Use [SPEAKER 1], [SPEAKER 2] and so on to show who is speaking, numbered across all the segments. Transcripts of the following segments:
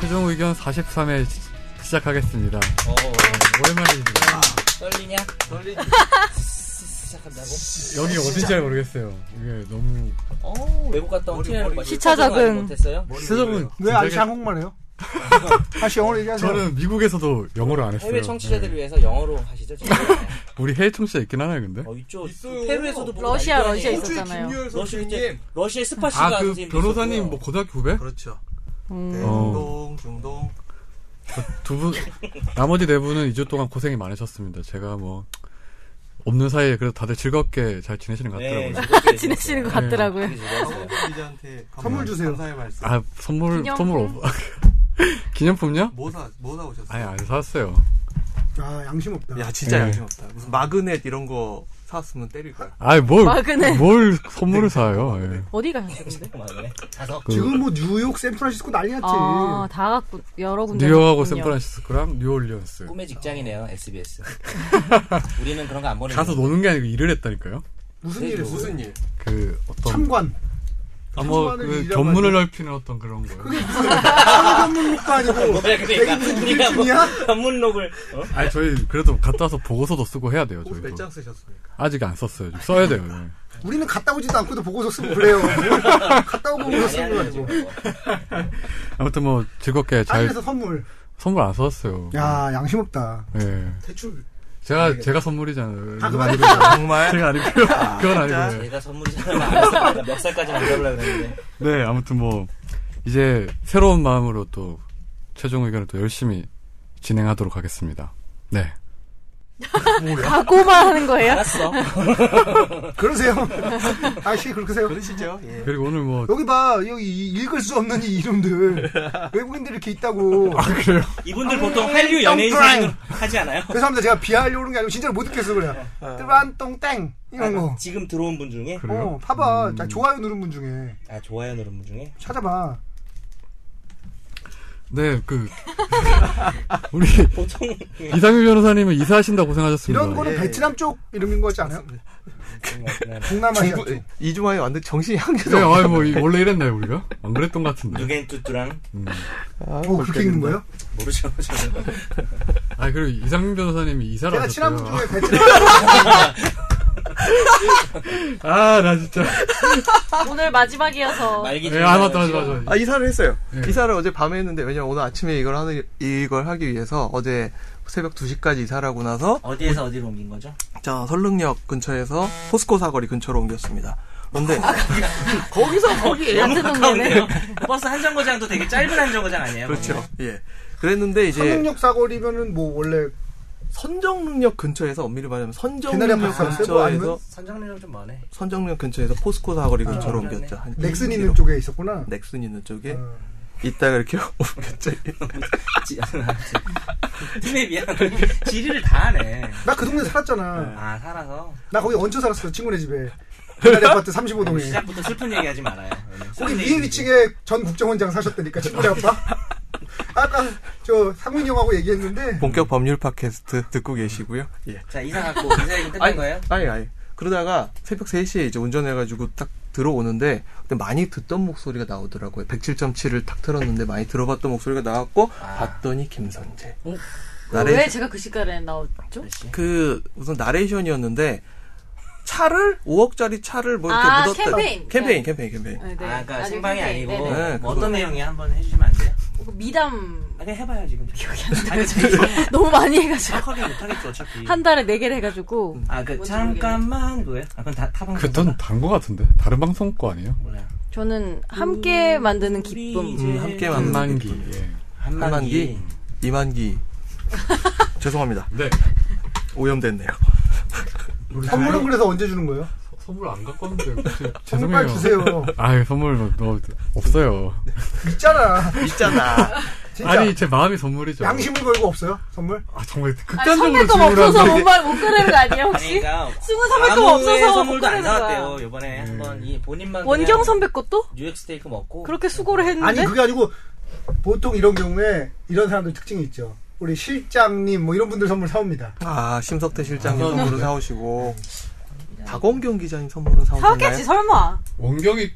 [SPEAKER 1] 시즌 43회 시작하겠습니다. 네,
[SPEAKER 2] 어,
[SPEAKER 1] 오랜만입니다.
[SPEAKER 2] 떨리냐? 떨리지. 시작한다고?
[SPEAKER 1] 여기 어딘지 잘 모르겠어요. 이게 너무
[SPEAKER 2] 어, 외국 갔다 온
[SPEAKER 3] 머리,
[SPEAKER 2] 티나를
[SPEAKER 3] 머리.
[SPEAKER 2] 막
[SPEAKER 4] 시차
[SPEAKER 2] 적응 아직
[SPEAKER 4] 적응.
[SPEAKER 2] 못했어요?
[SPEAKER 1] 시사적은
[SPEAKER 3] 왜 네, 아저씨 한국말 해요? 다시 영어로 얘기하세요.
[SPEAKER 1] 저는 미국에서도 영어를 안 했어요.
[SPEAKER 2] 해외 청취자들을
[SPEAKER 1] 네.
[SPEAKER 2] 위해서 영어로 하시죠. 지금.
[SPEAKER 1] 우리 해외 청취자 있긴 하나요, 근데?
[SPEAKER 2] 어, 이쪽
[SPEAKER 5] 있어요.
[SPEAKER 2] 페루에서도 보고
[SPEAKER 4] 러시아,
[SPEAKER 2] 난리도
[SPEAKER 4] 러시아
[SPEAKER 2] 아니에요.
[SPEAKER 4] 있었죠. 있었잖아요.
[SPEAKER 5] 김유열
[SPEAKER 2] 러시아 이제
[SPEAKER 5] 선생님.
[SPEAKER 2] 러시아 스파 씨가
[SPEAKER 1] 아, 그
[SPEAKER 2] 선생님도
[SPEAKER 1] 변호사님
[SPEAKER 2] 있었고요.
[SPEAKER 1] 뭐 고등학교 후배?
[SPEAKER 3] 그렇죠.
[SPEAKER 4] 음.
[SPEAKER 3] 대동, 중동.
[SPEAKER 1] 두 분, 나머지 네 분은 2주 동안 고생이 많으셨습니다. 제가 뭐, 없는 사이에 그래도 다들 즐겁게 잘 지내시는 것 같더라고요.
[SPEAKER 2] 네, 즐겁게
[SPEAKER 4] 지내시는 것
[SPEAKER 2] 있었어요. 네.
[SPEAKER 4] 같더라고요.
[SPEAKER 2] 되게 즐거웠어요.
[SPEAKER 3] 기자한테 감-
[SPEAKER 1] 선물
[SPEAKER 3] 주세요. 감사의 말씀.
[SPEAKER 1] 아, 선물,
[SPEAKER 4] 기념품?
[SPEAKER 1] 선물, 없... 기념품요?
[SPEAKER 3] 뭐 사, 뭐
[SPEAKER 1] 아니,
[SPEAKER 3] 사오셨어요?
[SPEAKER 1] 안 샀어요.
[SPEAKER 6] 아 양심 없다.
[SPEAKER 3] 야, 진짜
[SPEAKER 1] 네.
[SPEAKER 3] 양심 없다. 무슨 마그넷 이런 거 샀으면 때릴 거야.
[SPEAKER 1] 아니, 뭘,
[SPEAKER 4] 마그네.
[SPEAKER 1] 뭘 선물을 사요. 예.
[SPEAKER 4] 어디 가셨는데?
[SPEAKER 2] 맞네.
[SPEAKER 1] 그
[SPEAKER 6] 지금 뭐 뉴욕, 샌프란시스코 난리났지.
[SPEAKER 4] 아, 다 갖고 여러 군데.
[SPEAKER 1] 뉴욕하고
[SPEAKER 4] 갔군요.
[SPEAKER 1] 샌프란시스코랑 뉴올리언스.
[SPEAKER 2] 꿈의 직장이네요, SBS. 우리는 그런 거 안 보내요.
[SPEAKER 1] 가서 노는 게 아니고 일을 했다니까요.
[SPEAKER 6] 무슨
[SPEAKER 2] 네,
[SPEAKER 6] 일이에요? 무슨
[SPEAKER 3] 무슨 일?
[SPEAKER 1] 그 어떤
[SPEAKER 6] 참관.
[SPEAKER 1] 아, 뭐
[SPEAKER 6] 참관을
[SPEAKER 1] 그
[SPEAKER 6] 일이라고
[SPEAKER 1] 견문을
[SPEAKER 6] 하죠.
[SPEAKER 1] 넓히는 어떤 그런 거예요.
[SPEAKER 6] 국가 아니고
[SPEAKER 2] 그래, 그러니까 우리가 뭐
[SPEAKER 6] 일중이야?
[SPEAKER 2] 전문록을 어?
[SPEAKER 1] 아니 저희 그래도 갔다 와서 보고서도 쓰고 해야 돼요.
[SPEAKER 3] 옷
[SPEAKER 1] 저희도
[SPEAKER 3] 몇 장 쓰셨습니까?
[SPEAKER 1] 아직 안 썼어요. 좀 써야 돼요. 네.
[SPEAKER 6] 우리는 갔다 오지도 않고도 보고서 쓰고 그래요. 뭘 갔다 오고 보고서
[SPEAKER 2] 많이
[SPEAKER 6] 쓰는 거
[SPEAKER 2] 하는 거지.
[SPEAKER 6] 아니고.
[SPEAKER 2] 뭐.
[SPEAKER 1] 아무튼 뭐 즐겁게 잘
[SPEAKER 6] 아니에서 선물.
[SPEAKER 1] 선물 안 썼어요.
[SPEAKER 6] 야 양심 없다.
[SPEAKER 1] 예.
[SPEAKER 6] 대출.
[SPEAKER 1] 제가 제가 선물이잖아요. 그건
[SPEAKER 6] 아, 그만.
[SPEAKER 1] 아니고요.
[SPEAKER 3] 정말?
[SPEAKER 1] 제가 아니고요. 그건 아니고요.
[SPEAKER 2] 제가 선물이잖아요. 몇 살까지 만들려고 그랬는데.
[SPEAKER 1] 네, 아무튼 뭐 이제 새로운 마음으로 또 최종 의견을 또 열심히 진행하도록 하겠습니다. 네.
[SPEAKER 4] 각오만 하는 거예요?
[SPEAKER 2] 알았어.
[SPEAKER 6] 그러세요. 아씨 그러세요.
[SPEAKER 3] 그러시죠? 예.
[SPEAKER 1] 그리고 오늘 뭐
[SPEAKER 6] 여기 봐 여기 이- 읽을 수 없는 이 이름들 외국인들이 이렇게 있다고.
[SPEAKER 3] 아,
[SPEAKER 1] 그래요.
[SPEAKER 2] 이분들 보통 한류 연예인 사진으로 하지 않아요?
[SPEAKER 6] 죄송합니다 제가 비하하려고 그런 게 아니고 진짜로 못 읽겠어 그래. 뜨란똥땡 이런
[SPEAKER 3] 아,
[SPEAKER 6] 거.
[SPEAKER 2] 아, 지금 들어온 분 중에
[SPEAKER 1] 그래요? 음.
[SPEAKER 6] 어 봐봐 자, 좋아요 누른 분 중에
[SPEAKER 2] 아 좋아요 누른 분 중에
[SPEAKER 6] 찾아봐.
[SPEAKER 1] 네, 그 우리
[SPEAKER 2] 보통
[SPEAKER 1] 이상규 변호사님은 이사하신다 고생하셨습니다.
[SPEAKER 6] 이런 거는
[SPEAKER 3] 예.
[SPEAKER 6] 베트남 쪽 이름인 거지 않아요? 동남아시아 쪽.
[SPEAKER 3] 중국, 이주만에 완전 정신이
[SPEAKER 1] 네,
[SPEAKER 3] 한계도
[SPEAKER 1] 아이 뭐 이- 원래 이랬나요 우리가? 안 그랬던 것 같은데.
[SPEAKER 2] 누겐투투랑
[SPEAKER 3] 아,
[SPEAKER 6] 어, 그렇게 읽는 거예요?
[SPEAKER 2] 모르죠 저는
[SPEAKER 1] 아 그리고 이상민 변호사님이 이사를
[SPEAKER 6] 제가 친한 분
[SPEAKER 1] 하셨대요.
[SPEAKER 6] 중에 베트남
[SPEAKER 1] 아 나 진짜.
[SPEAKER 4] 오늘 마지막이어서.
[SPEAKER 2] 말기
[SPEAKER 1] 예, 아 맞다 맞다 맞다.
[SPEAKER 3] 아, 이사를 했어요.
[SPEAKER 1] 예.
[SPEAKER 3] 이사를 어제 밤에 했는데, 왜냐면 오늘 아침에 이걸 하는, 이걸 하기 위해서 어제 새벽 2시까지 이사를 하고 나서
[SPEAKER 2] 어디에서 어디로 옮긴 거죠?
[SPEAKER 3] 자, 설릉역 근처에서 포스코 사거리 근처로 옮겼습니다. 그런데 거기서
[SPEAKER 5] 예,
[SPEAKER 3] 거기
[SPEAKER 2] 너무
[SPEAKER 4] 같은
[SPEAKER 2] 가까운데요? 버스 한 정거장도 되게 짧은 한 정거장 아니에요?
[SPEAKER 3] 그렇죠. 예. 그랬는데 이제
[SPEAKER 6] 네. 선릉역 사거리면은 뭐 원래
[SPEAKER 3] 선정릉역 근처에서 엄밀히 말하면
[SPEAKER 6] 개나리 앞에
[SPEAKER 3] 선정릉역
[SPEAKER 6] 있어요? 뭐 아니면?
[SPEAKER 3] 근처에서
[SPEAKER 2] 선정리랑 좀 머네
[SPEAKER 3] 선정릉역 근처에서 포스코 사거리
[SPEAKER 2] 아,
[SPEAKER 3] 근처로
[SPEAKER 2] 그러네.
[SPEAKER 3] 옮겼죠. 한
[SPEAKER 6] 넥슨
[SPEAKER 3] 2km.
[SPEAKER 6] 있는 쪽에 있었구나.
[SPEAKER 3] 넥슨 있는 쪽에
[SPEAKER 6] 어.
[SPEAKER 3] 있다가 이렇게 옮겼죠.
[SPEAKER 2] 티맵이야 지리를 다 하네
[SPEAKER 6] 나그 동네 살았잖아.
[SPEAKER 2] 아 살아서
[SPEAKER 6] 나 거기 얹혀 살았어 친구네 집에. 개나리 아파트 35동에.
[SPEAKER 2] 시작부터 슬픈 얘기 하지 말아요 네,
[SPEAKER 6] 거기 위에 위층에 전 국정원장 사셨다니까 친구네 아빠. 아까 저 상훈이 형하고 얘기했는데
[SPEAKER 1] 뭐,
[SPEAKER 3] 본격 법률 팟캐스트 듣고 계시고요. 예.
[SPEAKER 2] 자 이사 갖고 이사 얘기 끝난 거예요?
[SPEAKER 3] 아니, 아니. 그러다가 새벽 3시에 이제 운전해가지고 딱 들어오는데, 근데 많이 듣던 목소리가 나오더라고요. 107.7을 탁 틀었는데 많이 들어봤던 목소리가 나왔고,
[SPEAKER 2] 아.
[SPEAKER 3] 봤더니 김선재.
[SPEAKER 2] 어?
[SPEAKER 3] 나레,
[SPEAKER 4] 왜 제가 그 시간에 나왔죠?
[SPEAKER 2] 네.
[SPEAKER 3] 그, 무슨 나레이션이었는데, 차를, 5억짜리 차를 뭐 이렇게
[SPEAKER 4] 아,
[SPEAKER 3] 묻었다.
[SPEAKER 4] 캠페인.
[SPEAKER 3] 캠페인,
[SPEAKER 4] 네.
[SPEAKER 3] 캠페인, 캠페인.
[SPEAKER 4] 네, 네.
[SPEAKER 2] 아 그러니까
[SPEAKER 4] 나중에
[SPEAKER 2] 생방이
[SPEAKER 4] 선생님,
[SPEAKER 2] 아니고
[SPEAKER 4] 네,
[SPEAKER 3] 네,
[SPEAKER 2] 뭐
[SPEAKER 3] 그거.
[SPEAKER 2] 어떤 내용이 한번 해주시면 안 돼요?
[SPEAKER 4] 네. 그거 미담
[SPEAKER 2] 아, 그냥 해봐요 지금 기억이 안 나.
[SPEAKER 4] 너무 많이 해가지고.
[SPEAKER 2] 커리 못하겠죠 어차피.
[SPEAKER 4] 한 달에 네 개를 해가지고.
[SPEAKER 2] 아그
[SPEAKER 4] 뭔지
[SPEAKER 2] 잠깐만 그거요? 아 그건 다 타방.
[SPEAKER 1] 그건 단거 같은데 다른 방송 거 아니에요?
[SPEAKER 6] 음.
[SPEAKER 2] 몰라요.
[SPEAKER 4] 저는
[SPEAKER 2] 음.
[SPEAKER 4] 함께 만드는 기쁨.
[SPEAKER 3] 음, 함께 만든
[SPEAKER 1] 한만기.
[SPEAKER 3] 느낌.
[SPEAKER 1] 예.
[SPEAKER 3] 한만기,
[SPEAKER 2] 한만기.
[SPEAKER 3] 이만기. 죄송합니다.
[SPEAKER 1] 네.
[SPEAKER 3] 오염됐네요.
[SPEAKER 1] 네.
[SPEAKER 6] 선물은 그래서 언제 주는 거예요?
[SPEAKER 1] 선물 안 갖고 왔는데 혹시
[SPEAKER 6] 선물 빨리
[SPEAKER 1] 죄송해요.
[SPEAKER 6] 주세요.
[SPEAKER 1] 아 선물 뭐, 뭐 없어요.
[SPEAKER 6] 있잖아.
[SPEAKER 3] 있잖아.
[SPEAKER 6] 진짜
[SPEAKER 1] 아니 제 마음이 선물이죠.
[SPEAKER 6] 양심을 걸고 없어요 선물?
[SPEAKER 1] 아 정말
[SPEAKER 4] 아니,
[SPEAKER 1] 극단적으로
[SPEAKER 4] 선물도 없어서
[SPEAKER 1] 질문하는데.
[SPEAKER 4] 못말못 그러는 거 아니에요
[SPEAKER 2] 아니
[SPEAKER 4] 혹시?
[SPEAKER 2] 그러니까
[SPEAKER 4] 승우 선배도
[SPEAKER 2] 아무의
[SPEAKER 4] 없어서 못
[SPEAKER 2] 선물도 안
[SPEAKER 4] 그러는
[SPEAKER 2] 사왔대요. 어.
[SPEAKER 4] 거야.
[SPEAKER 2] 이번에 한번 이 본인만
[SPEAKER 4] 원경
[SPEAKER 2] 그냥
[SPEAKER 4] 선배 것도
[SPEAKER 2] 뉴욕 스테이크 먹고
[SPEAKER 4] 그렇게 수고를 했는데
[SPEAKER 6] 아니 그게 아니고 보통 이런 경우에 이런 사람들 특징이 있죠. 우리 실장님 뭐 이런 분들 선물 사옵니다.
[SPEAKER 3] 아, 네. 심석태 실장님
[SPEAKER 4] 네.
[SPEAKER 3] 선물은 사오시고, 박원경 기자님 선물은 사오셨나요?
[SPEAKER 4] 사왔겠지 설마.
[SPEAKER 1] 원경이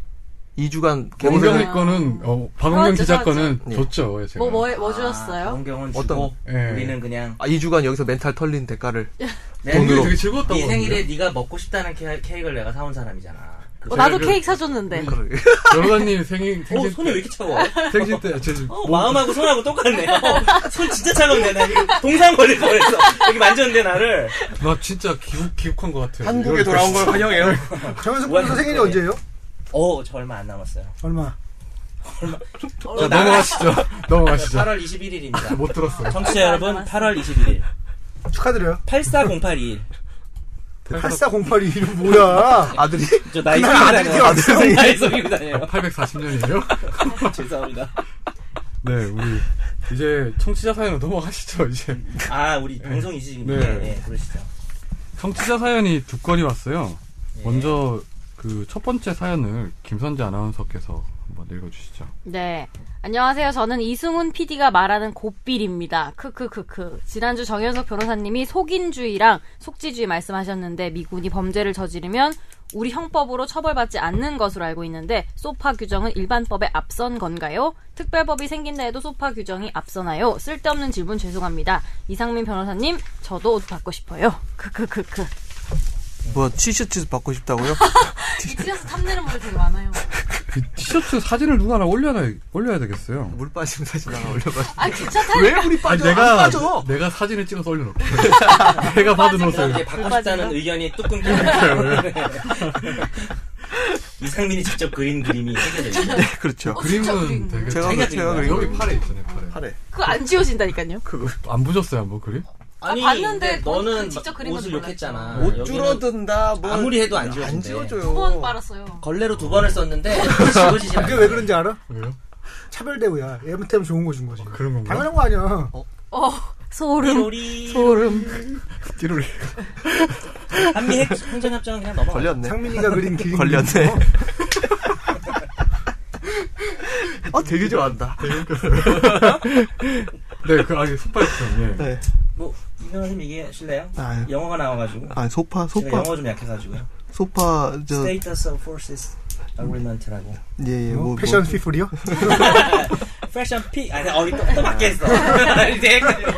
[SPEAKER 3] 2주간
[SPEAKER 1] 원경
[SPEAKER 3] 개고생
[SPEAKER 1] 리 거는 어, 박원경
[SPEAKER 4] 맞아,
[SPEAKER 1] 기자 거는
[SPEAKER 3] 맞아.
[SPEAKER 1] 줬죠. 예, 제가.
[SPEAKER 4] 뭐, 뭐,
[SPEAKER 2] 아,
[SPEAKER 4] 뭐 주셨어요?
[SPEAKER 2] 경은
[SPEAKER 3] 어떤-
[SPEAKER 2] 주고 네.
[SPEAKER 1] 예.
[SPEAKER 2] 우리는 그냥
[SPEAKER 3] 아, 2주간 여기서 멘탈 털린 대가를
[SPEAKER 4] 네.
[SPEAKER 2] 내
[SPEAKER 1] 오늘
[SPEAKER 3] 돈으로.
[SPEAKER 1] 되게 즐거웠다고.
[SPEAKER 2] 네 생일에
[SPEAKER 1] 하던데.
[SPEAKER 2] 네가 먹고 싶다는 케- 케이크를 내가 사온 사람이잖아. 그
[SPEAKER 4] 어, 나도
[SPEAKER 1] 그-
[SPEAKER 4] 케이크 사줬는데.
[SPEAKER 3] 그러니까.
[SPEAKER 1] 여러분님 생일
[SPEAKER 2] 어,
[SPEAKER 1] 생신
[SPEAKER 2] 손이 왜 이렇게 차가워?
[SPEAKER 1] 생신 때 제주
[SPEAKER 2] 어, 마음하고 손하고 똑같네. 어, 손 진짜 차갑네. 나 이거 동상 걸릴 뻔했어. 여기 만졌는데 나를.
[SPEAKER 1] 나 진짜 기국 기국한 것 같아요.
[SPEAKER 3] 한국에 돌아온 걸 환영해요.
[SPEAKER 6] 정현석
[SPEAKER 2] 뭐야,
[SPEAKER 6] 변호사 생일이
[SPEAKER 2] 그거네.
[SPEAKER 6] 언제예요?
[SPEAKER 2] 어, 저 얼마 안 남았어요.
[SPEAKER 6] 얼마?
[SPEAKER 1] 자, 넘어가시죠. 넘어가시죠. 뭐.
[SPEAKER 2] 8월 21일입니다.
[SPEAKER 1] 못 들었어.
[SPEAKER 2] 청취자 여러분, 8월 21일.
[SPEAKER 6] 축하드려요.
[SPEAKER 2] 84082일.
[SPEAKER 6] 8408이 이름 뭐야?
[SPEAKER 3] 아들이
[SPEAKER 2] 저 나이
[SPEAKER 6] 그날 아들
[SPEAKER 2] 속이고 다녀요.
[SPEAKER 6] 아들 생일.
[SPEAKER 2] 나이 속이고 다녀요.
[SPEAKER 1] 840년이에요.
[SPEAKER 2] 죄송합니다.
[SPEAKER 1] 네, 우리 이제 청취자 사연으로 넘어가시죠. 이제
[SPEAKER 2] 아, 우리 방송이지, 지금.
[SPEAKER 1] 네.
[SPEAKER 2] 네, 네, 그러시죠.
[SPEAKER 1] 청취자 사연이 두 건이 왔어요.
[SPEAKER 2] 예.
[SPEAKER 1] 먼저 그 첫 번째 사연을 김선재 아나운서께서 한번 읽어주시죠.
[SPEAKER 4] 네. 안녕하세요. 저는 이승훈 PD가 말하는 고삘입니다. 크크크크. 지난주 정현석 변호사님이 속인주의랑 속지주의 말씀하셨는데 미군이 범죄를 저지르면 우리 형법으로 처벌받지 않는 것으로 알고 있는데 소파 규정은 일반법에 앞선 건가요? 특별법이 생긴다 해도 소파 규정이 앞서나요? 쓸데없는 질문 죄송합니다. 이상민 변호사님, 저도 옷 받고 싶어요. 크크크크.
[SPEAKER 3] 뭐 티셔츠 받고 싶다고요?
[SPEAKER 4] 미치려서 탐내는 분들 되게 많아요.
[SPEAKER 1] 그 티셔츠 사진을 누가 하나 올려야 올려야 되겠어요.
[SPEAKER 3] 물 빠지는 사진 하나 올려봐.
[SPEAKER 4] 아, 기차 타는
[SPEAKER 3] 왜 물이 빠져? 안 빠져.
[SPEAKER 1] 내가 사진을 찍어서 올려놓고 내가 받은 옷을
[SPEAKER 4] 아,
[SPEAKER 2] 이제 바꿔 싶다는
[SPEAKER 4] 물
[SPEAKER 2] 의견이 뚝 끊겨요. 이상민이 직접 그린 그림이 새겨져 있어요.
[SPEAKER 3] 네, 그렇죠.
[SPEAKER 1] 그림은 되게
[SPEAKER 3] 제가
[SPEAKER 2] 자기가
[SPEAKER 3] 제가
[SPEAKER 2] 찍은
[SPEAKER 3] 그린
[SPEAKER 1] 여기 팔에 있잖아요. 팔에
[SPEAKER 3] 팔에
[SPEAKER 4] 그거 안 지워진다니까요.
[SPEAKER 3] 그거
[SPEAKER 1] 안 보셨어요, 뭐 그림?
[SPEAKER 2] 아니,
[SPEAKER 4] 봤는데
[SPEAKER 2] 근데 너는
[SPEAKER 4] 직접
[SPEAKER 2] 막
[SPEAKER 4] 그린 건
[SPEAKER 2] 옷을
[SPEAKER 4] 몰랐죠.
[SPEAKER 2] 욕했잖아.
[SPEAKER 3] 옷
[SPEAKER 2] 여기는
[SPEAKER 3] 줄어든다. 뭐
[SPEAKER 2] 아무리 해도 안
[SPEAKER 3] 안
[SPEAKER 2] 지워진대.
[SPEAKER 3] 지워져요.
[SPEAKER 4] 두 번 빨았어요.
[SPEAKER 2] 걸레로 두 번을 썼는데 지워지지 않아.
[SPEAKER 6] 그게 왜 그런지 알아?
[SPEAKER 1] 왜요?
[SPEAKER 6] 차별 대우야. 애한테면 좋은 거 준 거지.
[SPEAKER 1] 그런 건가?
[SPEAKER 6] 당연한 거 아니야.
[SPEAKER 4] 어, 소름.
[SPEAKER 2] 우리
[SPEAKER 4] 소름.
[SPEAKER 1] 띠로리.
[SPEAKER 2] 한미 핵 행정협정 그냥 넘어가.
[SPEAKER 3] 걸렸네.
[SPEAKER 6] 상민이가 그린 그림.
[SPEAKER 3] 걸렸네. 아 되게 좋아한다.
[SPEAKER 1] 네, 그 아니 손발처럼. 예.
[SPEAKER 3] 네.
[SPEAKER 2] 뭐 이선생님 얘기하실래요?
[SPEAKER 3] 아,
[SPEAKER 2] 영어가 나와가지고.
[SPEAKER 3] 아 소파
[SPEAKER 2] 제가
[SPEAKER 3] 소파
[SPEAKER 2] 영어 좀 약해가지고요.
[SPEAKER 3] 소파 저
[SPEAKER 2] Status of Forces Agreement라고.
[SPEAKER 3] 예예
[SPEAKER 6] 뭐,
[SPEAKER 3] 뭐
[SPEAKER 6] 패션
[SPEAKER 3] 뭐.
[SPEAKER 6] 피플이요?
[SPEAKER 2] 패션 피 아니 어이 또또 바뀌었어. 이제 헷갈려.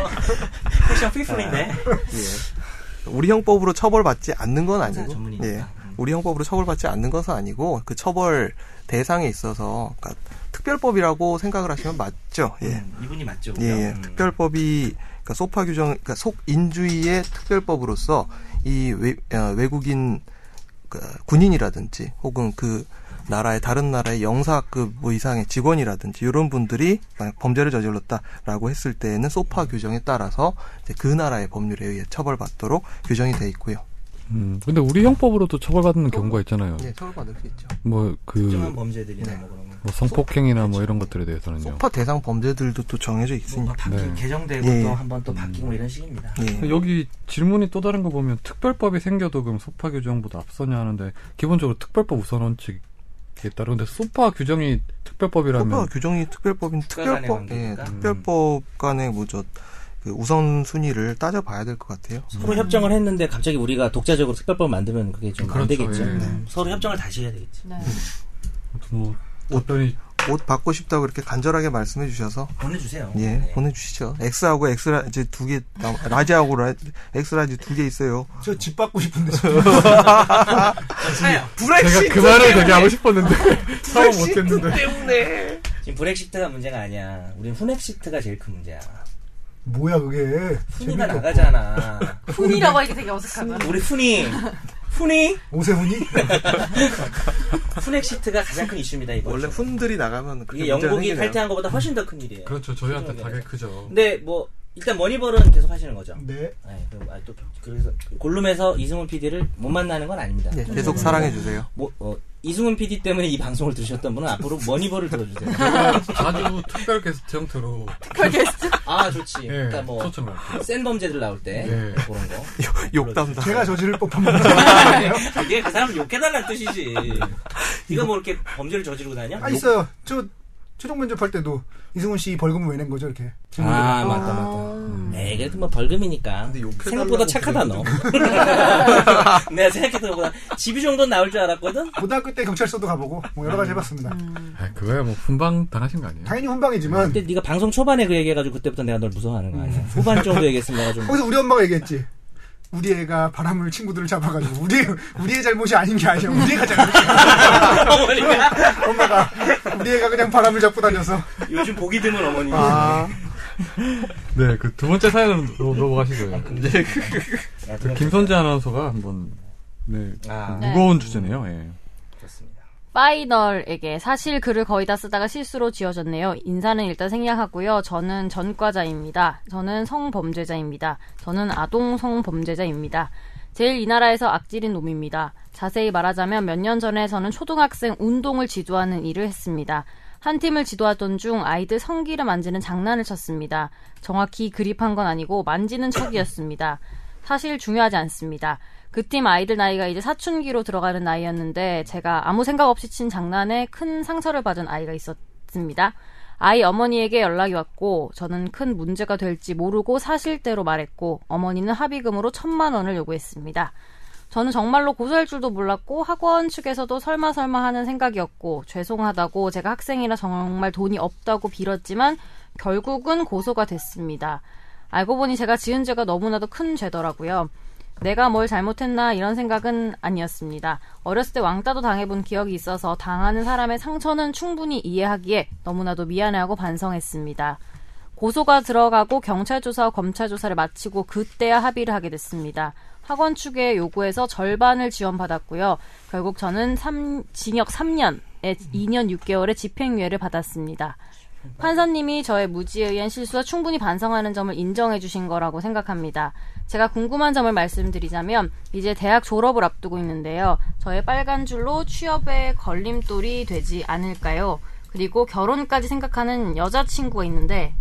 [SPEAKER 2] 패션 피플인데.
[SPEAKER 3] 아, 예. 우리 형법으로 처벌받지 않는 건
[SPEAKER 2] 항상
[SPEAKER 3] 아니고
[SPEAKER 2] 전문이니까.
[SPEAKER 3] 예. 우리 형법으로 처벌받지 않는 것은 아니고 그 처벌 대상에 있어서 그러니까 특별법이라고 생각을 하시면 맞죠. 예.
[SPEAKER 2] 음, 이분이 맞죠?
[SPEAKER 3] 예,
[SPEAKER 2] 그죠?
[SPEAKER 3] 예.
[SPEAKER 2] 음.
[SPEAKER 3] 특별법이 그러니까 소파 규정 그러니까 속인주의의 특별법으로서 이 외, 국인그 군인이라든지 혹은 그 나라의 다른 나라의 영사급 뭐 이상의 직원이라든지 이런 분들이 만약 범죄를 저질렀다라고 했을 때에는 소파 규정에 따라서 이제 그 나라의 법률에 의해 처벌받도록 규정이 돼 있고요.
[SPEAKER 1] 음, 근데 우리 형법으로도 처벌받는 경우가 있잖아요.
[SPEAKER 3] 예, 처벌받을 수 있죠.
[SPEAKER 1] 뭐
[SPEAKER 2] 특정한
[SPEAKER 1] 그
[SPEAKER 2] 범죄들이나
[SPEAKER 3] 네.
[SPEAKER 2] 뭐 그런 거.
[SPEAKER 1] 성폭행이나 뭐 이런 것들에 대해서는요.
[SPEAKER 3] 소파 대상 범죄들도 또 정해져
[SPEAKER 2] 뭐
[SPEAKER 3] 있으니까.
[SPEAKER 2] 바뀌
[SPEAKER 1] 네.
[SPEAKER 2] 개정되고
[SPEAKER 3] 예.
[SPEAKER 2] 또 한번 또 바뀌고 뭐 이런 식입니다.
[SPEAKER 3] 예.
[SPEAKER 1] 여기 질문이 또 다른 거 보면 특별법이 생겨도 그럼 소파 규정보다 앞서냐 하는데 기본적으로 특별법 우선 원칙에 따르는데 소파 규정이 특별법이라면
[SPEAKER 3] 소파 규정이 특별법인 특별법,
[SPEAKER 2] 관계
[SPEAKER 3] 예,
[SPEAKER 2] 아닙니까? 음.
[SPEAKER 3] 특별법 간의 뭐저 그 우선 순위를 따져봐야 될 것 같아요.
[SPEAKER 2] 서로 협정을 했는데 갑자기 우리가 독자적으로 특별법 만들면 그게 좀 안
[SPEAKER 1] 그렇죠,
[SPEAKER 2] 되겠죠.
[SPEAKER 1] 예.
[SPEAKER 2] 음, 서로 협정을 다시 해야 되겠지.
[SPEAKER 4] 네.
[SPEAKER 1] 아무튼 뭐 답변이
[SPEAKER 3] 옷 받고 싶다고 그렇게 간절하게 말씀해 주셔서
[SPEAKER 2] 보내주세요.
[SPEAKER 3] 예
[SPEAKER 2] 네.
[SPEAKER 3] 보내주시죠. X하고 X라 이제 두개 라지하고 라, X라지 두 개 있어요.
[SPEAKER 6] 저 집 받고 싶은데.
[SPEAKER 1] 제가 그 말을 되게 하고 싶었는데 사과 못했는데
[SPEAKER 2] 지금 브렉시트가 문제가 아니야. 우린 후넥시트가 제일 큰 문제야.
[SPEAKER 6] 뭐야 그게.
[SPEAKER 2] 훈이가 나가잖아.
[SPEAKER 4] 훈이라고 하기 되게 어색하다.
[SPEAKER 2] 우리 훈이. 훈이?
[SPEAKER 6] 오세훈이?
[SPEAKER 2] 후넥시트가 가장 큰 이슈입니다, 이번.
[SPEAKER 3] 원래
[SPEAKER 2] 주에.
[SPEAKER 3] 훈들이 나가면 그게
[SPEAKER 2] 이게 영국이 탈퇴한 것보다 훨씬 더 큰 일이에요.
[SPEAKER 1] 그렇죠 저희한테 다게 크죠
[SPEAKER 2] 근데 뭐, 일단 머니벌은 계속 하시는 거죠.
[SPEAKER 6] 네.
[SPEAKER 2] 네, 그럼, 아, 또, 그래서, 골룸에서 이승훈 PD를 못 만나는 건 아닙니다.
[SPEAKER 3] 예, 계속 사랑해 주세요.
[SPEAKER 2] 뭐, 어, 이승훈 PD 때문에 이 방송을 들으셨던 분은 앞으로 머니벌을 들어주세요.
[SPEAKER 1] 자주 아, 뭐 특별 게스트 형태로
[SPEAKER 4] 특별 게스트.
[SPEAKER 2] 아, 좋지.
[SPEAKER 1] 예,
[SPEAKER 2] 그러니까 뭐,
[SPEAKER 1] 초청할게요
[SPEAKER 2] 센 범죄들 나올 때,
[SPEAKER 1] 예.
[SPEAKER 2] 그런 거.
[SPEAKER 3] 욕 담당.
[SPEAKER 6] 제가 저지를 법한 문제.
[SPEAKER 2] 이게 네. 그 사람 욕해달라는 뜻이지. 네가 뭐 이렇게 범죄를 저지르고 다녀?
[SPEAKER 6] 아 있어요. 저 최종 면접할 때도 이승훈 씨 벌금을 왜 낸 거죠 이렇게 질문을
[SPEAKER 2] 아, 맞다, 맞다. 에이, 그래도 뭐 벌금이니까.
[SPEAKER 3] 근데 욕해달라고
[SPEAKER 2] 생각보다 착하다, 너. 내가 생각했던 것보다 집이 정도는 나올 줄 알았거든?
[SPEAKER 6] 고등학교 때 경찰서도 가보고 뭐 여러 가지 해봤습니다.
[SPEAKER 1] 아, 그거야 뭐 분방 당하신 거 아니에요?
[SPEAKER 6] 당연히 혼방이지만
[SPEAKER 2] 근데 네가 방송 초반에 그 얘기해가지고 그때부터 내가 널 무서워하는 거 아니야? 후반 정도 얘기했으면 내가 좀.
[SPEAKER 6] 거기서 우리 엄마가 얘기했지. 우리 애가 바람을 친구들을 잡아가지고 우리 애- 우리 애 잘못이 아닌 게 아니야. 우리 애가 잘못이야.
[SPEAKER 2] 어머니가
[SPEAKER 6] 엄마가 우리 애가 그냥 바람을 잡고 다녀서
[SPEAKER 2] 요즘 보기 드문 어머니.
[SPEAKER 6] 아
[SPEAKER 1] 네, 그 두 번째 사연으로 넘어가시고요.
[SPEAKER 2] 야,
[SPEAKER 1] 아, 그
[SPEAKER 2] 그럼
[SPEAKER 1] 김선재 아나운서가 한번 네,
[SPEAKER 2] 아,
[SPEAKER 5] 네.
[SPEAKER 1] 무거운 주제네요. 예.
[SPEAKER 2] 좋습니다.
[SPEAKER 5] 파이널에게 사실 글을 거의 다 쓰다가 실수로 지어졌네요. 인사는 일단 생략하고요. 저는 전과자입니다. 저는 성범죄자입니다. 저는 아동 성범죄자입니다. 제일 이 나라에서 악질인 놈입니다. 자세히 말하자면 몇 년 전에 저는 초등학생 운동을 지도하는 일을 했습니다. 한 팀을 지도하던 중 아이들 성기를 만지는 장난을 쳤습니다. 정확히 그립한 건 아니고 만지는 척이었습니다. 사실 중요하지 않습니다. 그 팀 아이들 나이가 이제 사춘기로 들어가는 나이였는데 제가 아무 생각 없이 친 장난에 큰 상처를 받은 아이가 있었습니다. 아이 어머니에게 연락이 왔고 저는 큰 문제가 될지 모르고 사실대로 말했고 어머니는 합의금으로 천만 원을 요구했습니다. 저는 정말로 고소할 줄도 몰랐고 학원 측에서도 설마 설마 하는 생각이었고 죄송하다고 제가 학생이라 정말 돈이 없다고 빌었지만 결국은 고소가 됐습니다. 알고 보니 제가 지은 죄가 너무나도 큰 죄더라고요. 내가 뭘 잘못했나 이런 생각은 아니었습니다. 어렸을 때 왕따도 당해본 기억이 있어서 당하는 사람의 상처는 충분히 이해하기에 너무나도 미안해하고 반성했습니다. 고소가 들어가고 경찰 조사와 검찰 조사를 마치고 그때야 합의를 하게 됐습니다. 학원 측의 요구에서 절반을 지원받았고요. 결국 저는 삼- 징역 3년에 2년 6개월의 집행유예를 받았습니다. 판사님이 저의 무지에 의한 실수와 충분히 반성하는 점을 인정해 주신 거라고 생각합니다. 제가 궁금한 점을 말씀드리자면 이제 대학 졸업을 앞두고 있는데요. 저의 빨간 줄로 취업에 걸림돌이 되지 않을까요? 그리고 결혼까지 생각하는 여자친구가 있는데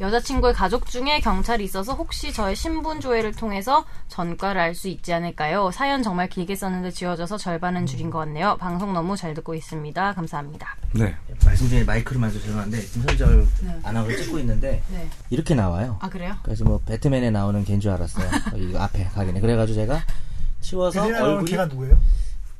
[SPEAKER 5] 여자친구의 가족 중에 경찰이 있어서 혹시 저의 신분 조회를 통해서 전과를 알 수 있지 않을까요? 사연 정말 길게 썼는데 지워져서 절반은 줄인 것 같네요. 방송 너무 잘 듣고 있습니다. 감사합니다.
[SPEAKER 1] 네.
[SPEAKER 2] 말씀 중에 마이크를 맞아 죄송한데 지금 현재 아나운서 찍고 있는데
[SPEAKER 5] 네.
[SPEAKER 2] 이렇게 나와요.
[SPEAKER 5] 아 그래요?
[SPEAKER 2] 그래서 뭐 배트맨에 나오는 걘 줄 알았어요. 이 앞에 가기는 그래가지고 제가 치워서
[SPEAKER 6] 베리나는
[SPEAKER 2] 얼굴이
[SPEAKER 6] 걔가 누구예요?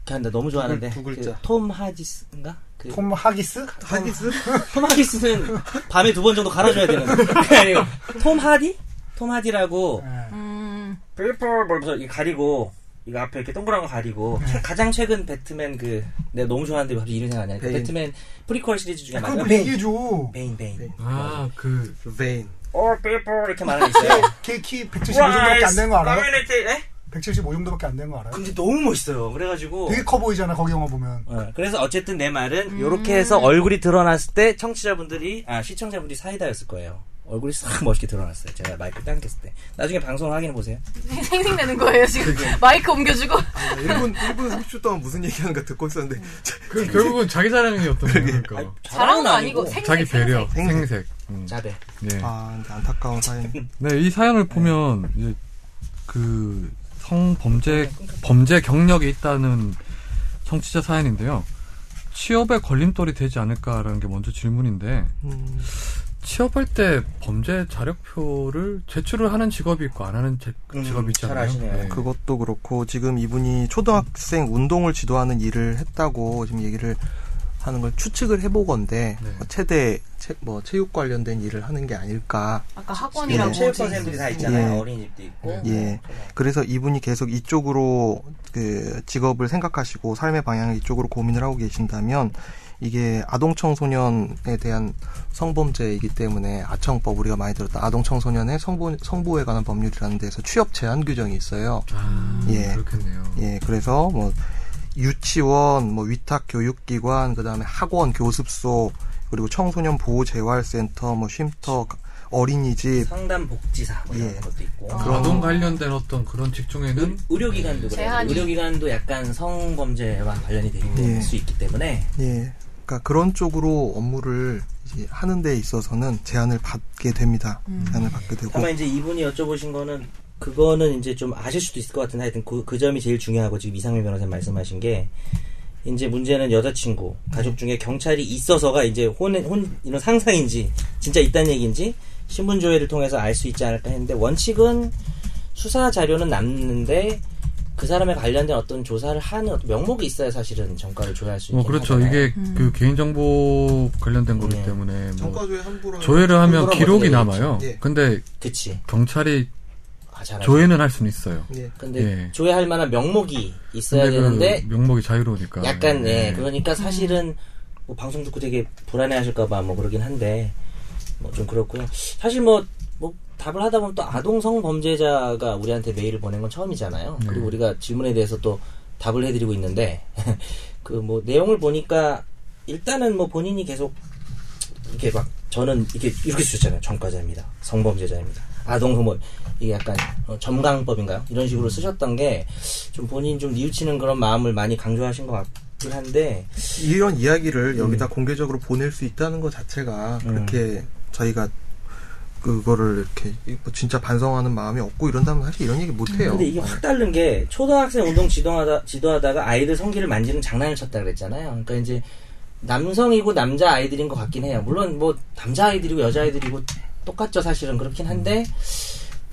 [SPEAKER 2] 걔한테 너무 좋아하는데
[SPEAKER 3] 두 글- 두 글자.
[SPEAKER 2] 그, 톰 하지스인가? 그, 톰,
[SPEAKER 6] 톰 하기스?
[SPEAKER 3] 하기스?
[SPEAKER 2] 하지스는 밤에 두 번 정도 갈아줘야 되는 그게 아니고 톰 하디? 톰 하디라고
[SPEAKER 6] 예.
[SPEAKER 5] 음,
[SPEAKER 2] 벌벌벌벌 이 가리고 이거 앞에 이렇게 동그란 거 가리고 최- 가장 최근 배트맨 그 내가 너무 좋아하는데 갑자기 이름이 생각이 안 나니까
[SPEAKER 3] 베인.
[SPEAKER 2] 배트맨 프리퀄 시리즈 중에
[SPEAKER 6] 그걸
[SPEAKER 2] 맞아요?
[SPEAKER 6] 뭐
[SPEAKER 2] 베인
[SPEAKER 6] 얘기해줘.
[SPEAKER 2] 베인 베인
[SPEAKER 1] 아, 그
[SPEAKER 3] 베인.
[SPEAKER 2] All people 이렇게 말하는 게 있어요
[SPEAKER 6] 걔키
[SPEAKER 2] 그
[SPEAKER 6] 175 정도밖에 안 되는 거 알아요?
[SPEAKER 2] 커뮤니티, 네?
[SPEAKER 6] 175 정도밖에 안 되는 거 알아요?
[SPEAKER 2] 근데 너무 멋있어요 그래가지고
[SPEAKER 6] 되게 커 보이잖아 거기 영화 보면.
[SPEAKER 2] 어, 그래서 어쨌든 내 말은 이렇게 해서 얼굴이 드러났을 때 청취자분들이 아 시청자분들이 사이다였을 거예요. 얼굴이 싹 멋있게 드러났어요. 제가 마이크 당겼을 때. 나중에 방송을 확인해 보세요.
[SPEAKER 5] 생생내는 거예요 지금 마이크 옮겨주고
[SPEAKER 3] 아, 1분, 1분 30초 동안 무슨 얘기하는가 듣고 있었는데,
[SPEAKER 2] 네.
[SPEAKER 1] 그 결국은 자기 사랑이었던 거니까.
[SPEAKER 5] 자랑은 아, 아니고 생-
[SPEAKER 1] 자기 배려,
[SPEAKER 3] 생색.
[SPEAKER 1] 생색. 음.
[SPEAKER 2] 어. 자배.
[SPEAKER 1] 예.
[SPEAKER 3] 아, 근데 안타까운 사연.
[SPEAKER 1] 네, 이 사연을 보면 이제 그 성범죄 범죄 경력이 있다는 청취자 사연인데요. 취업에 걸림돌이 되지 않을까라는 게 먼저 질문인데
[SPEAKER 3] 음,
[SPEAKER 1] 취업할 때 범죄 자력표를 제출을 하는 직업이 있고 안 하는 제-
[SPEAKER 2] 음,
[SPEAKER 1] 직업이 있잖아요.
[SPEAKER 2] 잘 아시네요.
[SPEAKER 3] 그것도 그렇고, 지금 이분이 초등학생 운동을 지도하는 일을 했다고 지금 얘기를 하는 걸 추측을 해보건데,
[SPEAKER 1] 네.
[SPEAKER 3] 뭐 체대, 체, 뭐, 체육 관련된 일을 하는 게 아닐까.
[SPEAKER 5] 아까
[SPEAKER 3] 학원이라고
[SPEAKER 5] 학원이라고
[SPEAKER 3] 네.
[SPEAKER 2] 체육 선생님들이 다 있잖아요.
[SPEAKER 3] 예.
[SPEAKER 2] 어린이집도 있고.
[SPEAKER 3] 예. 그래서 이분이 계속 이쪽으로 그 직업을 생각하시고 삶의 방향을 이쪽으로 고민을 하고 계신다면 이게 아동 청소년에 대한 성범죄이기 때문에 아청법 우리가 많이 들었던 아동 청소년의 성보, 성보호에 관한 법률이라는 데서 취업 제한 규정이 있어요.
[SPEAKER 1] 아,
[SPEAKER 3] 예.
[SPEAKER 1] 그렇겠네요.
[SPEAKER 3] 예, 그래서 뭐 유치원, 뭐 위탁 교육기관, 그다음에 학원, 교습소, 그리고 청소년 보호 재활센터, 뭐 쉼터, 어린이집
[SPEAKER 2] 상담 복지사 뭐 이런
[SPEAKER 3] 예.
[SPEAKER 2] 것도 있고.
[SPEAKER 3] 그런-
[SPEAKER 1] 아동 관련된 어떤 그런
[SPEAKER 2] 의-
[SPEAKER 1] 직종에는
[SPEAKER 2] 의료기관도 그래요.
[SPEAKER 5] 제한이.
[SPEAKER 2] 의료기관도 약간 성범죄와 관련이 되는
[SPEAKER 3] 예.
[SPEAKER 2] 수 있기 때문에
[SPEAKER 3] 예. 그러니까 그런 쪽으로 업무를 이제 하는 데 있어서는 제한을 받게 됩니다. 제한을 받게 되고.
[SPEAKER 1] 그
[SPEAKER 2] 다만 이제 이분이 여쭤보신 거는 그거는 이제 좀 아실 수도 있을 것 같은데 하여튼 그, 그 점이 제일 중요하고 지금 이상민 변호사님 말씀하신 게 이제 문제는 여자친구 가족 중에 경찰이 있어서가 이제 혼, 혼 이런 상상인지 진짜 있다는 얘기인지 신분 조회를 통해서 알 수 있지 않을까 했는데 원칙은 수사 자료는 남는데 그 사람에 관련된 어떤 조사를 하는 어떤 명목이 있어야 사실은 정가를 조회할 수 있는
[SPEAKER 1] 뭐 그렇죠. 이게 그 개인정보 관련된 거기
[SPEAKER 2] 음. 네.
[SPEAKER 1] 때문에 뭐
[SPEAKER 3] 정가조회 함부로
[SPEAKER 1] 조회를 하면
[SPEAKER 2] 함부로
[SPEAKER 1] 기록이
[SPEAKER 2] 하면
[SPEAKER 1] 남아요.
[SPEAKER 3] 되겠지. 예.
[SPEAKER 1] 근데
[SPEAKER 2] 그치
[SPEAKER 1] 경찰이
[SPEAKER 2] 아, 잘하죠.
[SPEAKER 1] 조회는 할 수는 있어요.
[SPEAKER 3] 예.
[SPEAKER 2] 근데
[SPEAKER 1] 예.
[SPEAKER 2] 조회할 만한 명목이 있어야
[SPEAKER 1] 근데
[SPEAKER 2] 되는데
[SPEAKER 1] 그 명목이 자유로우니까.
[SPEAKER 2] 약간 예.
[SPEAKER 1] 예.
[SPEAKER 2] 그러니까 사실은 뭐 방송 듣고 되게 불안해하실까봐 뭐 그러긴 한데 뭐 좀 그렇고요. 사실 뭐 뭐 답을 하다 보면 또 아동 성범죄자가 우리한테 메일을 보낸 건 처음이잖아요.
[SPEAKER 1] 네.
[SPEAKER 2] 그리고 우리가 질문에 대해서 또 답을 해드리고 있는데 그 뭐 내용을 보니까 일단은 뭐 본인이 계속 이렇게 막 저는 이렇게 이렇게 쓰셨잖아요. 전과자입니다. 성범죄자입니다. 아동 성범 이게 약간 어, 점강법인가요? 이런 식으로 쓰셨던 게 좀 본인 좀 뉘우치는 그런 마음을 많이 강조하신 것 같긴 한데
[SPEAKER 3] 이런 이야기를 여기다
[SPEAKER 1] 음.
[SPEAKER 3] 공개적으로 보낼 수 있다는 것 자체가 그렇게 저희가 그거를 이렇게 뭐 진짜 반성하는 마음이 없고 이런다면 사실 이런 얘기 못 해요.
[SPEAKER 2] 근데 이게 확 다른 게 초등학생 운동 지도하다 지도하다가 아이들 성기를 만지는 장난을 쳤다 그랬잖아요. 그러니까 이제 남성이고 남자 아이들인 것 같긴 해요. 물론 뭐 남자 아이들이고 여자 아이들이고 똑같죠 사실은 그렇긴 한데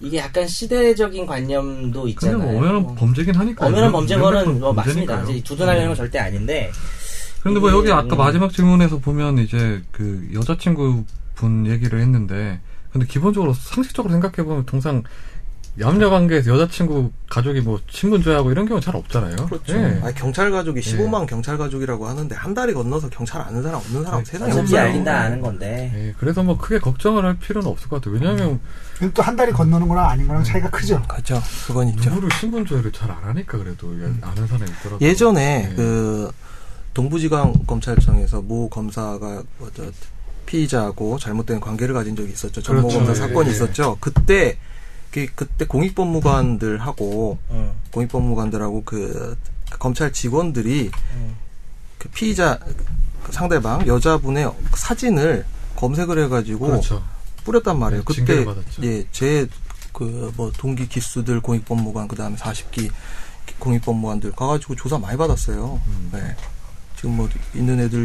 [SPEAKER 2] 이게 약간 시대적인 관념도
[SPEAKER 1] 근데
[SPEAKER 2] 있잖아요.
[SPEAKER 1] 뭐 엄연한
[SPEAKER 2] 어.
[SPEAKER 1] 범죄긴 하니까.
[SPEAKER 2] 엄연한 범죄인 거는
[SPEAKER 1] 명백한
[SPEAKER 2] 뭐 맞습니다.
[SPEAKER 1] 범죄니까요.
[SPEAKER 2] 이제 두둔하려는 건 절대 아닌데.
[SPEAKER 1] 근데 뭐
[SPEAKER 2] 이게,
[SPEAKER 1] 여기 아까
[SPEAKER 2] 음,
[SPEAKER 1] 마지막 질문에서 보면 이제 그 여자친구 분 얘기를 했는데 근데 기본적으로 상식적으로 생각해 보면 통상 남녀 관계에서 여자친구 가족이 뭐 신분 조회하고 이런 경우 잘 없잖아요.
[SPEAKER 3] 그렇죠.
[SPEAKER 1] 예.
[SPEAKER 3] 아 경찰 가족이 15만 경찰 가족이라고 하는데 한 다리 건너서 경찰 아는 사람 없는 사람
[SPEAKER 1] 아니,
[SPEAKER 3] 세상에
[SPEAKER 2] 어차피
[SPEAKER 3] 없어요.
[SPEAKER 2] 알린다 아는 건데.
[SPEAKER 1] 예, 그래서 뭐 크게 걱정을 할 필요는 없을 것 같아요. 왜냐하면
[SPEAKER 3] 음,
[SPEAKER 6] 또 한 달이 건너는 거랑 아닌 거랑 차이가 크죠.
[SPEAKER 3] 그렇죠. 그건 있죠.
[SPEAKER 1] 누구를 신분 조회를 잘 안 하니까 그래도 이게 아는 사람이 있더라도
[SPEAKER 3] 예전에
[SPEAKER 1] 예.
[SPEAKER 3] 그 동부지방 검찰청에서 모 검사가 뭐저 피의자하고 잘못된 관계를 가진 적이 있었죠. 전모
[SPEAKER 1] 그렇죠.
[SPEAKER 3] 검사
[SPEAKER 1] 예,
[SPEAKER 3] 사건이
[SPEAKER 1] 예.
[SPEAKER 3] 있었죠. 그때 그 그때 공익법무관들하고
[SPEAKER 1] 어.
[SPEAKER 2] 음,
[SPEAKER 3] 공익법무관들하고 그 검찰 직원들이
[SPEAKER 2] 음.
[SPEAKER 1] 어.
[SPEAKER 3] 그 피의자 그 상대방 여자분의 사진을 검색을 해가지고
[SPEAKER 1] 그렇죠.
[SPEAKER 3] 뿌렸단 말이에요.
[SPEAKER 1] 네,
[SPEAKER 3] 그때
[SPEAKER 1] 징계를 받았죠.
[SPEAKER 3] 예, 제 그 뭐 동기 기수들 공익법무관 그다음에 40기 공익법무관들 가가지고 조사 많이 받았어요.
[SPEAKER 1] 음.
[SPEAKER 3] 네. 지금 뭐 있는 애들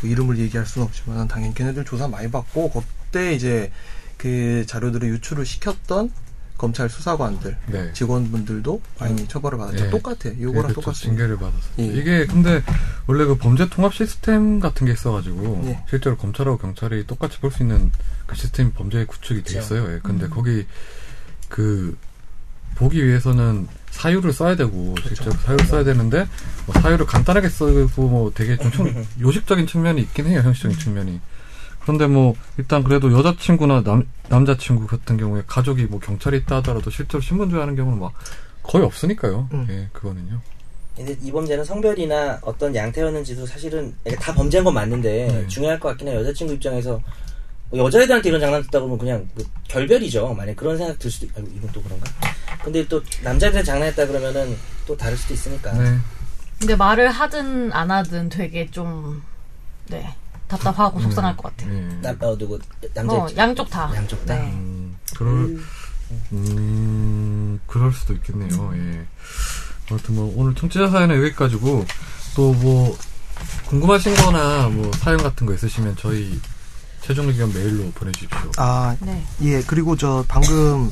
[SPEAKER 3] 뭐 이름을 얘기할 수는 없지만 당연히 걔네들 조사 많이 받고 그때 이제 그 자료들을 유출을 시켰던 검찰 수사관들
[SPEAKER 1] 네.
[SPEAKER 3] 직원분들도 많이 처벌을 받았죠.
[SPEAKER 1] 예.
[SPEAKER 3] 똑같아요.
[SPEAKER 1] 예,
[SPEAKER 3] 요거랑
[SPEAKER 1] 그렇죠.
[SPEAKER 3] 똑같습니다.
[SPEAKER 1] 징계를 받았어요.
[SPEAKER 3] 예.
[SPEAKER 1] 이게 근데 원래 그 범죄 통합 시스템 같은 게 있어가지고
[SPEAKER 3] 예.
[SPEAKER 1] 실제로 검찰하고 경찰이 똑같이 볼 수 있는 그 시스템 범죄 구축이 돼
[SPEAKER 2] 그렇죠.
[SPEAKER 1] 있어요. 예. 근데
[SPEAKER 3] 음.
[SPEAKER 1] 거기 그 보기 위해서는 사유를 써야 되고 실제로 사유를 써야 되는데 뭐 사유를 간단하게 쓰고 뭐 되게 좀 청- 요식적인 측면이 있긴 해요. 형식적인 측면이. 그런데 뭐 일단 그래도 여자친구나 남 남자친구 같은 경우에 가족이 뭐 경찰이 있다 하더라도 실제로 신분조회하는 경우는 막 거의 없으니까요.
[SPEAKER 3] 음.
[SPEAKER 1] 예, 그거는요.
[SPEAKER 2] 근데 이 범죄는 성별이나 어떤 양태였는지도 사실은 이게 다 범죄인 건 맞는데
[SPEAKER 1] 네.
[SPEAKER 2] 중요할 것 같긴 해요. 여자친구 입장에서 뭐 여자애들한테 이런 장난 듣다 보면 그냥 그 결별이죠. 만약 그런 생각 들 수도 있고 이건 또 그런가? 근데 또 남자애들 장난했다 그러면은 또 다를 수도
[SPEAKER 3] 아.
[SPEAKER 2] 있으니까.
[SPEAKER 1] 네.
[SPEAKER 5] 근데 말을 하든 안 하든 되게 좀, 네,
[SPEAKER 3] 음.
[SPEAKER 5] 답답하고 속상할 것 같아요.
[SPEAKER 1] 예.
[SPEAKER 2] 남, 어, 누구, 남자
[SPEAKER 5] 어,
[SPEAKER 2] 있지?
[SPEAKER 5] 양쪽 다.
[SPEAKER 2] 양쪽 다.
[SPEAKER 5] 네.
[SPEAKER 1] 음, 그럴, 음, 그럴 수도 있겠네요. 예. 아무튼 뭐 오늘 청취자 사연은 여기까지고 또 뭐 궁금하신 거나 뭐 사연 같은 거 있으시면 저희 최종 의견 메일로 보내주십시오.
[SPEAKER 3] 아,
[SPEAKER 5] 네.
[SPEAKER 3] 예, 그리고 저 방금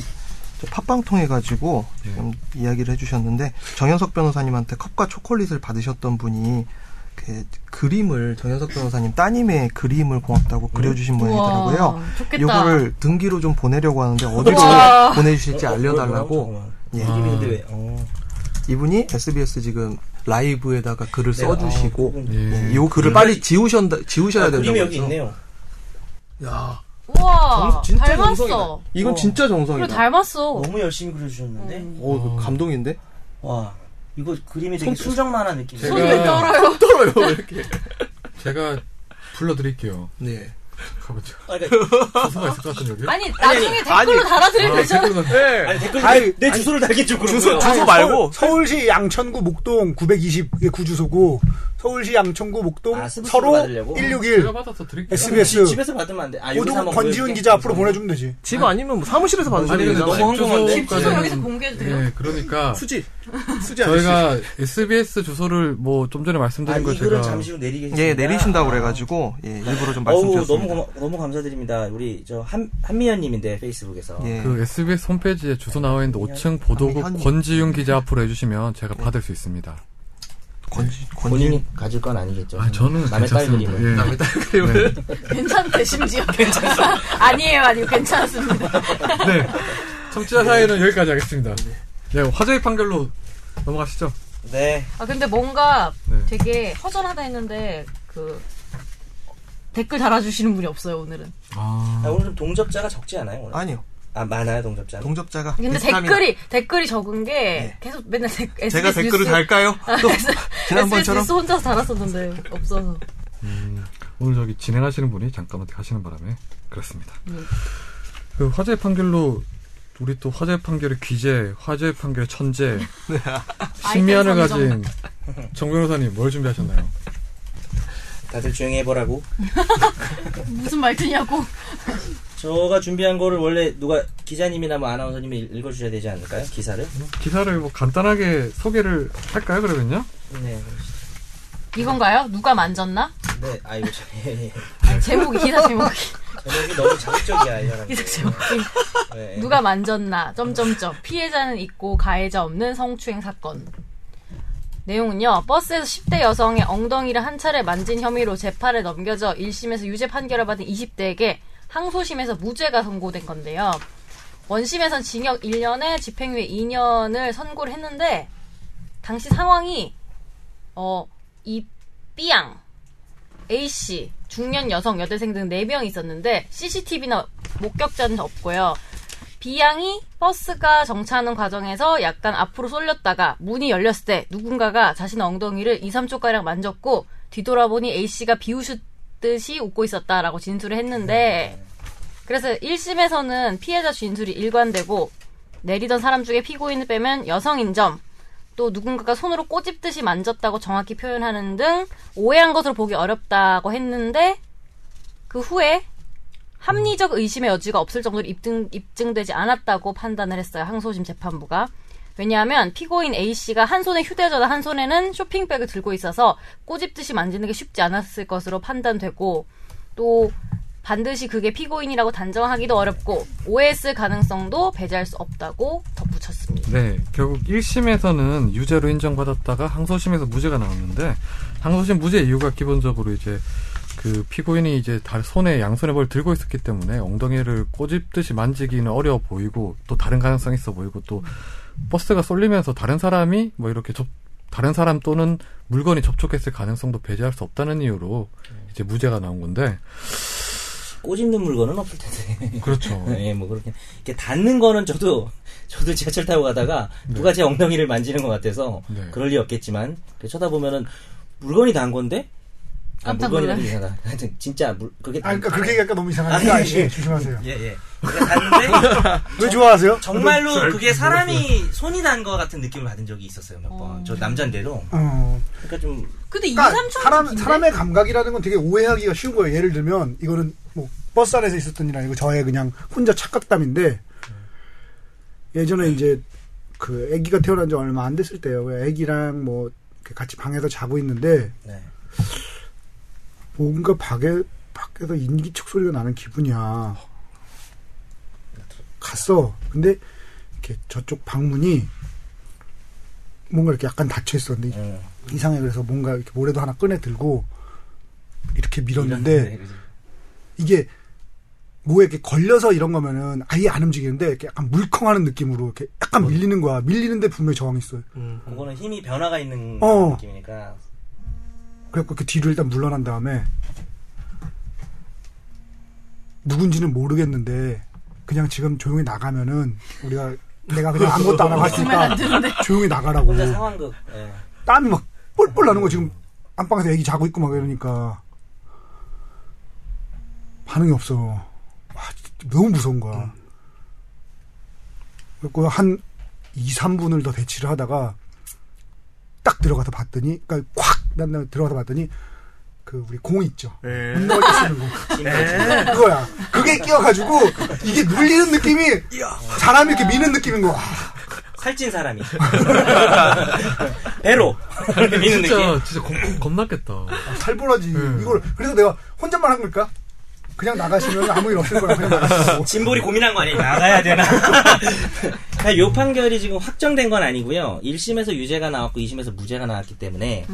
[SPEAKER 3] 저 팟빵 통해 가지고
[SPEAKER 1] 예.
[SPEAKER 3] 지금 이야기를 해주셨는데 정현석 변호사님한테 컵과 초콜릿을 받으셨던 분이 그 그림을 정현석 변호사님 따님의 그림을
[SPEAKER 2] 음.
[SPEAKER 3] 고맙다고 그려주신 분이더라고요.
[SPEAKER 5] 우와, 좋겠다.
[SPEAKER 3] 요거를 등기로 좀 보내려고 하는데 어디로
[SPEAKER 5] 우와.
[SPEAKER 3] 보내주실지
[SPEAKER 2] 어, 어,
[SPEAKER 3] 알려달라고
[SPEAKER 2] 뭐라고?
[SPEAKER 3] 예.
[SPEAKER 2] 잠깐만. 이름인데 왜? 어.
[SPEAKER 3] 이분이 SBS 지금 라이브에다가 글을
[SPEAKER 2] 네, 어,
[SPEAKER 3] 써주시고
[SPEAKER 2] 그건-
[SPEAKER 1] 예.
[SPEAKER 3] 예, 요 글을 빨리 지우셨다
[SPEAKER 2] 아,
[SPEAKER 3] 지우셔야 된다고
[SPEAKER 2] 그림이 여기
[SPEAKER 3] 그러죠.
[SPEAKER 2] 있네요.
[SPEAKER 3] 야,
[SPEAKER 5] 우와,
[SPEAKER 3] 정- 진짜
[SPEAKER 5] 닮았어.
[SPEAKER 3] 정성이다. 이건
[SPEAKER 2] 어.
[SPEAKER 3] 진짜
[SPEAKER 5] 그래,
[SPEAKER 3] 정성이다.
[SPEAKER 5] 닮았어.
[SPEAKER 2] 너무 열심히 그려주셨는데?
[SPEAKER 3] 어,
[SPEAKER 2] 음.
[SPEAKER 3] 이거 감동인데?
[SPEAKER 2] 와, 이거 그림이 되게 순정 만화 느낌이에요.
[SPEAKER 1] 제가
[SPEAKER 5] 떨어요.
[SPEAKER 3] 떨어요, 왜 이렇게?
[SPEAKER 1] 제가 불러드릴게요.
[SPEAKER 3] 네.
[SPEAKER 1] 가보죠.
[SPEAKER 2] 아니, 그러니까-
[SPEAKER 1] 수가 있을 것 같은 여기.
[SPEAKER 5] 아니 나중에
[SPEAKER 3] 아니.
[SPEAKER 5] 댓글로 달아드리면 되잖아.
[SPEAKER 2] 아니,
[SPEAKER 3] 네.
[SPEAKER 2] 댓글에
[SPEAKER 6] 아니,
[SPEAKER 2] 내 주소를 달게 좀 그러고요.
[SPEAKER 3] 주소- 주소 말고.
[SPEAKER 6] 서울, 시 양천구 목동 920의 구주소고 서울시 양천구 목동
[SPEAKER 2] 아, 스브스로
[SPEAKER 6] 서로
[SPEAKER 2] 받으려고?
[SPEAKER 1] 제가
[SPEAKER 6] 161
[SPEAKER 1] 받아서 드릴게요.
[SPEAKER 6] SBS
[SPEAKER 3] 그
[SPEAKER 2] 지- 집에서 받으면 안 돼. 아, 여기서
[SPEAKER 6] 오두국
[SPEAKER 2] 한번
[SPEAKER 6] 권지훈
[SPEAKER 2] 보여줄게.
[SPEAKER 6] 기자 앞으로 보내주면 되지.
[SPEAKER 3] 집 아니면 뭐 사무실에서 받으셔도
[SPEAKER 1] 아니 근데
[SPEAKER 3] 되잖아요.
[SPEAKER 1] 너무
[SPEAKER 2] 너무
[SPEAKER 1] 황송한데.
[SPEAKER 5] 주소 여기서 공개해도 돼요?
[SPEAKER 1] 네, 그러니까
[SPEAKER 3] 수지. 수지 네, 아저씨.
[SPEAKER 1] 저희가 SBS 주소를 뭐 좀 전에
[SPEAKER 2] 아,
[SPEAKER 1] 말씀드린 걸
[SPEAKER 2] 이거를
[SPEAKER 1] 제가
[SPEAKER 2] 잠시 후 내리겠습니다.
[SPEAKER 3] 예, 내리신다고
[SPEAKER 2] 아.
[SPEAKER 3] 그래가지고, 예, 일부러 좀
[SPEAKER 2] 어우, 너무,
[SPEAKER 3] 말씀드렸습니다.
[SPEAKER 2] 고마, 너무 감사드립니다. 우리, 저, 한, 한미연님인데, 페이스북에서.
[SPEAKER 3] 예.
[SPEAKER 1] 그 SBS 홈페이지에 주소 나와 있는데 5층 보도국
[SPEAKER 3] 아니, 현-
[SPEAKER 1] 권지윤 기자 앞으로 해주시면 제가 받을 수 있습니다. 네.
[SPEAKER 3] 권지,
[SPEAKER 2] 본인이 가질 건 아니겠죠.
[SPEAKER 1] 아, 저는
[SPEAKER 2] 남의 딸
[SPEAKER 1] 괜찮습니다.
[SPEAKER 2] 그림을.
[SPEAKER 1] 예.
[SPEAKER 3] 남의 딸 그림을.
[SPEAKER 5] 괜찮대 심지어 괜찮아. 아니에요 아니요 괜찮습니다.
[SPEAKER 1] 네. 청취자 사회는 여기까지 하겠습니다. 네, 화제의 판결로 넘어가시죠.
[SPEAKER 3] 예.
[SPEAKER 2] 네.
[SPEAKER 5] 아 근데 뭔가
[SPEAKER 1] 네.
[SPEAKER 5] 되게 허전하다 했는데 그 댓글 달아주시는 분이 없어요 오늘은.
[SPEAKER 2] 아, 오늘 좀 동접자가 적지 않아요, 오늘?
[SPEAKER 3] 아니요.
[SPEAKER 2] 아, 많아요, 동접자는.
[SPEAKER 3] 동접자가.
[SPEAKER 5] 근데
[SPEAKER 3] 비슷함이-
[SPEAKER 5] 댓글이 댓글이 적은 게
[SPEAKER 3] 네.
[SPEAKER 5] 계속 맨날 댓, SBS
[SPEAKER 3] 제가 댓글을
[SPEAKER 5] 뉴스,
[SPEAKER 3] 달까요? 또,
[SPEAKER 5] SBS
[SPEAKER 3] 지난번처럼.
[SPEAKER 5] 뉴스 혼자서 달았었는데 없어서.
[SPEAKER 1] 오늘 저기 진행하시는 분이 잠깐 어디 가시는 바람에 그렇습니다.
[SPEAKER 5] 네.
[SPEAKER 1] 그 화제의 판결로 우리 또 화제의 판결의 귀재, 화제의 판결의 천재, 신미안을
[SPEAKER 5] 아이템
[SPEAKER 1] 가진 정 변호사님 뭘 준비하셨나요?
[SPEAKER 2] 다들 조용히 해보라고.
[SPEAKER 5] 무슨 말투냐고.
[SPEAKER 2] 저가 준비한 거를 원래 누가 기자님이나 뭐 아나운서님이 읽- 읽어주셔야 되지 않을까요? 기사를?
[SPEAKER 1] 기사를 뭐 간단하게 소개를 할까요, 그러면요?
[SPEAKER 2] 네.
[SPEAKER 5] 이건가요? 누가 만졌나?
[SPEAKER 2] 네, 아이고, 참. 예, 예.
[SPEAKER 5] 아니, 제목이 기사 제목이
[SPEAKER 2] 제목이 너무 자극적이야, 이 사람.
[SPEAKER 5] 기사 제목이
[SPEAKER 2] 네.
[SPEAKER 5] 누가 만졌나 점점점 피해자는 있고 가해자 없는 성추행 사건 내용은요 버스에서 10대 여성의 엉덩이를 한 차례 만진 혐의로 재판에 넘겨져 1심에서 유죄 판결을 받은 20대에게 항소심에서 무죄가 선고된 건데요 원심에선 징역 1년에 집행유예 2년을 선고를 했는데 당시 상황이 어이 삐양 A씨, 중년 여성, 여대생 등 4명 있었는데 CCTV나 목격자는 없고요. B양이 버스가 정차하는 과정에서 약간 앞으로 쏠렸다가 문이 열렸을 때 누군가가 자신의 엉덩이를 2, 3초가량 만졌고 뒤돌아보니 A씨가 비웃듯이 웃고 있었다라고 진술을 했는데 그래서 1심에서는 피해자 진술이 일관되고 내리던 사람 중에 피고인을 빼면 여성인 점, 또 누군가가 손으로 꼬집듯이 만졌다고 정확히 표현하는 등 오해한 것으로 보기 어렵다고 했는데 그 후에 합리적 의심의 여지가 없을 정도로 입증, 입증되지 않았다고 판단을 했어요. 항소심 재판부가. 왜냐하면 피고인 A씨가 한 손에 휴대전화 한 손에는 쇼핑백을 들고 있어서 꼬집듯이 만지는 게 쉽지 않았을 것으로 판단되고 또 반드시 그게 피고인이라고 단정하기도 어렵고 오해했을 가능성도 배제할 수 없다고 덧붙였습니다.
[SPEAKER 1] 네, 결국 1심에서는 유죄로 인정받았다가 항소심에서 무죄가 나왔는데 항소심 무죄 이유가 기본적으로 이제 그 피고인이 이제 다 손에 양손에 뭘 들고 있었기 때문에 엉덩이를 꼬집듯이 만지기는 어려워 보이고 또 다른 가능성이 있어 보이고 또 버스가 쏠리면서 다른 사람이 뭐 이렇게 접 다른 사람 또는 물건이 접촉했을 가능성도 배제할 수 없다는 이유로 이제 무죄가 나온 건데
[SPEAKER 2] 꼬집는 물건은 없을 텐데.
[SPEAKER 1] 그렇죠.
[SPEAKER 2] 예, 뭐 그렇게 이렇게 닿는 거는 저도 저도 지하철 타고 가다가
[SPEAKER 6] 네.
[SPEAKER 2] 누가 제 엉덩이를 만지는 것 같아서
[SPEAKER 1] 네.
[SPEAKER 2] 그럴 리 없겠지만 그 쳐다보면은 물건이 닿은 건데 아
[SPEAKER 5] 깜짝
[SPEAKER 2] 물건이라는
[SPEAKER 5] 놀랐네.
[SPEAKER 2] 이상하다. 하여튼 진짜 물 그게
[SPEAKER 6] 아, 그러니까
[SPEAKER 2] 닿-
[SPEAKER 6] 그렇게 얘기하니까 너무 이상하니까
[SPEAKER 2] 네. 아, 예,
[SPEAKER 6] 아저씨
[SPEAKER 2] 예.
[SPEAKER 6] 조심하세요.
[SPEAKER 2] 예 예. 그게 닿는데
[SPEAKER 6] 왜 좋아하세요?
[SPEAKER 2] 정말로 그게 사람이 손이 닿은 것 같은 느낌을 받은 적이 있었어요 몇 번. 저 남잔데도.
[SPEAKER 6] 어.
[SPEAKER 2] 그러니까 좀
[SPEAKER 5] 근데 2,
[SPEAKER 6] 그러니까
[SPEAKER 5] 3초
[SPEAKER 6] 사람 사람의 감각이라는 건 되게 오해하기가 쉬운 거예요. 예를 들면 이거는 뭐 버스 안에서 있었던 일 아니고 저의 그냥 혼자 착각담인데 예전에 이제 그 아기가 태어난 지 얼마 안 됐을 때요. 왜 아기랑 뭐 이렇게 같이 방에서 자고 있는데
[SPEAKER 2] 네.
[SPEAKER 6] 뭔가 밖에 밖에서 인기척 소리가 나는 기분이야. 갔어. 근데 이렇게 저쪽 방문이 뭔가 이렇게 약간 닫혀 있었는데
[SPEAKER 2] 음,
[SPEAKER 6] 이상해 그래서 뭔가 이렇게 모래도 하나 꺼내 들고 이렇게
[SPEAKER 2] 이런- 네,
[SPEAKER 6] 밀었는데
[SPEAKER 2] 그지.
[SPEAKER 6] 이게 뭐에 이렇게 걸려서 이런 거면은 아예 안 움직이는데 이렇게 약간 물컹하는 느낌으로 이렇게 약간 밀리는 거야 밀리는데 분명히 저항이 있어요
[SPEAKER 3] 음.
[SPEAKER 2] 그거는 힘이 변화가 있는
[SPEAKER 6] 어.
[SPEAKER 2] 느낌이니까.
[SPEAKER 6] 그래갖고 그 뒤로 일단 물러난 다음에 누군지는 모르겠는데 그냥 지금 조용히 나가면은 우리가 내가 그냥 아무것도 안 하고 할 테니까 조용히 나가라고
[SPEAKER 2] 혼자 상황극. 예.
[SPEAKER 6] 땀이 막 뻘뻘 나는 거 지금 안방에서 애기 자고 있고 막 이러니까 반응이 없어. 아, 진짜 너무 무서운 거야. 그리고 한 2, 3분을 더 대치를 하다가 딱 들어가서 봤더니, 그러니까 콱! 난 다음에 들어가서 봤더니 그 우리 공 있죠.
[SPEAKER 3] 예.
[SPEAKER 6] 문너지 쓰는 거. 그거야. 그게 끼어가지고 이게 눌리는 느낌이 사람이 이렇게 미는 느낌인 거야.
[SPEAKER 2] 살찐 사람이 배로 미는 느낌.
[SPEAKER 1] 진짜 진짜 겁, 겁났겠다.
[SPEAKER 6] 아, 살벌하지.
[SPEAKER 1] 네.
[SPEAKER 6] 이걸 그래서 내가 혼잣말 한 걸까? 그냥 나가시면 아무 일 없을 거라 그냥 나가시고.
[SPEAKER 2] 진볼이 고민한 거 아니에요? 뭐. 나가야 되나? 그러니까 요 판결이 지금 확정된 건 아니고요. 1심에서 유죄가 나왔고 2심에서 무죄가 나왔기 때문에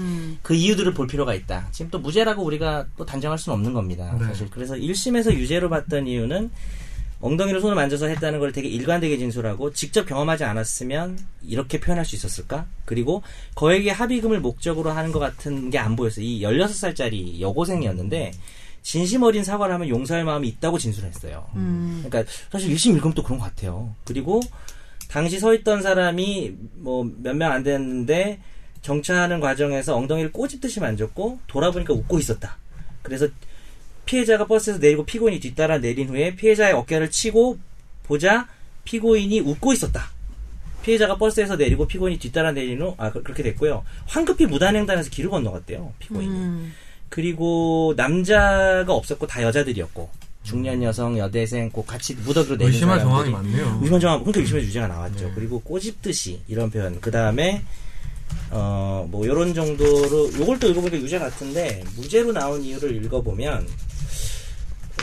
[SPEAKER 2] 그 이유들을 볼 필요가 있다. 지금 또 무죄라고 우리가 또 단정할 수는 없는 겁니다.
[SPEAKER 1] 네.
[SPEAKER 2] 사실 그래서 1심에서 유죄로 봤던 이유는 엉덩이로 손을 만져서 했다는 걸 되게 일관되게 진술하고 직접 경험하지 않았으면 이렇게 표현할 수 있었을까? 그리고 거액의 합의금을 목적으로 하는 것 같은 게 안 보였어요. 이 16살짜리 여고생이었는데 진심 어린 사과를 하면 용서할 마음이 있다고 진술했어요. 그러니까 사실 1심 1검도 그런 것 같아요. 그리고 당시 서 있던 사람이 뭐 몇 명 안 됐는데 정차하는 과정에서 엉덩이를 꼬집듯이 만졌고 돌아보니까 웃고 있었다. 그래서 피해자가 버스에서 내리고 피고인이 뒤따라 내린 후에 피해자의 어깨를 치고 보자 피고인이 웃고 있었다. 피해자가 버스에서 내리고 피고인이 뒤따라 내린 후, 아, 그- 그렇게 됐고요. 황급히 무단횡단해서 길을 건너갔대요, 피고인이. 그리고 남자가 없었고 다 여자들이었고, 중년 여성, 여대생, 꼭 같이 무더기로 내린
[SPEAKER 1] 의심할
[SPEAKER 2] 사람들이
[SPEAKER 1] 정황이 네, 많네요.
[SPEAKER 2] 의심한 정황, 그러니까 의심의 유죄가 나왔죠. 그리고 꼬집듯이 이런 표현. 그 다음에 어, 뭐 요런 정도로 요걸 또 읽어보니까 유죄 같은데 무죄로 나온 이유를 읽어보면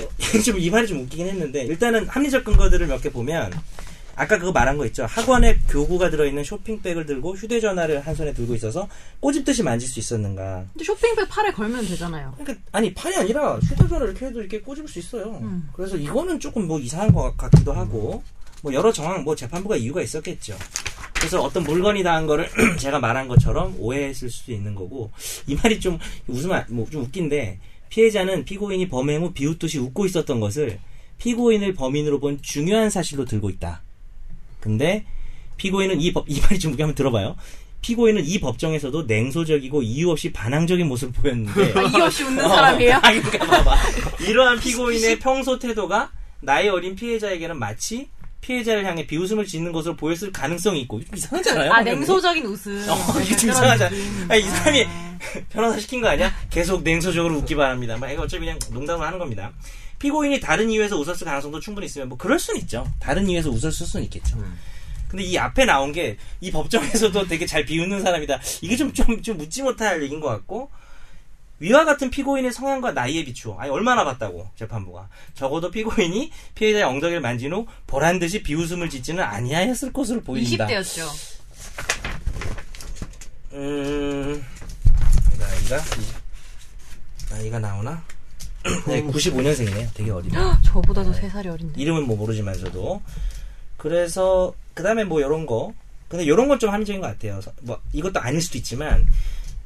[SPEAKER 2] 어, 지금 이 말이 좀 웃기긴 했는데 일단은 합리적 근거들을 몇 개 보면 아까 그거 말한 거 있죠. 학원에 교구가 들어있는 쇼핑백을 들고 휴대전화를 한 손에 들고 있어서 꼬집듯이 만질 수 있었는가.
[SPEAKER 5] 근데 쇼핑백 팔에 걸면 되잖아요.
[SPEAKER 2] 그러니까 아니 팔이 아니라 휴대전화 이렇게 해도 이렇게 꼬집을 수 있어요.
[SPEAKER 5] 음.
[SPEAKER 2] 그래서 이거는 조금 뭐 이상한 것 같기도 하고 뭐 여러 정황 뭐 재판부가 이유가 있었겠죠. 그래서 어떤 물건이 닿은 거를 제가 말한 것처럼 오해했을 수도 있는 거고 이 말이 좀 웃으면 뭐 좀 웃긴데 피해자는 피고인이 범행 후 비웃듯이 웃고 있었던 것을 피고인을 범인으로 본 중요한 사실로 들고 있다. 근데 피고인은 이 법, 이 말이 좀 웃겨 한번 들어봐요. 피고인은 이 법정에서도 냉소적이고 이유 없이 반항적인 모습을 보였는데
[SPEAKER 5] 아, 이유 없이 웃는
[SPEAKER 2] 어.
[SPEAKER 5] 사람이에요?
[SPEAKER 2] 아니, 그러니까 봐봐. 이러한 피고인의 평소 태도가 나이 어린 피해자에게는 마치 피해자를 향해 비웃음을 짓는 것으로 보였을 가능성이 있고 좀 이상하잖아요.
[SPEAKER 5] 아,
[SPEAKER 2] 방금.
[SPEAKER 5] 냉소적인 웃음. 네,
[SPEAKER 2] 어, 이게 좀
[SPEAKER 5] 그런
[SPEAKER 2] 이상하잖아.
[SPEAKER 5] 느낌.
[SPEAKER 2] 아니, 이 사람이 변호사 시킨 거 아니야? 계속 냉소적으로 웃기 바랍니다. 막 이거 어차피 그냥 농담을 하는 겁니다. 피고인이 다른 이유에서 웃었을 가능성도 충분히 있으면 뭐 그럴 수는 있죠. 다른 이유에서 웃었을 수는 있겠죠. 근데 이 앞에 나온 게 이 법정에서도 되게 잘 비웃는 사람이다. 이게 좀 좀 좀 묻지 못할 얘기인 것 같고 위와 같은 피고인의 성향과 나이에 비추어 아니 얼마나 봤다고 재판부가 적어도 피고인이 피해자의 엉덩이를 만진 후 보란 듯이 비웃음을 짓지는 아니하였을 것으로 보인다.
[SPEAKER 5] 20대였죠.
[SPEAKER 2] 음, 나이가 나이가 나오나? 네, 95년생이네요. 되게 어리네.
[SPEAKER 5] 저보다 도 3살이 어린데.
[SPEAKER 2] 이름은 뭐 모르지만 저도 그래서 그 다음에 뭐 이런 거 근데 이런 건 좀 합리적인 것 같아요. 서- 뭐 이것도 아닐 수도 있지만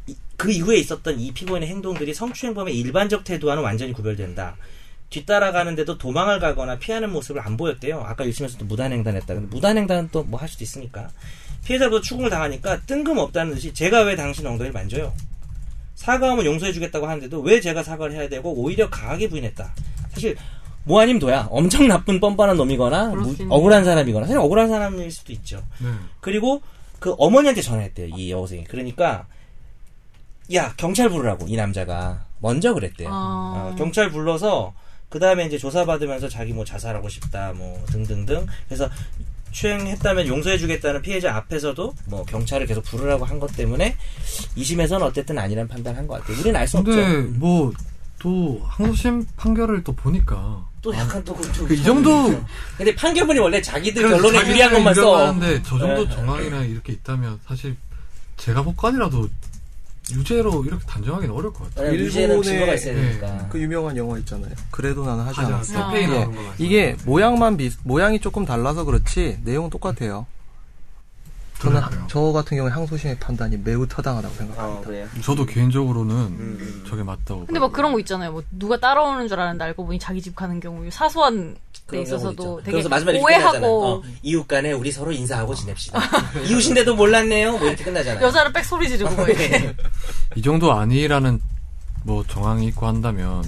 [SPEAKER 2] 이- 그 이후에 있었던 이 피고인의 행동들이 성추행범의 일반적 태도와는 완전히 구별된다. 뒤따라가는데도 도망을 가거나 피하는 모습을 안 보였대요. 아까 유심에서도 무단횡단했다. 근데 무단횡단은 또 뭐 할 수도 있으니까 피해자도 추궁을 당하니까 뜬금없다는 듯이 제가 왜 당신 엉덩이를 만져요? 사과하면 용서해주겠다고 하는데도 왜 제가 사과를 해야 되고 오히려 강하게 부인했다. 사실 뭐 아님 도야 엄청 나쁜 뻔뻔한 놈이거나
[SPEAKER 5] 그럴
[SPEAKER 2] 무-
[SPEAKER 5] 수 있는
[SPEAKER 2] 억울한 사람이거나 사실 억울한 사람일 수도 있죠.
[SPEAKER 1] 네.
[SPEAKER 2] 그리고 그 어머니한테 전화했대요 이 여고생이 그러니까 야 경찰 부르라고 이 남자가 먼저 그랬대요
[SPEAKER 5] 아.
[SPEAKER 2] 어, 경찰 불러서 그 다음에 이제 조사받으면서 자기 뭐 자살하고 싶다 뭐 등등등 그래서 추행했다면 용서해주겠다는 피해자 앞에서도 뭐 경찰을 계속 부르라고 한 것 때문에 2심에서는 어쨌든 아니란 판단한 것 같아요 우리는 알 수 없죠 음.
[SPEAKER 1] 근데 뭐 또 항소심 판결을 또 보니까
[SPEAKER 2] 또 약간 또 그렇죠. 그좀
[SPEAKER 1] 그 이 정도
[SPEAKER 2] 음. 근데 판결문이 원래 자기들
[SPEAKER 1] 그래서
[SPEAKER 2] 결론에
[SPEAKER 1] 자기들이
[SPEAKER 2] 유리한 것만
[SPEAKER 1] 이러고
[SPEAKER 2] 써
[SPEAKER 1] 하는데 저 정도
[SPEAKER 2] 네.
[SPEAKER 1] 정황이나 이렇게 있다면 사실 제가 복관이라도 유죄로 이렇게 단정하기는 어려울 것 같아요.
[SPEAKER 2] 유죄는
[SPEAKER 3] 일본의-
[SPEAKER 2] 증거가 있어야
[SPEAKER 1] 네.
[SPEAKER 2] 되니까
[SPEAKER 3] 그 유명한 영화 있잖아요. 그래도 나는 하지
[SPEAKER 1] 하지
[SPEAKER 3] 않았어.
[SPEAKER 1] 않았어. 페인
[SPEAKER 3] 예.
[SPEAKER 1] 나오는 거 맞죠?
[SPEAKER 3] 이게 모양만 비 모양이 조금 달라서 그렇지 내용은 똑같아요. 저는
[SPEAKER 1] 그러니까요.
[SPEAKER 3] 저 같은 경우에 항소심의 판단이 매우 타당하다고 생각합니다.
[SPEAKER 2] 어 그래요
[SPEAKER 1] 저도 개인적으로는
[SPEAKER 2] 음,
[SPEAKER 1] 저게 맞다고.
[SPEAKER 5] 근데 뭐 그런 거 있잖아요. 뭐 누가 따라오는 줄 알았는데 알고 보니 자기 집 가는 경우 사소한 데
[SPEAKER 2] 그런 경우도
[SPEAKER 5] 있어서도
[SPEAKER 2] 있죠.
[SPEAKER 5] 되게
[SPEAKER 2] 그래서 마지막에 이렇게 끝나잖아요.
[SPEAKER 5] 오해하고
[SPEAKER 2] 어, 이웃 간에 우리 서로 인사하고 지냅시다. 이웃인데도 몰랐네요. 뭐 이렇게 끝나잖아요.
[SPEAKER 5] 여자를 빽 소리 지르고 막 이렇게.
[SPEAKER 1] 이 정도 아니라는 뭐 정황이 있고 한다면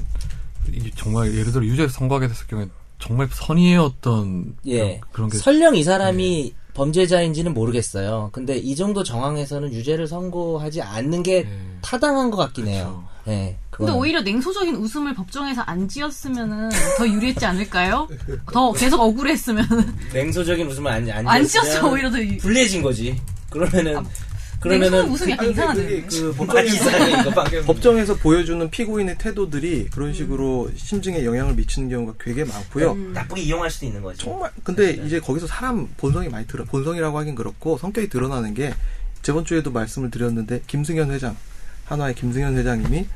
[SPEAKER 1] 이 정말 예를 들어 유죄 선고하게 됐을 경우에 정말 선의였던
[SPEAKER 2] 예.
[SPEAKER 1] 그런 게 네.
[SPEAKER 2] 설령 이 사람이 범죄자인지는 모르겠어요. 근데 이 정도 정황에서는 유죄를 선고하지 않는 게
[SPEAKER 1] 예.
[SPEAKER 2] 타당한 것 같긴 해요. 예.
[SPEAKER 5] 근데
[SPEAKER 2] 그거는.
[SPEAKER 5] 오히려 냉소적인 웃음을 법정에서 안 지었으면은 더 유리했지 않을까요? 더 계속 억울했으면은
[SPEAKER 2] 냉소적인 웃음을 안, 안,
[SPEAKER 5] 안
[SPEAKER 2] 지었으면
[SPEAKER 5] 지었어 오히려 더 유...
[SPEAKER 2] 불리해진 거지. 그러면은
[SPEAKER 5] 냉소적인
[SPEAKER 2] 그러면은
[SPEAKER 5] 아, 웃음이 약간 이상하네.
[SPEAKER 3] 그
[SPEAKER 2] 말이 이상해 이거 방금.
[SPEAKER 3] 법정에서 보여주는 피고인의 태도들이 그런 식으로 심증에 영향을 미치는 경우가 되게 많고요.
[SPEAKER 2] 나쁘게 이용할 수도 있는 거지.
[SPEAKER 3] 정말 근데 이제 거기서 사람 본성이 많이 드러 본성이라고 하긴 그렇고 성격이 드러나는 게 저번 주에도 말씀을 드렸는데 김승현 회장 한화의 김승현 회장님이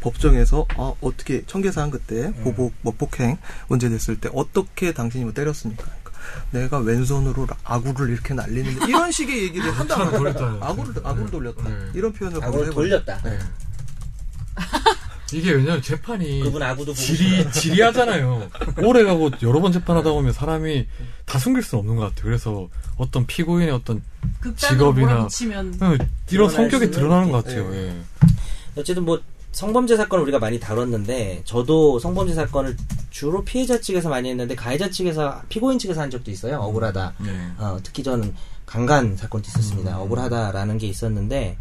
[SPEAKER 3] 법정에서 아, 어떻게 청계산 그때 보복 머폭행 문제 됐을 때 어떻게 당신이 뭐 때렸습니까? 그러니까 내가 왼손으로 라- 아구를 이렇게 날리는데 이런 식의 얘기를 한다는 거예요.
[SPEAKER 1] 돌렸다.
[SPEAKER 3] 아구를 아구를 돌렸다
[SPEAKER 1] 네.
[SPEAKER 3] 이런 표현을
[SPEAKER 2] 아구를
[SPEAKER 3] 고려해보면-
[SPEAKER 2] 돌렸다.
[SPEAKER 3] 네.
[SPEAKER 1] 이게 왜냐면 재판이
[SPEAKER 2] 그분 아구도 보고
[SPEAKER 1] 질이 질이하잖아요. 오래 가고 여러 번 재판하다 보면 사람이 다 숨길 수는 없는 것 같아요. 그래서 어떤 피고인의 어떤
[SPEAKER 2] 그
[SPEAKER 5] 극단으로
[SPEAKER 1] 직업이나-
[SPEAKER 5] 몰아붙이면
[SPEAKER 1] 어, 이런
[SPEAKER 2] 드러날
[SPEAKER 1] 성격이
[SPEAKER 2] 수는
[SPEAKER 1] 드러나는 것
[SPEAKER 2] 있겠-
[SPEAKER 1] 같아요. 예.
[SPEAKER 2] 어쨌든 뭐 성범죄 사건을 우리가 많이 다뤘는데 저도 성범죄 사건을 주로 피해자 측에서 많이 했는데 가해자 측에서 피고인 측에서 한 적도 있어요. 억울하다.
[SPEAKER 1] 예.
[SPEAKER 2] 어, 특히 저는 강간 사건도 있었습니다. 억울하다라는 게 있었는데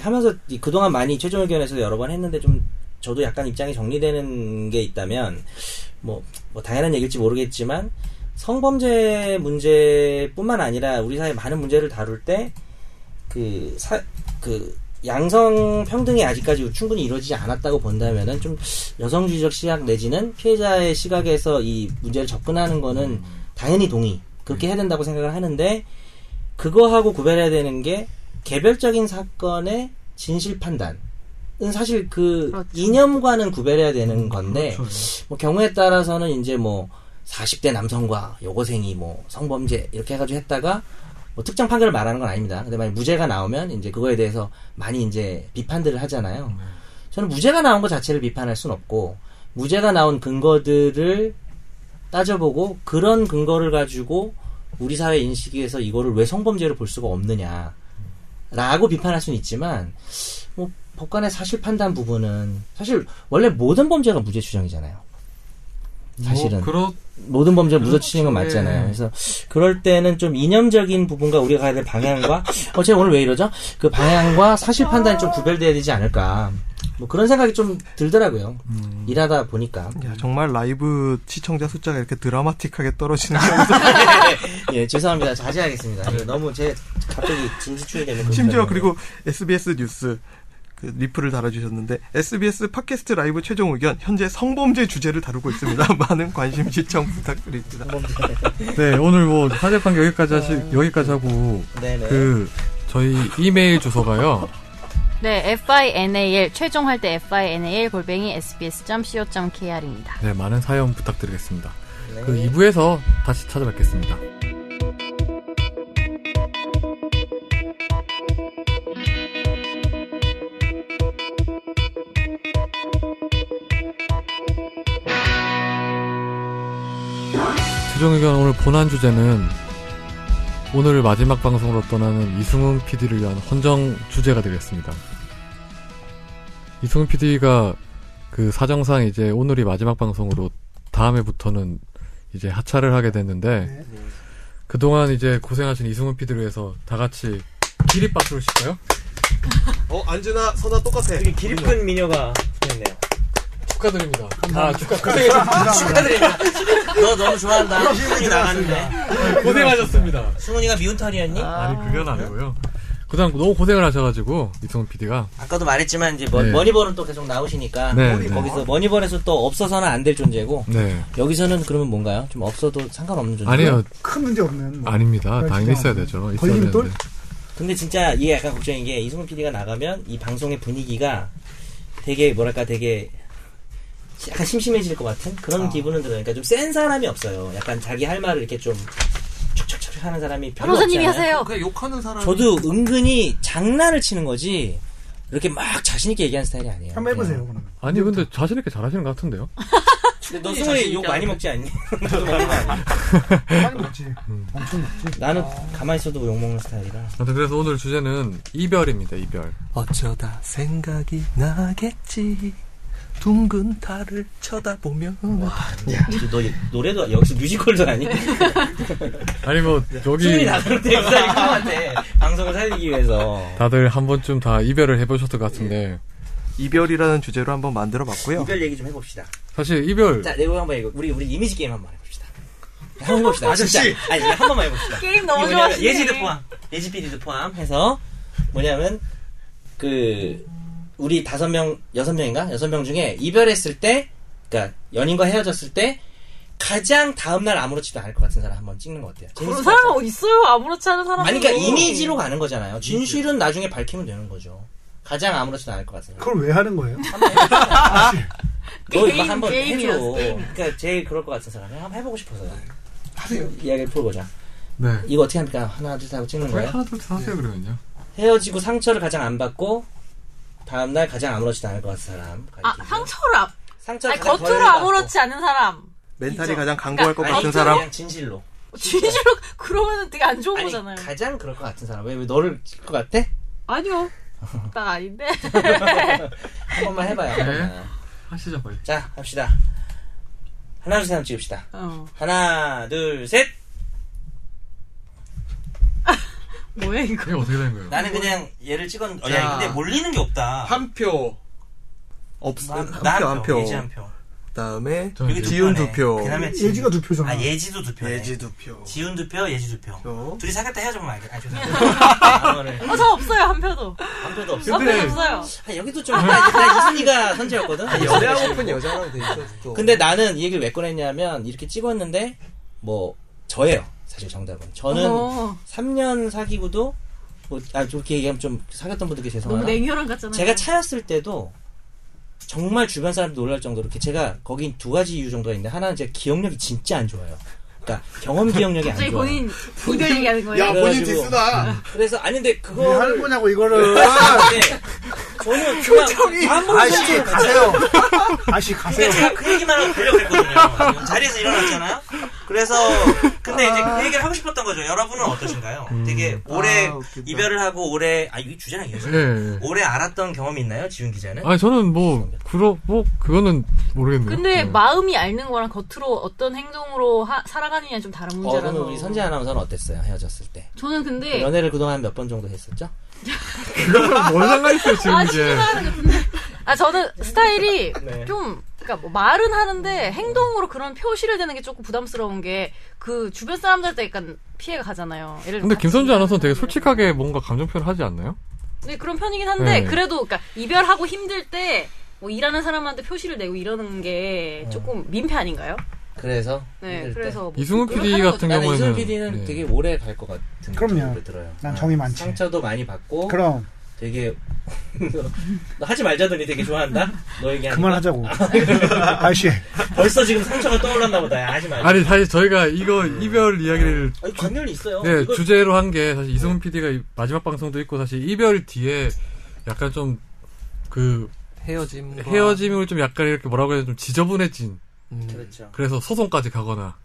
[SPEAKER 2] 하면서 이 그동안 많이 최종 의견에서 여러 번 했는데 좀 저도 약간 입장이 정리되는 게 있다면 뭐, 뭐 당연한 얘기일지 모르겠지만 성범죄 문제뿐만 아니라 우리 사회 많은 문제를 다룰 때그 사, 그 양성 평등이 아직까지 충분히 이루어지지 않았다고 본다면은 좀 여성주의적 시각 내지는 피해자의 시각에서 이 문제를 접근하는 거는 당연히 동의 그렇게 해야 된다고 생각을 하는데 그거하고 구별해야 되는 게 개별적인 사건의 진실 판단은 사실 그
[SPEAKER 5] 그렇죠.
[SPEAKER 2] 이념과는 구별해야 되는 건데
[SPEAKER 1] 그렇죠.
[SPEAKER 2] 뭐 경우에 따라서는 이제 뭐 40대 남성과 여고생이 뭐 성범죄 이렇게 해가지고 했다가 뭐 특정 판결을 말하는 건 아닙니다. 근데 만약 무죄가 나오면 이제 그거에 대해서 많이 이제 비판들을
[SPEAKER 1] 네.
[SPEAKER 2] 하잖아요. 저는 무죄가 나온 것 자체를 비판할 순 없고 무죄가 나온 근거들을 따져보고 그런 근거를 가지고 우리 사회 인식에서 이거를 왜 성범죄로 볼 수가 없느냐 라고 비판할 수는 있지만 뭐 법관의 사실 판단 부분은 사실 원래 모든 범죄가 무죄 추정이잖아요. 사실은
[SPEAKER 1] 뭐 그렇
[SPEAKER 2] 모든 범죄 무죄 추정인 건
[SPEAKER 1] 그렇죠.
[SPEAKER 2] 맞잖아요.
[SPEAKER 1] 예.
[SPEAKER 2] 그래서 그럴 때는 좀 이념적인 부분과 우리가 가야 될 방향과 어 제가 오늘 왜 이러죠? 그 방향과 사실 판단이 좀 구별돼야 되지 않을까. 뭐 그런 생각이 좀 들더라고요.
[SPEAKER 1] 음.
[SPEAKER 2] 일하다 보니까.
[SPEAKER 3] 야, 정말 라이브 시청자 숫자가 이렇게 드라마틱하게 떨어지는 거
[SPEAKER 2] 예, 죄송합니다. 자제하겠습니다. 예, 너무 제 갑자기 진지충이 되는 그런
[SPEAKER 3] 심지어
[SPEAKER 2] 사람이에요.
[SPEAKER 3] 그리고 SBS 뉴스 그 리플을 달아주셨는데 SBS 팟캐스트 라이브 최종 의견 현재 성범죄 주제를 다루고 있습니다. 많은 관심 시청 부탁드립니다.
[SPEAKER 1] 네 오늘 뭐 사재판 여기까지 하시
[SPEAKER 2] 네.
[SPEAKER 1] 여기까지 하고
[SPEAKER 2] 네네.
[SPEAKER 1] 그 저희 이메일 주소가요.
[SPEAKER 4] 네, final 최종 할 때 final 골뱅이 sbs.co.kr입니다.
[SPEAKER 1] 네 많은 사연 부탁드리겠습니다.
[SPEAKER 2] 네.
[SPEAKER 1] 그 2부에서 다시 찾아뵙겠습니다. 최종 의견 오늘 본안 주제는 오늘 마지막 방송으로 떠나는 이승훈 PD를 위한 헌정 주제가 되겠습니다. 이승훈 PD가 그 사정상 이제 오늘이 마지막 방송으로 다음해부터는 이제 하차를 하게 됐는데
[SPEAKER 6] 네.
[SPEAKER 1] 그동안 이제 고생하신 이승훈 PD를 위해서 다 같이 기립박수를 칠까요?
[SPEAKER 3] 어 안준아 선아 똑같아.
[SPEAKER 2] 되게 기립근 미녀가 붙어있네요.
[SPEAKER 1] 축하드립니다. 다 축하 고생했습니다.
[SPEAKER 2] 아, 축하드립니다. 너 너무 좋아한다. 승훈이 나갔는데.
[SPEAKER 1] 고생하셨습니다.
[SPEAKER 2] 승훈이가 미운 털이었니?
[SPEAKER 1] 아니 그건 아니고요. 그동안 너무 고생을 하셔가지고 이승훈 PD가
[SPEAKER 2] 아까도 말했지만 이제 뭐,
[SPEAKER 1] 네.
[SPEAKER 2] 머니볼은 또 계속 나오시니까
[SPEAKER 1] 네,
[SPEAKER 2] 거기-
[SPEAKER 1] 네.
[SPEAKER 2] 거기서 머니볼에서 또 없어서는 안 될 존재고
[SPEAKER 1] 네
[SPEAKER 2] 여기서는 그러면 뭔가요? 좀 없어도 상관없는 존재.
[SPEAKER 1] 아니요
[SPEAKER 6] 큰 문제 없는. 뭐.
[SPEAKER 1] 아닙니다.
[SPEAKER 6] 그럴
[SPEAKER 1] 당연히
[SPEAKER 6] 수가
[SPEAKER 1] 있어야
[SPEAKER 6] 없네.
[SPEAKER 1] 되죠. 있어야
[SPEAKER 6] 걸림돌?
[SPEAKER 1] 되는데.
[SPEAKER 2] 근데 진짜 이게 약간 걱정인 게 이승훈 PD가 나가면 이 방송의 분위기가 되게 뭐랄까 되게 시- 약간 심심해질 것 같은 그런 기분은 들어요. 그러니까 좀 센 사람이 없어요. 약간 자기 할 말을 이렇게 좀 촉촉촉 하는 사람이 별로
[SPEAKER 4] 변호사님이
[SPEAKER 2] 없잖아요.
[SPEAKER 4] 하세요.
[SPEAKER 3] 그냥 욕하는 사람.
[SPEAKER 2] 저도 은근히 장난을 치는 거지 이렇게 막 자신 있게 얘기하는 스타일이 아니에요.
[SPEAKER 6] 한번 해보세요. 그러면.
[SPEAKER 1] 아니 근데 자신 있게 잘하시는 것 같은데요.
[SPEAKER 2] 근데 너 승훈이 욕 많이 먹지 않니? 너도 먹는 거 아니야?
[SPEAKER 6] 많이 먹지.
[SPEAKER 1] 음.
[SPEAKER 6] 엄청 먹지.
[SPEAKER 2] 나는 가만히 있어도 욕 먹는 스타일이라.
[SPEAKER 1] 아무튼 그래서 오늘 주제는 이별입니다. 이별.
[SPEAKER 3] 어쩌다 생각이 나겠지. 둥근 달을 쳐다보며
[SPEAKER 2] 너 이- 노래도 역시 뮤지컬도 아니?
[SPEAKER 1] 아니 뭐
[SPEAKER 2] 수준이
[SPEAKER 1] 여기
[SPEAKER 2] 나갈 때 기다릴 것 같아. 방송을 살리기 위해서.
[SPEAKER 1] 다들 한 번쯤 다 이별을 해보셨을 것 같은데
[SPEAKER 3] 이별이라는 주제로 한번 만들어 봤고요.
[SPEAKER 2] 이별 얘기 좀 해봅시다.
[SPEAKER 1] 사실 이별
[SPEAKER 2] 자, 내부 한번 이거 우리 우리 이미지 게임 한번 해봅시다. 한번 해봅시다. 아, 진짜. 아니 그냥 한 번만 해봅시다.
[SPEAKER 5] 게임
[SPEAKER 2] 이게
[SPEAKER 5] 너무
[SPEAKER 2] 뭐냐면
[SPEAKER 5] 좋아하시네.
[SPEAKER 2] 예지도 포함, 예지 PD도 포함해서 뭐냐면 그 우리 다섯 명, 여섯 명인가 여섯 명 중에 이별했을 때, 그러니까 연인과 헤어졌을 때 가장 다음 날 아무렇지도 않을 것 같은 사람 한번 찍는 거 어때요? 재밌을
[SPEAKER 5] 그런
[SPEAKER 2] 것
[SPEAKER 5] 사람
[SPEAKER 2] 같아요.
[SPEAKER 5] 어디 있어요? 아무렇지 않은 사람.
[SPEAKER 2] 아니 그러니까 이미지로 가는 거잖아요. 진실은 나중에 밝히면 되는 거죠. 가장 아무렇지도 않을 것 같은 사람.
[SPEAKER 6] 그걸 왜 하는 거예요?
[SPEAKER 2] 너 이거
[SPEAKER 5] 게임,
[SPEAKER 2] 한번 해줘.
[SPEAKER 5] 게임이었어, 게임.
[SPEAKER 2] 그러니까 제일 그럴 것 같은 사람이 한번 해보고 싶어서. 하세요. 이야기를 풀어보자.
[SPEAKER 1] 네
[SPEAKER 2] 이거 어떻게 합니까? 하나 둘 셋 하고 찍는
[SPEAKER 1] 왜
[SPEAKER 2] 거예요?
[SPEAKER 1] 네, 하나 둘셋 하세요 그러면요
[SPEAKER 2] 헤어지고 상처를 가장 안 받고 다음날 가장 아무렇지도 않을 것 같은 사람.
[SPEAKER 5] 아 상처를 앞.
[SPEAKER 2] 상처
[SPEAKER 5] 아니 겉으로 아무렇지 않은 사람.
[SPEAKER 3] 멘탈이
[SPEAKER 5] 이죠.
[SPEAKER 3] 가장 강고할 것
[SPEAKER 2] 않은
[SPEAKER 3] 같은 사람.
[SPEAKER 2] 그냥 진실로.
[SPEAKER 5] 진실로 그러면은 되게 안 좋은
[SPEAKER 2] 아니
[SPEAKER 5] 거잖아요.
[SPEAKER 2] 가장 그럴 것 같은 사람. 왜, 왜 너를 찍을 것 같아?
[SPEAKER 5] 아니요. 나 아닌데.
[SPEAKER 2] 한 번만 해봐요. 한
[SPEAKER 1] 네.
[SPEAKER 2] 번만.
[SPEAKER 1] 하시죠 빨리
[SPEAKER 2] 자 합시다. 하나 둘셋 한번 찍읍시다.
[SPEAKER 5] 어.
[SPEAKER 2] 하나 둘 셋.
[SPEAKER 5] 뭐야 이거?
[SPEAKER 1] 그게 어떻게 된 거예요?
[SPEAKER 2] 나는 그냥 얘를 찍었. 어,
[SPEAKER 3] 자.
[SPEAKER 2] 야 근데 몰리는 게 없다.
[SPEAKER 3] 한표 없어.
[SPEAKER 2] 나-
[SPEAKER 3] 한,
[SPEAKER 2] 나
[SPEAKER 3] 표, 그, 한 표.
[SPEAKER 2] 예지 한 표.
[SPEAKER 3] 그다음에
[SPEAKER 1] 저는
[SPEAKER 2] 여기
[SPEAKER 1] 이제
[SPEAKER 3] 지훈
[SPEAKER 2] 표네.
[SPEAKER 3] 두 표. 네.
[SPEAKER 2] 그다음에 지-
[SPEAKER 6] 예지가 두 표잖아.
[SPEAKER 2] 아 예지도 두 표.
[SPEAKER 3] 예지 두 표.
[SPEAKER 2] 지훈 두 표, 예지 두 표.
[SPEAKER 3] 표.
[SPEAKER 2] 둘이 사귀었다 헤어져면 알겠. 아 죄송합니다.
[SPEAKER 5] 어, 저 없어요 한 표도.
[SPEAKER 2] 한 표도 없어.
[SPEAKER 5] 한
[SPEAKER 1] 근데-
[SPEAKER 5] 표도 없어요.
[SPEAKER 2] 네. 아, 여기도 좀 나, 나 이순이가 선제였거든.
[SPEAKER 3] 연애하고픈 아, 여자랑 돼 있어 또.
[SPEAKER 2] 근데 나는 이 얘기를 왜 꺼냈냐면 이렇게 찍었는데 뭐 저예요. 사실 정답은 저는
[SPEAKER 5] 어.
[SPEAKER 2] 3년 사귀고도 뭐아 저렇게 얘기하면 좀 사귀었던 분들께
[SPEAKER 5] 너무
[SPEAKER 2] 죄송하나.
[SPEAKER 5] 냉혈한 같잖아요.
[SPEAKER 2] 네. 제가 차였을 때도 정말 주변 사람들 놀랄 정도로 이렇게 제가 거긴 두 가지 이유 정도가 있는데 하나는 제 기억력이 진짜 안 좋아요. 그러니까 경험 기억력이 안
[SPEAKER 5] 갑자기
[SPEAKER 2] 좋아요.
[SPEAKER 5] 본인 이별 얘기하는 거예요.
[SPEAKER 2] 야, 본인 디스다. 그래서 아니 근데
[SPEAKER 6] 왜
[SPEAKER 2] 그거
[SPEAKER 6] 하는 거냐고 이거를.
[SPEAKER 2] 저는 표정이
[SPEAKER 3] 네.
[SPEAKER 6] 아씨 가세요. 아씨 가세요.
[SPEAKER 2] 근데 제가 그 얘기만 하고 가려고 했거든요. 자리에서 일어났잖아요. 그래서 근데 이제 그 얘기를 하고 싶었던 거죠. 여러분은 어떠신가요? 되게 오래
[SPEAKER 3] 아, 웃기다.
[SPEAKER 2] 이별을 하고 오래 아 이게 주제랑 이어져.
[SPEAKER 1] 예.
[SPEAKER 2] 오래 알았던 경험이 있나요, 지훈 기자는?
[SPEAKER 1] 아니 저는 뭐 그러 뭐 그거는 모르겠네요. 네.
[SPEAKER 5] 근데 마음이 앓는 거랑 겉으로 어떤 행동으로 하- 살아가느냐 좀 다른
[SPEAKER 2] 어, 그러면
[SPEAKER 5] 문제라서.
[SPEAKER 2] 우리 선재 아나운서는 어땠어요? 헤어졌을 때.
[SPEAKER 5] 저는 근데
[SPEAKER 2] 연애를 그동안 몇 번 정도 했었죠?
[SPEAKER 1] 그거랑 뭔 상관이 있어요 지금 이제
[SPEAKER 5] 아 저는 스타일이
[SPEAKER 2] 네.
[SPEAKER 5] 좀 그러니까 뭐 말은 하는데 행동으로 그런 표시를 되는 게 조금 부담스러운 게 그 주변 사람들한테 약간 피해가 가잖아요. 예를 들면
[SPEAKER 1] 근데 김선주
[SPEAKER 5] 같이
[SPEAKER 1] 아나운서는 되게
[SPEAKER 5] 일하는
[SPEAKER 1] 솔직하게 뭔가 감정 표현을 하지 않나요?
[SPEAKER 5] 네, 그런 편이긴 한데
[SPEAKER 1] 네.
[SPEAKER 5] 그래도 그러니까 이별하고 힘들 때 뭐 일하는 사람한테 표시를 내고 이러는 게 조금 민폐 아닌가요?
[SPEAKER 2] 그래서
[SPEAKER 5] 네,
[SPEAKER 2] 힘들 때.
[SPEAKER 5] 그래서 뭐
[SPEAKER 1] 어. 이승훈
[SPEAKER 5] 노력하는
[SPEAKER 1] PD 같은
[SPEAKER 2] 나는 네. 이승훈
[SPEAKER 1] 경우에는
[SPEAKER 2] PD는
[SPEAKER 1] 예.
[SPEAKER 2] 되게 오래 갈 것 같은
[SPEAKER 6] 그럼요.
[SPEAKER 2] 생각이 들어요.
[SPEAKER 6] 난
[SPEAKER 2] 아,
[SPEAKER 6] 정이 많지.
[SPEAKER 2] 상처도 많이 받고
[SPEAKER 6] 그럼
[SPEAKER 2] 되게 너 하지 말자더니 되게 좋아한다. 너 얘기
[SPEAKER 6] 그만하자고. 아씨
[SPEAKER 2] 벌써 지금 상처가 떠올랐나 보다. 야, 하지 말자.
[SPEAKER 1] 아니 사실 저희가 이거 이별 이야기를
[SPEAKER 2] 아니, 관련이 있어요.
[SPEAKER 1] 네,
[SPEAKER 2] 이거
[SPEAKER 1] 주제로 한 게 사실 이승훈 PD가 마지막 방송도 있고 사실 이별 뒤에 약간 좀 그
[SPEAKER 3] 헤어짐.
[SPEAKER 1] 헤어짐을 좀 약간 이렇게 뭐라고 해야 되나 좀 지저분해진
[SPEAKER 2] 그렇죠.
[SPEAKER 1] 그래서 소송까지 가거나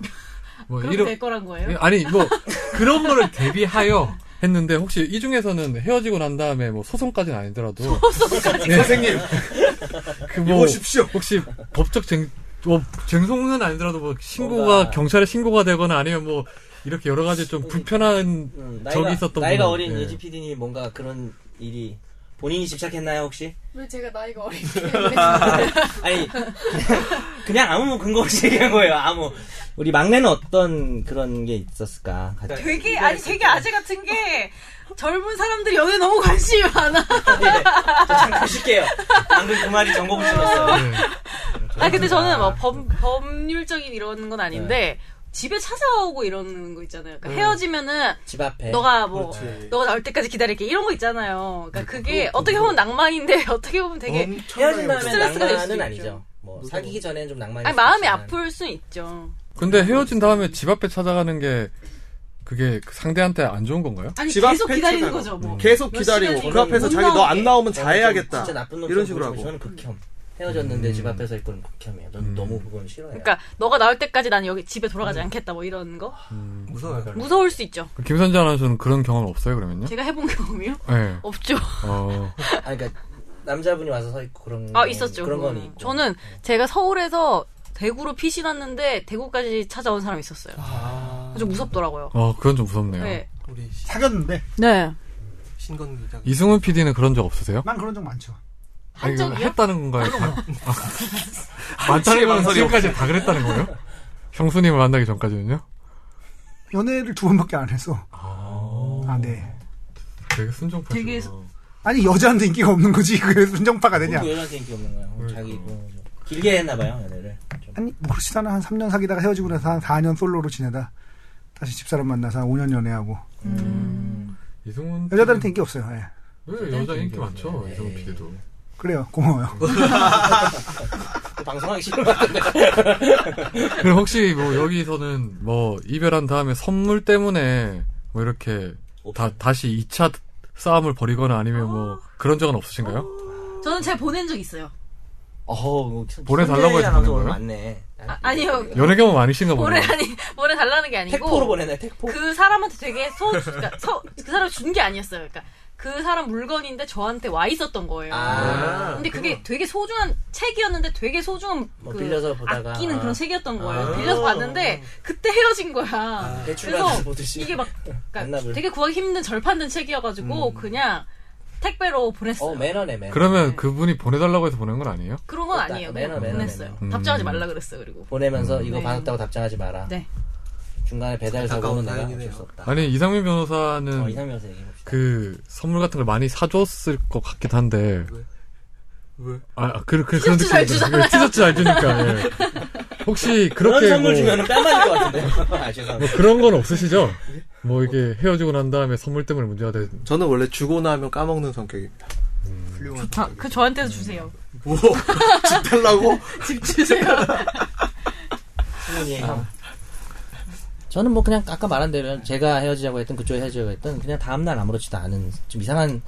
[SPEAKER 1] 뭐
[SPEAKER 5] 그렇게
[SPEAKER 1] 이런
[SPEAKER 5] 될 거란 거예요?
[SPEAKER 1] 아니 뭐 그런 거를 대비하여 했는데 혹시 이 중에서는 헤어지고 난 다음에 뭐 소송까지는 아니더라도 네.
[SPEAKER 3] 선생님
[SPEAKER 1] 그뭐 혹시 법적 쟁, 뭐 쟁송은 아니더라도 뭐 신고가
[SPEAKER 2] 뭔가-
[SPEAKER 1] 경찰에 신고가 되거나 아니면 뭐 이렇게 여러 가지 좀 불편한
[SPEAKER 2] 음,
[SPEAKER 1] 적이 있었던
[SPEAKER 2] 나이가
[SPEAKER 1] 분은,
[SPEAKER 2] 어린
[SPEAKER 1] 예.
[SPEAKER 2] 예지 PD님이 뭔가 그런 일이 본인이 집착했나요 혹시?
[SPEAKER 7] 왜 제가 나이가 어린
[SPEAKER 2] 아니 그냥, 그냥 아무 근거 없이 얘기한 거예요. 아무 우리 막내는 어떤 그런 게 있었을까?
[SPEAKER 5] 되게 아니 되게 아재 같은 게 젊은 사람들이 연애 너무 관심이 많아. 네.
[SPEAKER 2] 잠깐 쉴게요. 방금 그 말이 정보를 실었어요.
[SPEAKER 1] 예.
[SPEAKER 5] 아 근데 저는 뭐 법, 법률적인 이런 건
[SPEAKER 3] 네.
[SPEAKER 5] 아닌데 집에 찾아오고 이러는 거 있잖아요. 그러니까 헤어지면은
[SPEAKER 2] 집 앞에
[SPEAKER 5] 너가 뭐
[SPEAKER 3] 네. 그렇지. 네,
[SPEAKER 5] 너가 나올 때까지 기다릴게 이런 거 있잖아요. 그러니까 그게 어떻게 보면 낭만인데 어떻게 보면 되게
[SPEAKER 2] 헤어진 다음에
[SPEAKER 5] 스트레스가 될 수도
[SPEAKER 2] 낭만은
[SPEAKER 5] 있죠.
[SPEAKER 2] 아니죠. 뭐 사귀기 전에는 좀 낭만이
[SPEAKER 5] 아니,
[SPEAKER 3] 네.
[SPEAKER 5] 마음이
[SPEAKER 2] 있었지만.
[SPEAKER 5] 아플 수 있죠.
[SPEAKER 1] 근데 헤어진 다음에 집 앞에 찾아가는 게 그게 그 상대한테 안 좋은 건가요?
[SPEAKER 5] 아니
[SPEAKER 3] 집 앞에
[SPEAKER 5] 계속 기다리는
[SPEAKER 3] 찾아가.
[SPEAKER 5] 거죠. 뭐.
[SPEAKER 3] 계속
[SPEAKER 5] 몇
[SPEAKER 3] 기다리고
[SPEAKER 5] 시간이
[SPEAKER 3] 그 앞에서
[SPEAKER 5] 못
[SPEAKER 3] 자기 너 안
[SPEAKER 5] 나오게.
[SPEAKER 3] 나오면
[SPEAKER 2] 저는
[SPEAKER 3] 자야겠다
[SPEAKER 2] 좀 진짜 나쁜 놈처럼
[SPEAKER 3] 이런 식으로
[SPEAKER 2] 보이지만
[SPEAKER 3] 하고
[SPEAKER 2] 저는 극혐. 헤어졌는데 집 앞에서 이건 극혐이에요. 넌 너무 그건 싫어요.
[SPEAKER 5] 그러니까 너가 나올 때까지 난 여기 집에 돌아가지
[SPEAKER 3] 음.
[SPEAKER 5] 않겠다 뭐 이런 거
[SPEAKER 3] 무서워요.
[SPEAKER 5] 무서울 수 있죠.
[SPEAKER 1] 그 김선재 아나운서는 그런 경험 없어요 그러면요?
[SPEAKER 5] 제가 해본 경험이요?
[SPEAKER 1] 예.
[SPEAKER 5] 없죠.
[SPEAKER 1] 어.
[SPEAKER 2] 아, 그러니까 남자분이 와서 서 있고 그런
[SPEAKER 5] 아
[SPEAKER 2] 건-
[SPEAKER 5] 있었죠.
[SPEAKER 2] 그런 건
[SPEAKER 5] 그거는.
[SPEAKER 2] 있고.
[SPEAKER 5] 저는 제가 서울에서 대구로 피신 왔는데 대구까지 찾아온 사람이 있었어요. 좀 무섭더라고요.
[SPEAKER 1] 어, 그건 좀 무섭네요.
[SPEAKER 5] 네.
[SPEAKER 3] 우리
[SPEAKER 6] 사귀었는데
[SPEAKER 5] 네.
[SPEAKER 3] 신건 기자.
[SPEAKER 1] 이승훈 PD는 그런 적 없으세요?
[SPEAKER 6] 난 그런 적 많죠.
[SPEAKER 1] 아니, 이거
[SPEAKER 5] 한적이요?
[SPEAKER 1] 했다는 건가요? 아, 많다는 건
[SPEAKER 3] 망설이
[SPEAKER 1] 지금까지 다 그랬다는 거예요? 형수님을 만나기 전까지는요?
[SPEAKER 6] 연애를 두 번밖에 안 해서. 아, 네.
[SPEAKER 1] 되게 순종파.
[SPEAKER 5] 되게
[SPEAKER 6] 아니, 여자한테 인기가 없는 거지. 그래서 순정파가 되냐.
[SPEAKER 2] 그리고 여자한테 인기 없는 거야. 자기 뭐 좀. 길게 했나봐요 연애를. 좀.
[SPEAKER 6] 아니, 뭐 그렇지도 않아. 한 3년 사귀다가 헤어지고 나서 한 4년 솔로로 지내다. 다시 집사람 만나서 한 5년 연애하고.
[SPEAKER 1] 이승훈
[SPEAKER 6] 여자들한테 인기 없어요. 예.
[SPEAKER 1] 왜 여자 인기 많죠? 이승훈 PD도.
[SPEAKER 6] 그래요. 고마워요.
[SPEAKER 2] 또 방송하기 싫은 것 같은데.
[SPEAKER 1] 그럼 혹시 뭐 여기서는 뭐 이별한 다음에 선물 때문에 뭐 이렇게 다, 다시 2차 싸움을 벌이거나 아니면 뭐 그런 적은 없으신가요?
[SPEAKER 5] 저는 제 보낸 적 있어요.
[SPEAKER 2] 어우
[SPEAKER 1] 보내달라고 해서 보낸 거예요?
[SPEAKER 2] 맞네.
[SPEAKER 5] 아, 아니요.
[SPEAKER 1] 연애 경험 많으신가
[SPEAKER 5] 보내
[SPEAKER 1] 보네요.
[SPEAKER 5] 아니 보내 달라는 게 아니고
[SPEAKER 2] 택포로 보내네 택포.
[SPEAKER 5] 그 사람한테 되게 소, 그러니까 서, 그 사람 준 게 아니었어요. 그러니까 그 사람 물건인데 저한테 와 있었던 거예요.
[SPEAKER 2] 아.
[SPEAKER 5] 근데 그게 되게 소중한 책이었는데 되게 소중한
[SPEAKER 2] 뭐
[SPEAKER 5] 그
[SPEAKER 2] 빌려서 보다가.
[SPEAKER 5] 아끼는 그런 책이었던 거예요.
[SPEAKER 2] 아.
[SPEAKER 5] 빌려서 봤는데 그때 헤어진 거야.
[SPEAKER 2] 대출
[SPEAKER 5] 그래서
[SPEAKER 2] 받아서 보듯이.
[SPEAKER 5] 이게 막 그러니까
[SPEAKER 2] 만남을.
[SPEAKER 5] 되게 구하기 힘든 절판된 책이어가지고 그냥 택배로 보냈어요.
[SPEAKER 2] 음. 어 매너네 매너.
[SPEAKER 1] 그러면 그분이 보내달라고 해서 보낸 건 아니에요?
[SPEAKER 5] 그런 건
[SPEAKER 2] 어,
[SPEAKER 5] 아니에요.
[SPEAKER 2] 나-
[SPEAKER 5] 그냥
[SPEAKER 2] 매너, 매너,
[SPEAKER 5] 보냈어요.
[SPEAKER 1] 매너.
[SPEAKER 5] 답장하지
[SPEAKER 1] 음.
[SPEAKER 5] 말라 그랬어요. 그리고
[SPEAKER 2] 보내면서 이거
[SPEAKER 5] 네.
[SPEAKER 2] 받았다고 답장하지 마라.
[SPEAKER 5] 네.
[SPEAKER 2] 중간에 배달 사고는
[SPEAKER 3] 안타까운
[SPEAKER 2] 내가 어쩔
[SPEAKER 3] 사연이네요.
[SPEAKER 2] 수 없다.
[SPEAKER 1] 아니 이상민
[SPEAKER 2] 어,
[SPEAKER 1] 변호사는
[SPEAKER 2] 이상면서 얘기해봅시다.
[SPEAKER 1] 그 선물 같은 걸 많이 사줬을 것 같긴 한데
[SPEAKER 3] 왜?
[SPEAKER 1] 아, 아, 그, 그, 그런
[SPEAKER 5] 티셔츠 잘
[SPEAKER 1] 느낌이죠.
[SPEAKER 5] 주잖아요.
[SPEAKER 1] 티셔츠 잘 주니까 예. 혹시
[SPEAKER 2] 그런
[SPEAKER 1] 그렇게
[SPEAKER 2] 선물
[SPEAKER 1] 뭐-
[SPEAKER 2] 주면은 뺨 맞을 것 같은데. 아 죄송합니다.
[SPEAKER 3] 네.
[SPEAKER 1] 뭐 그런 건 없으시죠? 뭐 이게 헤어지고 난 다음에 선물 때문에 문제가 된
[SPEAKER 3] 저는 원래 주고 나면 까먹는 성격입니다. 훌륭한.
[SPEAKER 5] 다, 그 저한테도 주세요.
[SPEAKER 3] 뭐? 집 달라고?
[SPEAKER 5] 집 주세요.
[SPEAKER 2] 충분히.
[SPEAKER 1] 아.
[SPEAKER 2] 저는 뭐 그냥 아까 말한 대로 제가 헤어지자고 했던 그쪽이 헤어지자고 했던 그냥 다음날 아무렇지도 않은 좀 이상한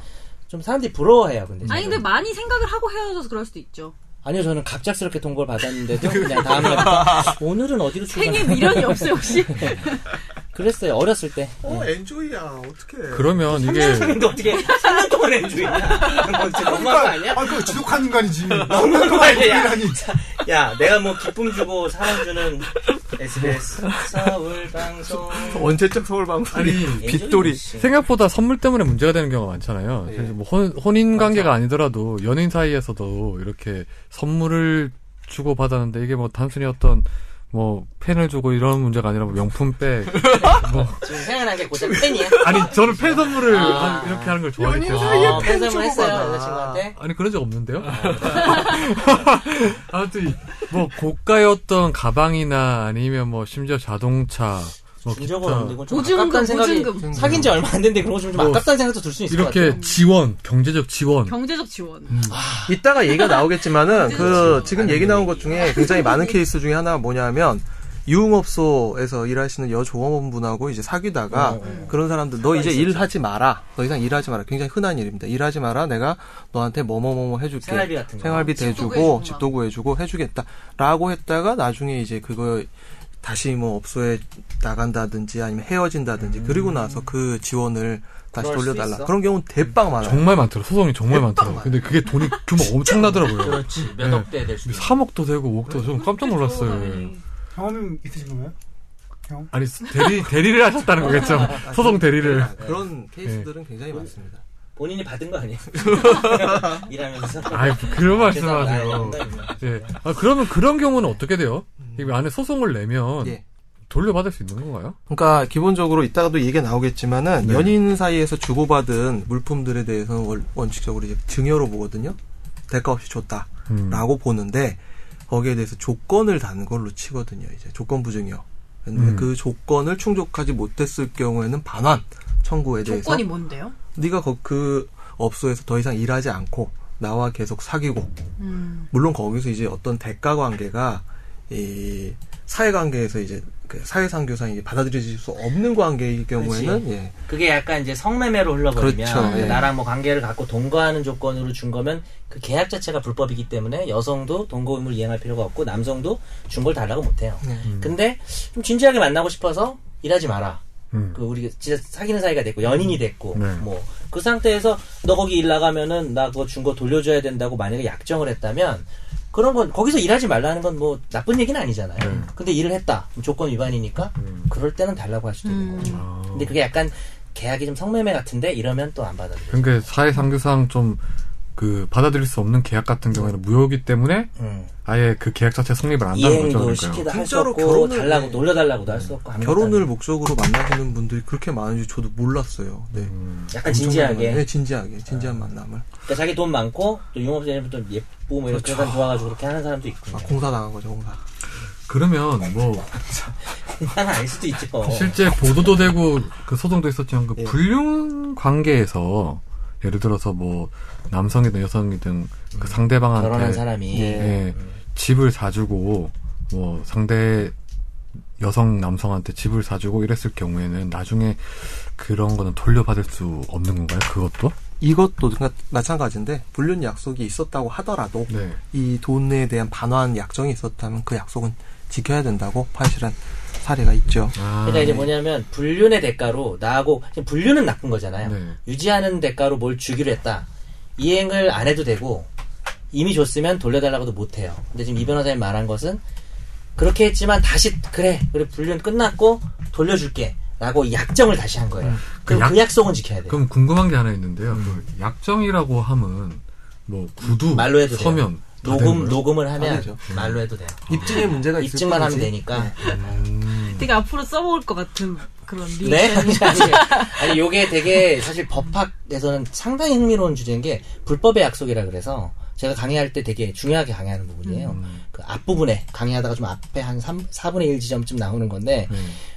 [SPEAKER 2] 좀 사람들이 부러워해요 근데 저는.
[SPEAKER 5] 아니 근데 많이 생각을 하고 헤어져서 그럴 수도 있죠.
[SPEAKER 2] 아니요 저는 갑작스럽게 통보를 받았는데도 그냥 다음날 오늘은 어디로 출근
[SPEAKER 5] 생일 미련이 없어요 혹시?
[SPEAKER 2] 그랬어요 어렸을 때
[SPEAKER 3] 어, 엔조이야. 어떻게?
[SPEAKER 1] 그러면 이게
[SPEAKER 2] 근데 어떻게 3년 동안 해주냐 진짜 너무한 거 아니야?
[SPEAKER 6] 아, 그 지독한 인간이지.
[SPEAKER 2] 너무한 거 아니야 야,
[SPEAKER 6] 아니,
[SPEAKER 2] 야 내가 뭐 기쁨 주고 사랑 주는 SBS 서울 방송
[SPEAKER 3] 언제적 서울 방송이 빗돌이.
[SPEAKER 1] 생각보다 선물 때문에 문제가 되는 경우가 많잖아요.
[SPEAKER 3] 예.
[SPEAKER 1] 그래서 뭐 혼, 혼인 관계가 아니더라도 연인 사이에서도 이렇게 선물을 주고 받았는데 이게 뭐 단순히 어떤 뭐 펜을 주고 이런 문제가 아니라 뭐 명품백 뭐
[SPEAKER 2] 지금 생각난 게 고작 팬이야
[SPEAKER 1] 아니 저는 펜 선물을
[SPEAKER 2] 아.
[SPEAKER 1] 한- 이렇게 하는 걸 좋아하기 때문에
[SPEAKER 2] 아, 팬 선물 했어요 여자친구한테
[SPEAKER 1] 아니 그런 적 없는데요. 아. 아무튼 이- 뭐 고가였던 가방이나 아니면 뭐 심지어 자동차 뭐
[SPEAKER 2] 준 적은
[SPEAKER 1] 기타
[SPEAKER 2] 없는데 그건 좀
[SPEAKER 5] 보증금,
[SPEAKER 2] 아깝다는 생각이
[SPEAKER 5] 보증금.
[SPEAKER 2] 사귄 지 얼마 안 됐는데 그런 거좀
[SPEAKER 1] 뭐,
[SPEAKER 2] 아깝다는 생각도 들 수 있을 것 같아요
[SPEAKER 1] 이렇게 지원 경제적 지원
[SPEAKER 5] 경제적 지원.
[SPEAKER 2] 음,
[SPEAKER 3] 이따가 얘기가 나오겠지만은
[SPEAKER 2] 네.
[SPEAKER 3] 그 지금 얘기 나온 것 중에 굉장히 많은 케이스 중에 하나가 뭐냐면 유흥업소에서 일하시는 여조업원분하고 이제 사귀다가
[SPEAKER 2] 어,
[SPEAKER 3] 그런 사람들 너 이제 일하지 마라 너 이상 일하지 마라 굉장히 흔한 일입니다 일하지 마라 내가 너한테 뭐뭐뭐뭐 해줄게
[SPEAKER 2] 생활비 같은 거.
[SPEAKER 3] 생활비
[SPEAKER 5] 집도
[SPEAKER 3] 대주고
[SPEAKER 5] 구해주고
[SPEAKER 3] 집도 구해주고 해주겠다라고 했다가 나중에 이제 그거 다시 뭐 업소에 나간다든지 아니면 헤어진다든지 그리고 나서 그 지원을 다시
[SPEAKER 2] 음. 그럴 수
[SPEAKER 3] 돌려달라
[SPEAKER 2] 있어?
[SPEAKER 3] 그런 경우는 대빵 많아요
[SPEAKER 1] 정말 많더라. 소송이 정말 많더라. 근데 그게 돈이 규모 엄청나더라고요.
[SPEAKER 2] 그렇지
[SPEAKER 1] 네.
[SPEAKER 2] 몇억대 될 수 있어
[SPEAKER 1] 3억도 되고 5억도 좀 깜짝 놀랐어요.
[SPEAKER 2] 네.
[SPEAKER 5] 네.
[SPEAKER 6] 경험이 있으신 건가요? 경?
[SPEAKER 1] 아니 대리 대리를 하셨다는 거겠죠.
[SPEAKER 2] 아,
[SPEAKER 1] 소송 대리를.
[SPEAKER 2] 네.
[SPEAKER 3] 그런 케이스들은 굉장히 많습니다.
[SPEAKER 2] 본인이 받은 거 아니에요? 일하면서
[SPEAKER 1] 아이 그런 말씀하세요.
[SPEAKER 2] 죄송합니다. 음. 농담입니다.
[SPEAKER 1] 예. 아 그러면 그런 경우는 어떻게 돼요? 이 안에 소송을 내면
[SPEAKER 3] 예.
[SPEAKER 1] 돌려받을 수 있는 건가요?
[SPEAKER 3] 그러니까 기본적으로 이따가도 얘기가 나오겠지만은
[SPEAKER 1] 네.
[SPEAKER 3] 연인 사이에서 주고받은 물품들에 대해서는 월- 원칙적으로 이제 증여로 보거든요. 대가 없이 줬다라고
[SPEAKER 1] 음.
[SPEAKER 3] 보는데 거기에 대해서 조건을 다는 걸로 치거든요. 이제 조건부 증여. 근데
[SPEAKER 1] 음.
[SPEAKER 3] 그 조건을 충족하지 못했을 경우에는 반환 청구에 대해서
[SPEAKER 5] 조건이 뭔데요?
[SPEAKER 3] 네가 거- 그 업소에서 더 이상 일하지 않고 나와 계속 사귀고
[SPEAKER 5] 음.
[SPEAKER 3] 물론 거기서 이제 어떤 대가 관계가 이 사회 관계에서 이제 그 사회상교상 이제 받아들여질 수 없는 관계일 경우에는 예.
[SPEAKER 2] 그게 약간 이제 성매매로 흘러버리면
[SPEAKER 3] 그렇죠,
[SPEAKER 2] 그러니까
[SPEAKER 3] 예.
[SPEAKER 2] 나랑 뭐 관계를 갖고 동거하는 조건으로 준 거면 그 계약 자체가 불법이기 때문에 여성도 동거 의무를 이행할 필요가 없고
[SPEAKER 3] 네. 음.
[SPEAKER 2] 남성도 준 걸 달라고 못해요. 근데 좀 진지하게 만나고 싶어서 일하지 마라.
[SPEAKER 1] 음.
[SPEAKER 2] 그 우리 진짜 사귀는 사이가 됐고 연인이 됐고
[SPEAKER 1] 네.
[SPEAKER 2] 뭐 그 상태에서 너 거기 일 나가면은 나 그거 준 거 돌려줘야 된다고 만약에 약정을 했다면 그런 건 거기서 일하지 말라는 건 뭐 나쁜 얘기는 아니잖아요.
[SPEAKER 3] 네.
[SPEAKER 2] 근데 일을 했다 조건 위반이니까
[SPEAKER 3] 음.
[SPEAKER 2] 그럴 때는 달라고 할 수도 있는 거죠.
[SPEAKER 1] 아.
[SPEAKER 2] 근데 그게 약간 계약이 좀 성매매 같은데 이러면 또 안 받아들여요.
[SPEAKER 1] 그러니까 사회상규상 좀 그 받아들일 수 없는 계약 같은 경우에는 무효이기 때문에
[SPEAKER 2] 음.
[SPEAKER 1] 아예 그 계약 자체 성립을 안 한다는 거죠.
[SPEAKER 2] 이행도
[SPEAKER 1] 그러니까요.
[SPEAKER 2] 시키다 할 수
[SPEAKER 3] 진짜로
[SPEAKER 2] 없고
[SPEAKER 3] 결혼을-
[SPEAKER 2] 달라고
[SPEAKER 3] 네.
[SPEAKER 2] 놀려달라고도 할 수 없고 안
[SPEAKER 3] 결혼을 뭐
[SPEAKER 2] 했다는
[SPEAKER 3] 목적으로 만나시는 분들이 그렇게 많은지 저도 몰랐어요. 네.
[SPEAKER 2] 약간
[SPEAKER 3] 엄청
[SPEAKER 2] 음. 진지하게
[SPEAKER 3] 많아요. 네, 진지하게. 진지한 만남을.
[SPEAKER 2] 그러니까 자기 돈 많고 또 융업자님 또 예쁘고 뭐 이렇게 그 좋아가지고 그렇게 하는 사람도 있군요.
[SPEAKER 3] 아, 공사 당한 거죠, 공사.
[SPEAKER 1] 그러면 뭐
[SPEAKER 2] 난 아닐 수도 있죠.
[SPEAKER 1] 그 실제 보도도 되고 그 소송도 있었지만
[SPEAKER 2] 예.
[SPEAKER 1] 그 불륜 관계에서 예를 들어서 뭐 남성이든 여성이든 그
[SPEAKER 2] 결혼한
[SPEAKER 1] 상대방한테
[SPEAKER 2] 사람이
[SPEAKER 1] 예, 집을 사주고 뭐 상대 여성 남성한테 집을 사주고 이랬을 경우에는 나중에 그런 거는 돌려받을 수 없는 건가요? 그것도?
[SPEAKER 3] 이것도 마- 마찬가지인데, 불륜 약속이 있었다고 하더라도,
[SPEAKER 1] 네.
[SPEAKER 3] 이 돈에 대한 반환 약정이 있었다면 그 약속은 지켜야 된다고 판시한 사례가 있죠.
[SPEAKER 1] 아,
[SPEAKER 2] 그러니까 이제 뭐냐면 불륜의 대가로 나하고 지금 불륜은 나쁜 거잖아요.
[SPEAKER 1] 네.
[SPEAKER 2] 유지하는 대가로 뭘 주기로 했다. 이행을 안 해도 되고 이미 줬으면 돌려달라고도 못 해요. 근데 지금 이 변호사님 말한 것은 그렇게 했지만 다시 그래 그래 불륜 끝났고 돌려줄게라고 약정을 다시 한 거예요. 그럼
[SPEAKER 1] 그 약-
[SPEAKER 2] 그 약속은 지켜야 돼요.
[SPEAKER 1] 그럼 궁금한 게 하나 있는데요. 그 약정이라고 함은 뭐 구두,
[SPEAKER 2] 음. 말로 해도 돼요.
[SPEAKER 1] 서면 다 되는
[SPEAKER 2] 녹음
[SPEAKER 1] 거예요? 네.
[SPEAKER 2] 녹음을 하면
[SPEAKER 3] 안 되죠.
[SPEAKER 2] 말로 해도 돼요.
[SPEAKER 3] 입증의 문제가 있을
[SPEAKER 2] 입증만 하면
[SPEAKER 3] 뿐이지.
[SPEAKER 2] 되니까.
[SPEAKER 7] 되게 앞으로 써먹을 것 같은 그런 리
[SPEAKER 2] 음. 네? 아니, 아니, 아니, 요게 되게 사실 법학에서는 상당히 흥미로운 주제인 게 불법의 약속이라 그래서 제가 강의할 때 되게 중요하게 강의하는 부분이에요. 그 앞부분에 강의하다가 좀 앞에 한 3, 4분의 1 지점쯤 나오는 건데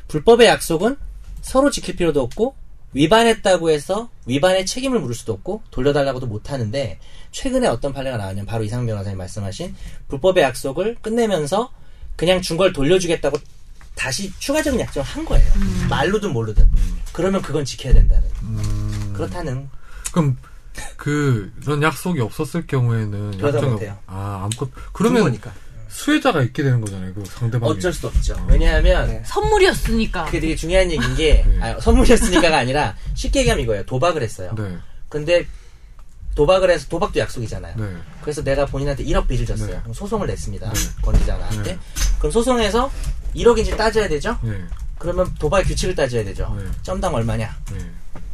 [SPEAKER 2] 불법의 약속은 서로 지킬 필요도 없고 위반했다고 해서 위반의 책임을 물을 수도 없고 돌려달라고도 못하는데 최근에 어떤 판례가 나왔냐면 바로 이상 변호사님 말씀하신 불법의 약속을 끝내면서 그냥 준 걸 돌려주겠다고 다시 추가적인 약정을 한 거예요. 말로든 모르든.
[SPEAKER 1] 음.
[SPEAKER 2] 그러면 그건 지켜야 된다는. 그렇다는.
[SPEAKER 1] 그럼 그 그런 약속이 없었을 경우에는
[SPEAKER 2] 그러다
[SPEAKER 1] 약정이
[SPEAKER 2] 못해요.
[SPEAKER 1] 없- 아 아무것
[SPEAKER 3] 그런
[SPEAKER 1] 그러면
[SPEAKER 3] 거니까.
[SPEAKER 1] 수혜자가 있게 되는 거잖아요. 그 상대방이
[SPEAKER 2] 어쩔 수 없죠. 왜냐하면
[SPEAKER 3] 네.
[SPEAKER 5] 선물이었으니까.
[SPEAKER 2] 그게 되게 중요한 얘기인 게 아, 선물이었으니까가 아니라 쉽게 얘기하면 이거예요. 도박을 했어요.
[SPEAKER 1] 네,
[SPEAKER 2] 근데 도박을 해서 도박도 약속이잖아요.
[SPEAKER 1] 네.
[SPEAKER 2] 그래서 내가 본인한테 1억 빚을 졌어요.
[SPEAKER 1] 네.
[SPEAKER 2] 그럼 소송을 냈습니다.
[SPEAKER 1] 네.
[SPEAKER 2] 권리자 나한테.
[SPEAKER 1] 네.
[SPEAKER 2] 그럼 소송에서 1억인지 따져야 되죠?
[SPEAKER 1] 네,
[SPEAKER 2] 그러면 도박 규칙을 따져야 되죠.
[SPEAKER 1] 네.
[SPEAKER 2] 점당 얼마냐?
[SPEAKER 1] 네.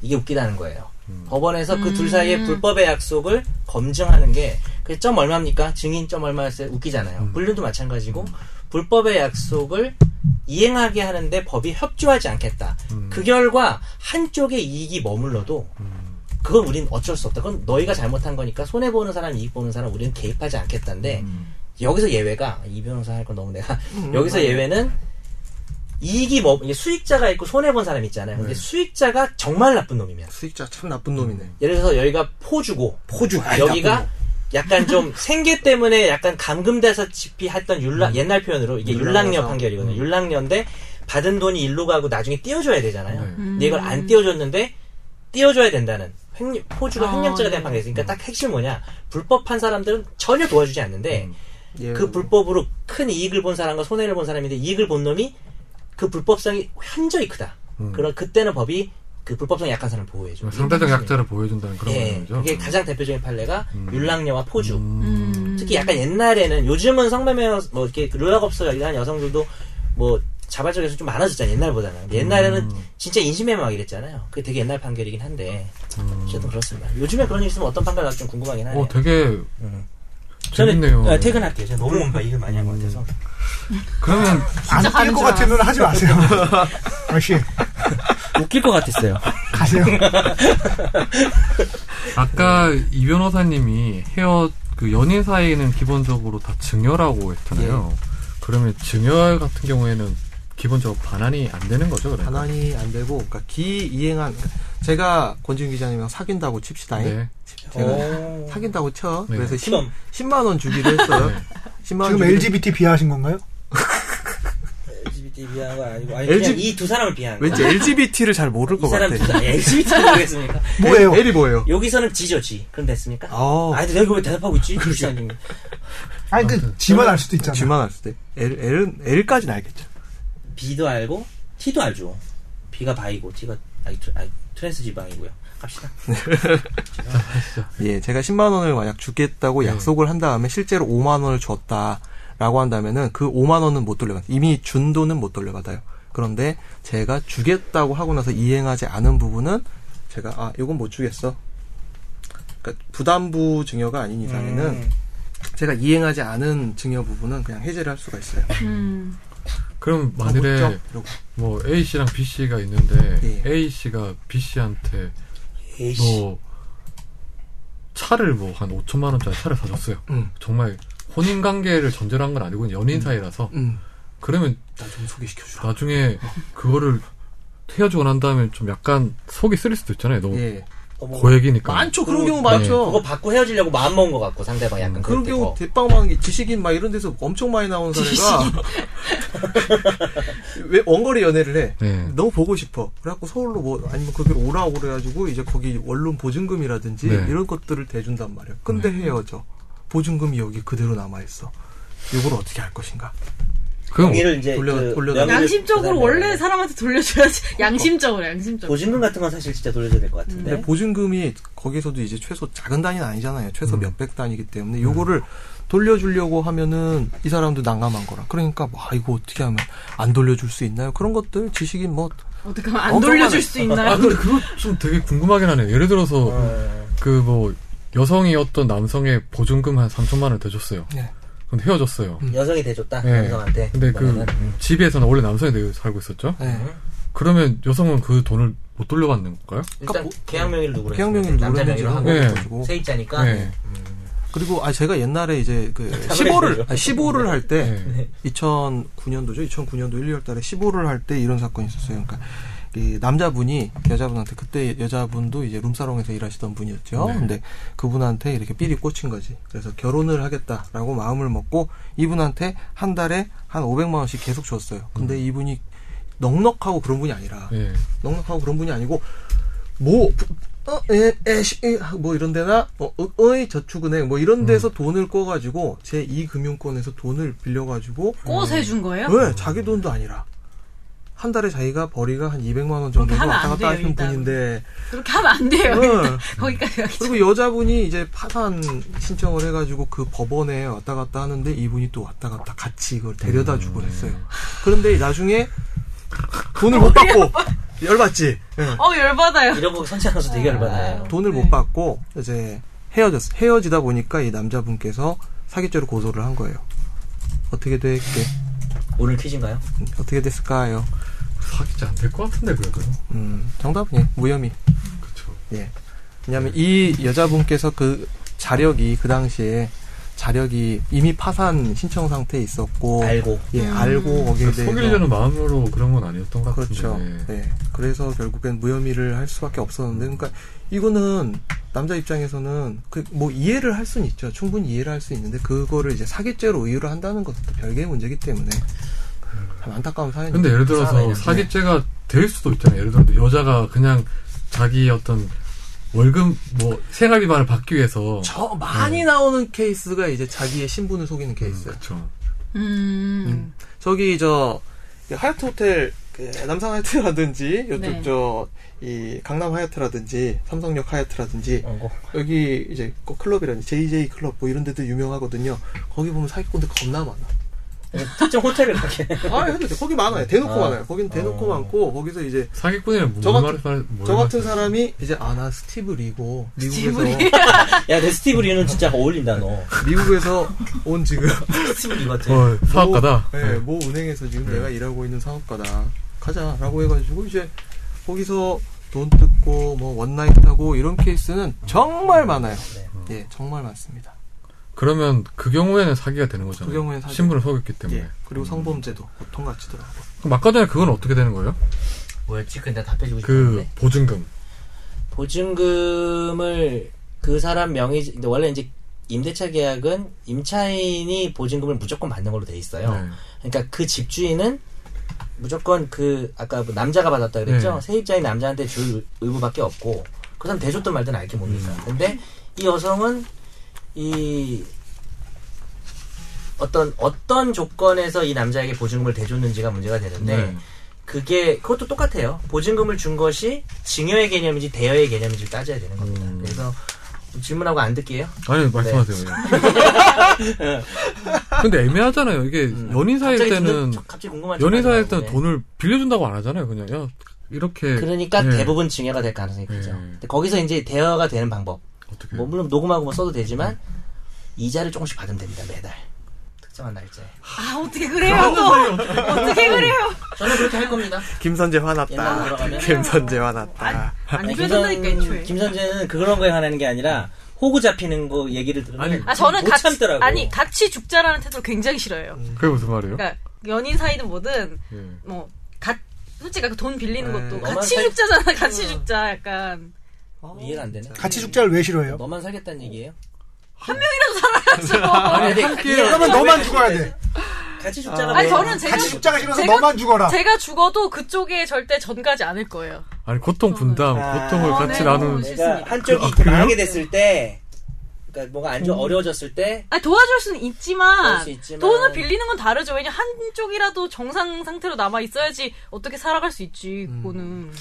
[SPEAKER 2] 이게 웃기다는 거예요. 법원에서 그 둘 사이의 불법의 약속을 검증하는 게, 그 점 얼마입니까? 증인 점 얼마였어요? 웃기잖아요. 불륜도 마찬가지고, 불법의 약속을 이행하게 하는데 법이 협조하지 않겠다. 그 결과, 한쪽의 이익이 머물러도, 그건 우린 어쩔 수 없다. 그건 너희가 잘못한 거니까, 손해보는 사람, 이익보는 사람, 우리는 개입하지 않겠다인데, 여기서 예외가, 이 변호사 할 건 너무 내가, 여기서 예외는, 이익이 뭐 이게 수익자가 있고 손해 본 사람이 있잖아요. 근데 수익자가 정말 나쁜 놈이면
[SPEAKER 3] 수익자 참 나쁜 놈이네.
[SPEAKER 2] 예를 들어서 여기가 포주고 포주 여기가 약간 좀 생계 때문에 약간 감금돼서 집피했던
[SPEAKER 1] 음.
[SPEAKER 2] 율락 옛날 표현으로 이게 율락녀
[SPEAKER 3] 율락녀사.
[SPEAKER 2] 판결이거든요. 율락녀인데 받은 돈이 일로 가고 나중에 띄워줘야 되잖아요.
[SPEAKER 7] 음.
[SPEAKER 1] 네.
[SPEAKER 2] 근데 이걸 안 띄워줬는데 띄워줘야 된다는 횡령- 포주가
[SPEAKER 7] 아,
[SPEAKER 2] 횡령죄가
[SPEAKER 7] 네.
[SPEAKER 2] 된 판결이
[SPEAKER 1] 음.
[SPEAKER 2] 있으니까 딱 핵심 뭐냐 불법한 사람들은 전혀 도와주지 않는데
[SPEAKER 1] 음.
[SPEAKER 3] 예.
[SPEAKER 2] 그 불법으로 큰 이익을 본 사람과 손해를 본 사람인데 이익을 본 놈이 그 불법성이 현저히 크다. 그런 그때는 법이 그 불법성이 약한 사람을 보호해줘.
[SPEAKER 1] 음. 상대적
[SPEAKER 7] 음.
[SPEAKER 1] 약자를 보여준다는 그런
[SPEAKER 2] 예,
[SPEAKER 1] 거죠. 음.
[SPEAKER 2] 그게 가장 대표적인 판례가 율랑녀와 포주.
[SPEAKER 5] 음.
[SPEAKER 2] 특히 약간 옛날에는 요즘은 성매매 여- 뭐 이렇게 룰락업소 일하는 여성들도 뭐 자발적에서 좀 많아졌잖아요. 옛날보다는 옛날에는 진짜 인신매매 막 이랬잖아요. 그게 되게 옛날 판결이긴 한데 어쨌든 그렇습니다. 요즘에 그런 일 있으면 어떤 판결 나올지 좀 궁금하긴 하네요.
[SPEAKER 1] 어, 되게
[SPEAKER 2] 음.
[SPEAKER 1] 재밌네요.
[SPEAKER 2] 어, 퇴근할게요. 제가 너무 뭔가 이걸 많이 한 것 같아서.
[SPEAKER 1] 그러면
[SPEAKER 6] 안뛸것 같은 눈 하지 마세요. 역시
[SPEAKER 2] 웃길 것 같았어요.
[SPEAKER 6] 가세요.
[SPEAKER 1] 아까 이 변호사님이 헤어 그 연인 사이는 기본적으로 다 증여라고 했잖아요.
[SPEAKER 3] 예.
[SPEAKER 1] 그러면 증여 같은 경우에는 기본적으로 반환이 안 되는 거죠, 그러니까.
[SPEAKER 3] 반환이 안 되고, 그러니까 기이행한, 그러니까 제가 권지윤 기자님이랑 사귄다고 칩시다.
[SPEAKER 1] 네.
[SPEAKER 3] 제가
[SPEAKER 2] 오.
[SPEAKER 3] 사귄다고 쳐.
[SPEAKER 1] 네.
[SPEAKER 3] 그래서 10,
[SPEAKER 2] 그럼.
[SPEAKER 3] 10만 원 주기로 했어요.
[SPEAKER 1] 네.
[SPEAKER 3] 10만 원
[SPEAKER 6] 지금
[SPEAKER 3] 주기로
[SPEAKER 6] LGBT 비하하신 건가요?
[SPEAKER 2] LGBT 비하한 건 아니고 아니
[SPEAKER 3] LG
[SPEAKER 2] 그냥 이 두 사람을 비하한 거예요.
[SPEAKER 3] 왠지 LGBT를 잘 모를
[SPEAKER 2] 이
[SPEAKER 3] 것
[SPEAKER 2] 사람
[SPEAKER 3] 같아.
[SPEAKER 2] 두 사람 LGBT 모르겠습니까?
[SPEAKER 3] 네.
[SPEAKER 6] 뭐예요?
[SPEAKER 3] L이 뭐예요?
[SPEAKER 2] 여기서는 지죠 지. 그럼 됐습니까?
[SPEAKER 3] 아.
[SPEAKER 2] 아, 근데 내가 왜 대답하고 있지? 기사님.
[SPEAKER 6] 아니 그 지만 알 수도 있잖아.
[SPEAKER 3] G만 알 수도 있 L, L은, L까지는 알겠죠.
[SPEAKER 2] B도 알고 T도 알죠. B가 바이고 T가 아이, 트- 아이, 트랜스 지방이고요. 갑시다.
[SPEAKER 3] 예, 제가 10만 원을 만약 주겠다고 약속을 한 다음에 실제로 5만 원을 줬다라고 한다면은 그 5만 원은 못 돌려받아요. 이미 준 돈은 못 돌려받아요. 그런데 제가 주겠다고 하고 나서 이행하지 않은 부분은 제가 아 이건 못 주겠어. 그러니까 부담부 증여가 아닌 이상에는 제가 이행하지 않은 증여 부분은 그냥 해제를 할 수가 있어요.
[SPEAKER 5] 음.
[SPEAKER 1] 그럼
[SPEAKER 3] 아, 못
[SPEAKER 1] 만일에
[SPEAKER 3] 줘? 이러고.
[SPEAKER 1] 뭐 A 씨랑 B 씨가 있는데
[SPEAKER 3] 예.
[SPEAKER 1] A 씨가 B 씨한테
[SPEAKER 2] 에이씨.
[SPEAKER 1] 뭐 차를 뭐 한 5천만 원짜리 차를 사줬어요.
[SPEAKER 3] 음.
[SPEAKER 1] 정말 혼인 관계를 전제로 한 건 아니고 연인 사이라서
[SPEAKER 3] 음,
[SPEAKER 1] 그러면
[SPEAKER 3] 나 좀 소개시켜 주라.
[SPEAKER 1] 나중에 그거를 헤어지고 난 다음에 좀 약간 속이 쓰릴 수도 있잖아요. 너무
[SPEAKER 3] 예.
[SPEAKER 2] 어머.
[SPEAKER 1] 고액이니까.
[SPEAKER 3] 많죠. 그런 경우
[SPEAKER 1] 네.
[SPEAKER 3] 많죠.
[SPEAKER 2] 그거 받고 헤어지려고 마음 먹은 것 같고 상대방 어. 약간
[SPEAKER 3] 그런
[SPEAKER 2] 그럴
[SPEAKER 3] 경우
[SPEAKER 2] 때고.
[SPEAKER 3] 대빵 많은 게 지식인 막 이런 데서 엄청 많이 나오는 사례가 왜 원거리 연애를 해?
[SPEAKER 1] 네.
[SPEAKER 3] 너무 보고 싶어. 그래갖고 서울로 뭐 아니면 거기로 오라고 그래가지고 이제 거기 원룸 보증금이라든지
[SPEAKER 1] 네.
[SPEAKER 3] 이런 것들을 대준단 말이야. 근데 헤어져. 보증금이 여기 그대로 남아있어. 이걸 어떻게 할 것인가?
[SPEAKER 1] 그럼
[SPEAKER 2] 명의를 이제
[SPEAKER 3] 돌려-
[SPEAKER 2] 그
[SPEAKER 3] 돌려-
[SPEAKER 2] 명의를
[SPEAKER 7] 양심적으로
[SPEAKER 2] 그다음에 어.
[SPEAKER 7] 원래 사람한테 돌려줘야지. 양심적으로, 양심적으로.
[SPEAKER 2] 보증금 같은 건 사실 진짜 돌려줘야 될 것 같은데.
[SPEAKER 3] 근데 그 보증금이 거기서도 이제 최소 작은 단위는 아니잖아요. 최소 몇백 단위이기 때문에 요거를 돌려주려고 하면은 이 사람도 난감한 거라. 그러니까 뭐 아, 이거 어떻게 하면 안 돌려줄 수 있나요? 그런 것들 지식인 뭐
[SPEAKER 7] 어떻게 하면 안
[SPEAKER 3] 엄청
[SPEAKER 7] 돌려줄
[SPEAKER 3] 많아요.
[SPEAKER 7] 수
[SPEAKER 1] 아
[SPEAKER 7] 있나요?
[SPEAKER 1] 근데 그거 좀 되게 궁금하긴 하네요. 예를 들어서
[SPEAKER 2] 어,
[SPEAKER 1] 그 뭐 여성이 어떤 남성의 보증금 한 3천만 원을 대줬어요.
[SPEAKER 3] 네.
[SPEAKER 1] 근데 헤어졌어요.
[SPEAKER 2] 여성이 돼줬다
[SPEAKER 1] 네.
[SPEAKER 2] 남성한테.
[SPEAKER 1] 근데 그
[SPEAKER 2] 이번에는. 음.
[SPEAKER 1] 집에서는 원래 남성이 늘 살고 있었죠.
[SPEAKER 3] 예.
[SPEAKER 1] 그러면 여성은 그 돈을 못 돌려받는 건가요?
[SPEAKER 2] 일단 계약 명의를 누구로
[SPEAKER 3] 뭐, 계약
[SPEAKER 2] 했어요?
[SPEAKER 3] 명의를
[SPEAKER 2] 남자
[SPEAKER 3] 누르는지
[SPEAKER 2] 명의로
[SPEAKER 3] 하고
[SPEAKER 2] 하고
[SPEAKER 1] 네.
[SPEAKER 3] 가지고
[SPEAKER 2] 세입자니까.
[SPEAKER 1] 네.
[SPEAKER 2] 음.
[SPEAKER 3] 그리고 아 제가 옛날에 이제 그
[SPEAKER 2] 해줘요.
[SPEAKER 3] 15를 아 15를 할 때
[SPEAKER 1] 네.
[SPEAKER 3] 2009년도죠. 2009년도 1, 2월 달에 15를 할 때 이런 사건이 있었어요. 그러니까 이 남자분이 여자분한테 그때 여자분도 이제 룸사롱에서 일하시던 분이었죠.
[SPEAKER 1] 네.
[SPEAKER 3] 근데 그분한테 이렇게 삘이 꽂힌 거지. 그래서 결혼을 하겠다라고 마음을 먹고 이분한테 한 달에 한 500만 원씩 계속 줬어요.
[SPEAKER 1] 음.
[SPEAKER 3] 근데 이분이 넉넉하고 그런 분이 아니라
[SPEAKER 1] 예.
[SPEAKER 3] 넉넉하고 그런 분이 아니고 뭐 어, 에, 에, 시, 에, 하- 뭐 이런 데나 어, 어, 어이 저축은행 뭐 이런 데서 돈을 꿔가지고 제2금융권에서 돈을 빌려가지고
[SPEAKER 5] 꼬서 해준 거예요?
[SPEAKER 3] 왜 자기 돈도 아니라 한 달에 자기가 벌이가 한 200만 원 정도가
[SPEAKER 7] 그렇게 하면
[SPEAKER 3] 왔다
[SPEAKER 7] 안
[SPEAKER 3] 갔다
[SPEAKER 7] 돼요,
[SPEAKER 3] 하시는
[SPEAKER 7] 일단.
[SPEAKER 3] 분인데
[SPEAKER 7] 그렇게 하면 안 돼요.
[SPEAKER 3] 응.
[SPEAKER 7] 거기까지 가기 전.
[SPEAKER 3] 그리고 여자분이 이제 파산 신청을 해가지고 그 법원에 왔다 갔다 하는데 이분이 또 왔다 갔다 같이 이걸 데려다 주고 했어요 그런데 나중에 돈을 못 받고 열받지 예.
[SPEAKER 7] 어, 열받아요.
[SPEAKER 2] 이런 거 선착하면서 되게 열받아요.
[SPEAKER 3] 돈을
[SPEAKER 7] 네.
[SPEAKER 3] 못 받고 이제 헤어졌어. 헤어지다 보니까 이 남자분께서 사기죄로 고소를 한 거예요. 어떻게 됐게
[SPEAKER 2] 오늘 퀴즈인가요?
[SPEAKER 3] 음, 어떻게 됐을까요?
[SPEAKER 1] 사기지 안 될 것 같은데 그래도.
[SPEAKER 3] 음, 정답은 예, 무혐의.
[SPEAKER 1] 그렇죠.
[SPEAKER 3] 예. 왜냐하면 이 여자분께서 그 자력이 그 당시에 자력이 이미 파산 신청 상태에 있었고
[SPEAKER 2] 알고.
[SPEAKER 3] 예 알고 거기에 대해서
[SPEAKER 1] 음. 그러니까 속이려는 마음으로 그런 건 아니었던 것 같은데.
[SPEAKER 3] 네. 그렇죠.
[SPEAKER 1] 예.
[SPEAKER 3] 네. 그래서 결국엔 무혐의를 할 수밖에 없었는데, 그러니까 이거는 남자 입장에서는 그 뭐 이해를 할 수는 있죠. 충분히 이해를 할 수 있는데 그거를 이제 사기죄로 의유를 한다는 것도 별개의 문제이기 때문에 참 안타까운 사연이죠.
[SPEAKER 1] 근데 예를
[SPEAKER 2] 사람이
[SPEAKER 1] 들어서
[SPEAKER 2] 이제-
[SPEAKER 1] 사기죄가 될 수도 있잖아요. 예를 들어 여자가 그냥 자기 어떤 월급 뭐 생활비만을 받기 위해서
[SPEAKER 3] 저 많이
[SPEAKER 1] 네.
[SPEAKER 3] 나오는 케이스가 이제 자기의 신분을 속이는 케이스. 요
[SPEAKER 1] 그렇죠.
[SPEAKER 5] 음.
[SPEAKER 3] 저기 저 하얏트 호텔 그 남산 하얏트라든지 이쪽
[SPEAKER 5] 네.
[SPEAKER 3] 저 이 강남 하얏트라든지 삼성역 하얏트라든지
[SPEAKER 2] 어,
[SPEAKER 3] 여기 이제 그 클럽이라든지 JJ 클럽 뭐 이런 데도 유명하거든요. 거기 보면 사기꾼들 겁나 많아.
[SPEAKER 2] 특정 호텔을 가게.
[SPEAKER 3] 아, 해도 돼. 거기 많아요. 대놓고
[SPEAKER 2] 아.
[SPEAKER 3] 많아요. 거긴 대놓고
[SPEAKER 2] 어.
[SPEAKER 3] 많고 거기서 이제
[SPEAKER 1] 사기꾼이면
[SPEAKER 3] 저
[SPEAKER 1] 뭘
[SPEAKER 3] 같은-
[SPEAKER 1] 말할 뭘
[SPEAKER 3] 저 같은
[SPEAKER 1] 말할-
[SPEAKER 3] 사람이 이제 아 나 스티브 리고 미국에서
[SPEAKER 2] 야, 내 스티브 리는 진짜 어울린다, 너.
[SPEAKER 3] 미국에서 온 지금
[SPEAKER 2] 스티브 리 같아.
[SPEAKER 1] 어, 사업가다.
[SPEAKER 3] 뭐, 네, 뭐 은행에서 지금
[SPEAKER 1] 네.
[SPEAKER 3] 내가 일하고 있는 사업가다. 가자라고 해가지고 이제 거기서 돈 뜯고 뭐 원나잇 하고 이런 케이스는 정말 많아요.
[SPEAKER 2] 네.
[SPEAKER 3] 예, 정말 많습니다.
[SPEAKER 1] 그러면 그 경우에는 사기가 되는 거잖아요.
[SPEAKER 3] 그 경우에는 사기.
[SPEAKER 1] 신분을 속였기 때문에.
[SPEAKER 3] 예, 그리고 성범죄도 보통 같이 들어.
[SPEAKER 1] 그럼 아까 전에 그건 어떻게 되는 거예요?
[SPEAKER 2] 뭐였지? 근데 나 답해주고
[SPEAKER 1] 그
[SPEAKER 3] 네.
[SPEAKER 2] 싶었는데.
[SPEAKER 1] 보증금.
[SPEAKER 2] 보증금을 그 사람 명의, 근데 원래 이제 임대차 계약은 임차인이 보증금을 무조건 받는 걸로 돼 있어요.
[SPEAKER 1] 네.
[SPEAKER 2] 그러니까 그 집주인은 무조건 그 아까 뭐 남자가 받았다 그랬죠
[SPEAKER 1] 네.
[SPEAKER 2] 세입자인 남자한테 줄 의무밖에 없고 그 사람 대줬든 말든 알게 모르니까
[SPEAKER 1] 음.
[SPEAKER 2] 근데 이 여성은 이 어떤 어떤 조건에서 이 남자에게 보증금을 대줬는지가 문제가 되는데
[SPEAKER 1] 네.
[SPEAKER 2] 그게 그것도 똑같아요. 보증금을 준 것이 증여의 개념인지 대여의 개념인지를 따져야 되는 겁니다.
[SPEAKER 1] 음.
[SPEAKER 2] 그래서 질문하고 안 듣게요.
[SPEAKER 1] 아니 말씀하세요.
[SPEAKER 2] 네.
[SPEAKER 1] 예. 근데 애매하잖아요. 이게
[SPEAKER 3] 음.
[SPEAKER 1] 연인 사이일
[SPEAKER 2] 갑자기
[SPEAKER 1] 때는
[SPEAKER 2] 듣는- 갑자기 궁금한
[SPEAKER 1] 연인 사이일
[SPEAKER 2] 질문이
[SPEAKER 1] 때는
[SPEAKER 3] 예.
[SPEAKER 2] 나오는데.
[SPEAKER 1] 돈을 빌려준다고 안 하잖아요. 그냥 야 이렇게
[SPEAKER 2] 그러니까
[SPEAKER 1] 예.
[SPEAKER 2] 대부분 증여가 될 가능성이 크죠.
[SPEAKER 1] 예.
[SPEAKER 2] 근데 거기서 이제 대여가 되는 방법.
[SPEAKER 1] 어떻게
[SPEAKER 2] 뭐 물론 녹음하고 뭐 써도 되지만 이자를 조금씩 받으면 됩니다 매달 특정한 날짜에.
[SPEAKER 5] 아 어떻게 그래요? 또. 어떻게 그래요?
[SPEAKER 2] 저는 그렇게 할 겁니다.
[SPEAKER 3] 김선재
[SPEAKER 2] 옛날로
[SPEAKER 3] 화났다.
[SPEAKER 2] 돌아가면.
[SPEAKER 3] 김선재 화났다.
[SPEAKER 7] 안
[SPEAKER 2] 아니,
[SPEAKER 5] 그러니까
[SPEAKER 2] 그러니까
[SPEAKER 7] 해준다니까
[SPEAKER 2] 김선-
[SPEAKER 7] 애초에.
[SPEAKER 2] 김선재는 그런 거에 화내는 게 아니라 호구 잡히는 거 얘기를 들으면
[SPEAKER 1] 아니,
[SPEAKER 5] 아 저는
[SPEAKER 2] 못
[SPEAKER 5] 같이
[SPEAKER 2] 참더라고.
[SPEAKER 5] 아니 같이 죽자라는 태도를 굉장히 싫어해요.
[SPEAKER 1] 그게 무슨 말이에요?
[SPEAKER 5] 그러니까 연인 사이든 뭐든
[SPEAKER 1] 예.
[SPEAKER 5] 뭐 가, 솔직히 그돈 빌리는
[SPEAKER 3] 에이,
[SPEAKER 5] 것도
[SPEAKER 2] 너만
[SPEAKER 5] 같이
[SPEAKER 2] 살-
[SPEAKER 5] 죽자잖아. 같이 죽자 약간
[SPEAKER 2] 어, 이해가 안 되네.
[SPEAKER 6] 같이 죽자를 왜 싫어해요?
[SPEAKER 2] 너만 살겠다는 얘기예요?
[SPEAKER 5] 그래서
[SPEAKER 2] 아니,
[SPEAKER 6] 그러면 너만 죽어야 돼.
[SPEAKER 2] 같이 죽자가
[SPEAKER 5] 아니
[SPEAKER 2] 뭐예요?
[SPEAKER 5] 저는 예. 제가
[SPEAKER 6] 같이 죽자가 싫어서
[SPEAKER 5] 제가-
[SPEAKER 6] 너만 죽어라.
[SPEAKER 5] 제가 죽어도 그쪽에 절대 전가지 않을 거예요.
[SPEAKER 1] 아니 고통 분담,
[SPEAKER 2] 아.
[SPEAKER 1] 고통을
[SPEAKER 5] 아,
[SPEAKER 1] 같이
[SPEAKER 5] 네,
[SPEAKER 1] 나누는
[SPEAKER 5] 너무 싫-
[SPEAKER 2] 내가
[SPEAKER 6] 아,
[SPEAKER 2] 한쪽이 강하게 됐을 때, 그러니까 뭔가 안좋 어려워졌을 때
[SPEAKER 5] 아니 도와줄 수는
[SPEAKER 2] 그럴
[SPEAKER 5] 있지만,
[SPEAKER 2] 수 있지만.
[SPEAKER 5] 아, 돈을 빌리는 건 다르죠. 왜냐 한쪽이라도 정상 상태로 남아 있어야지 어떻게 살아갈 수 있지. 그거는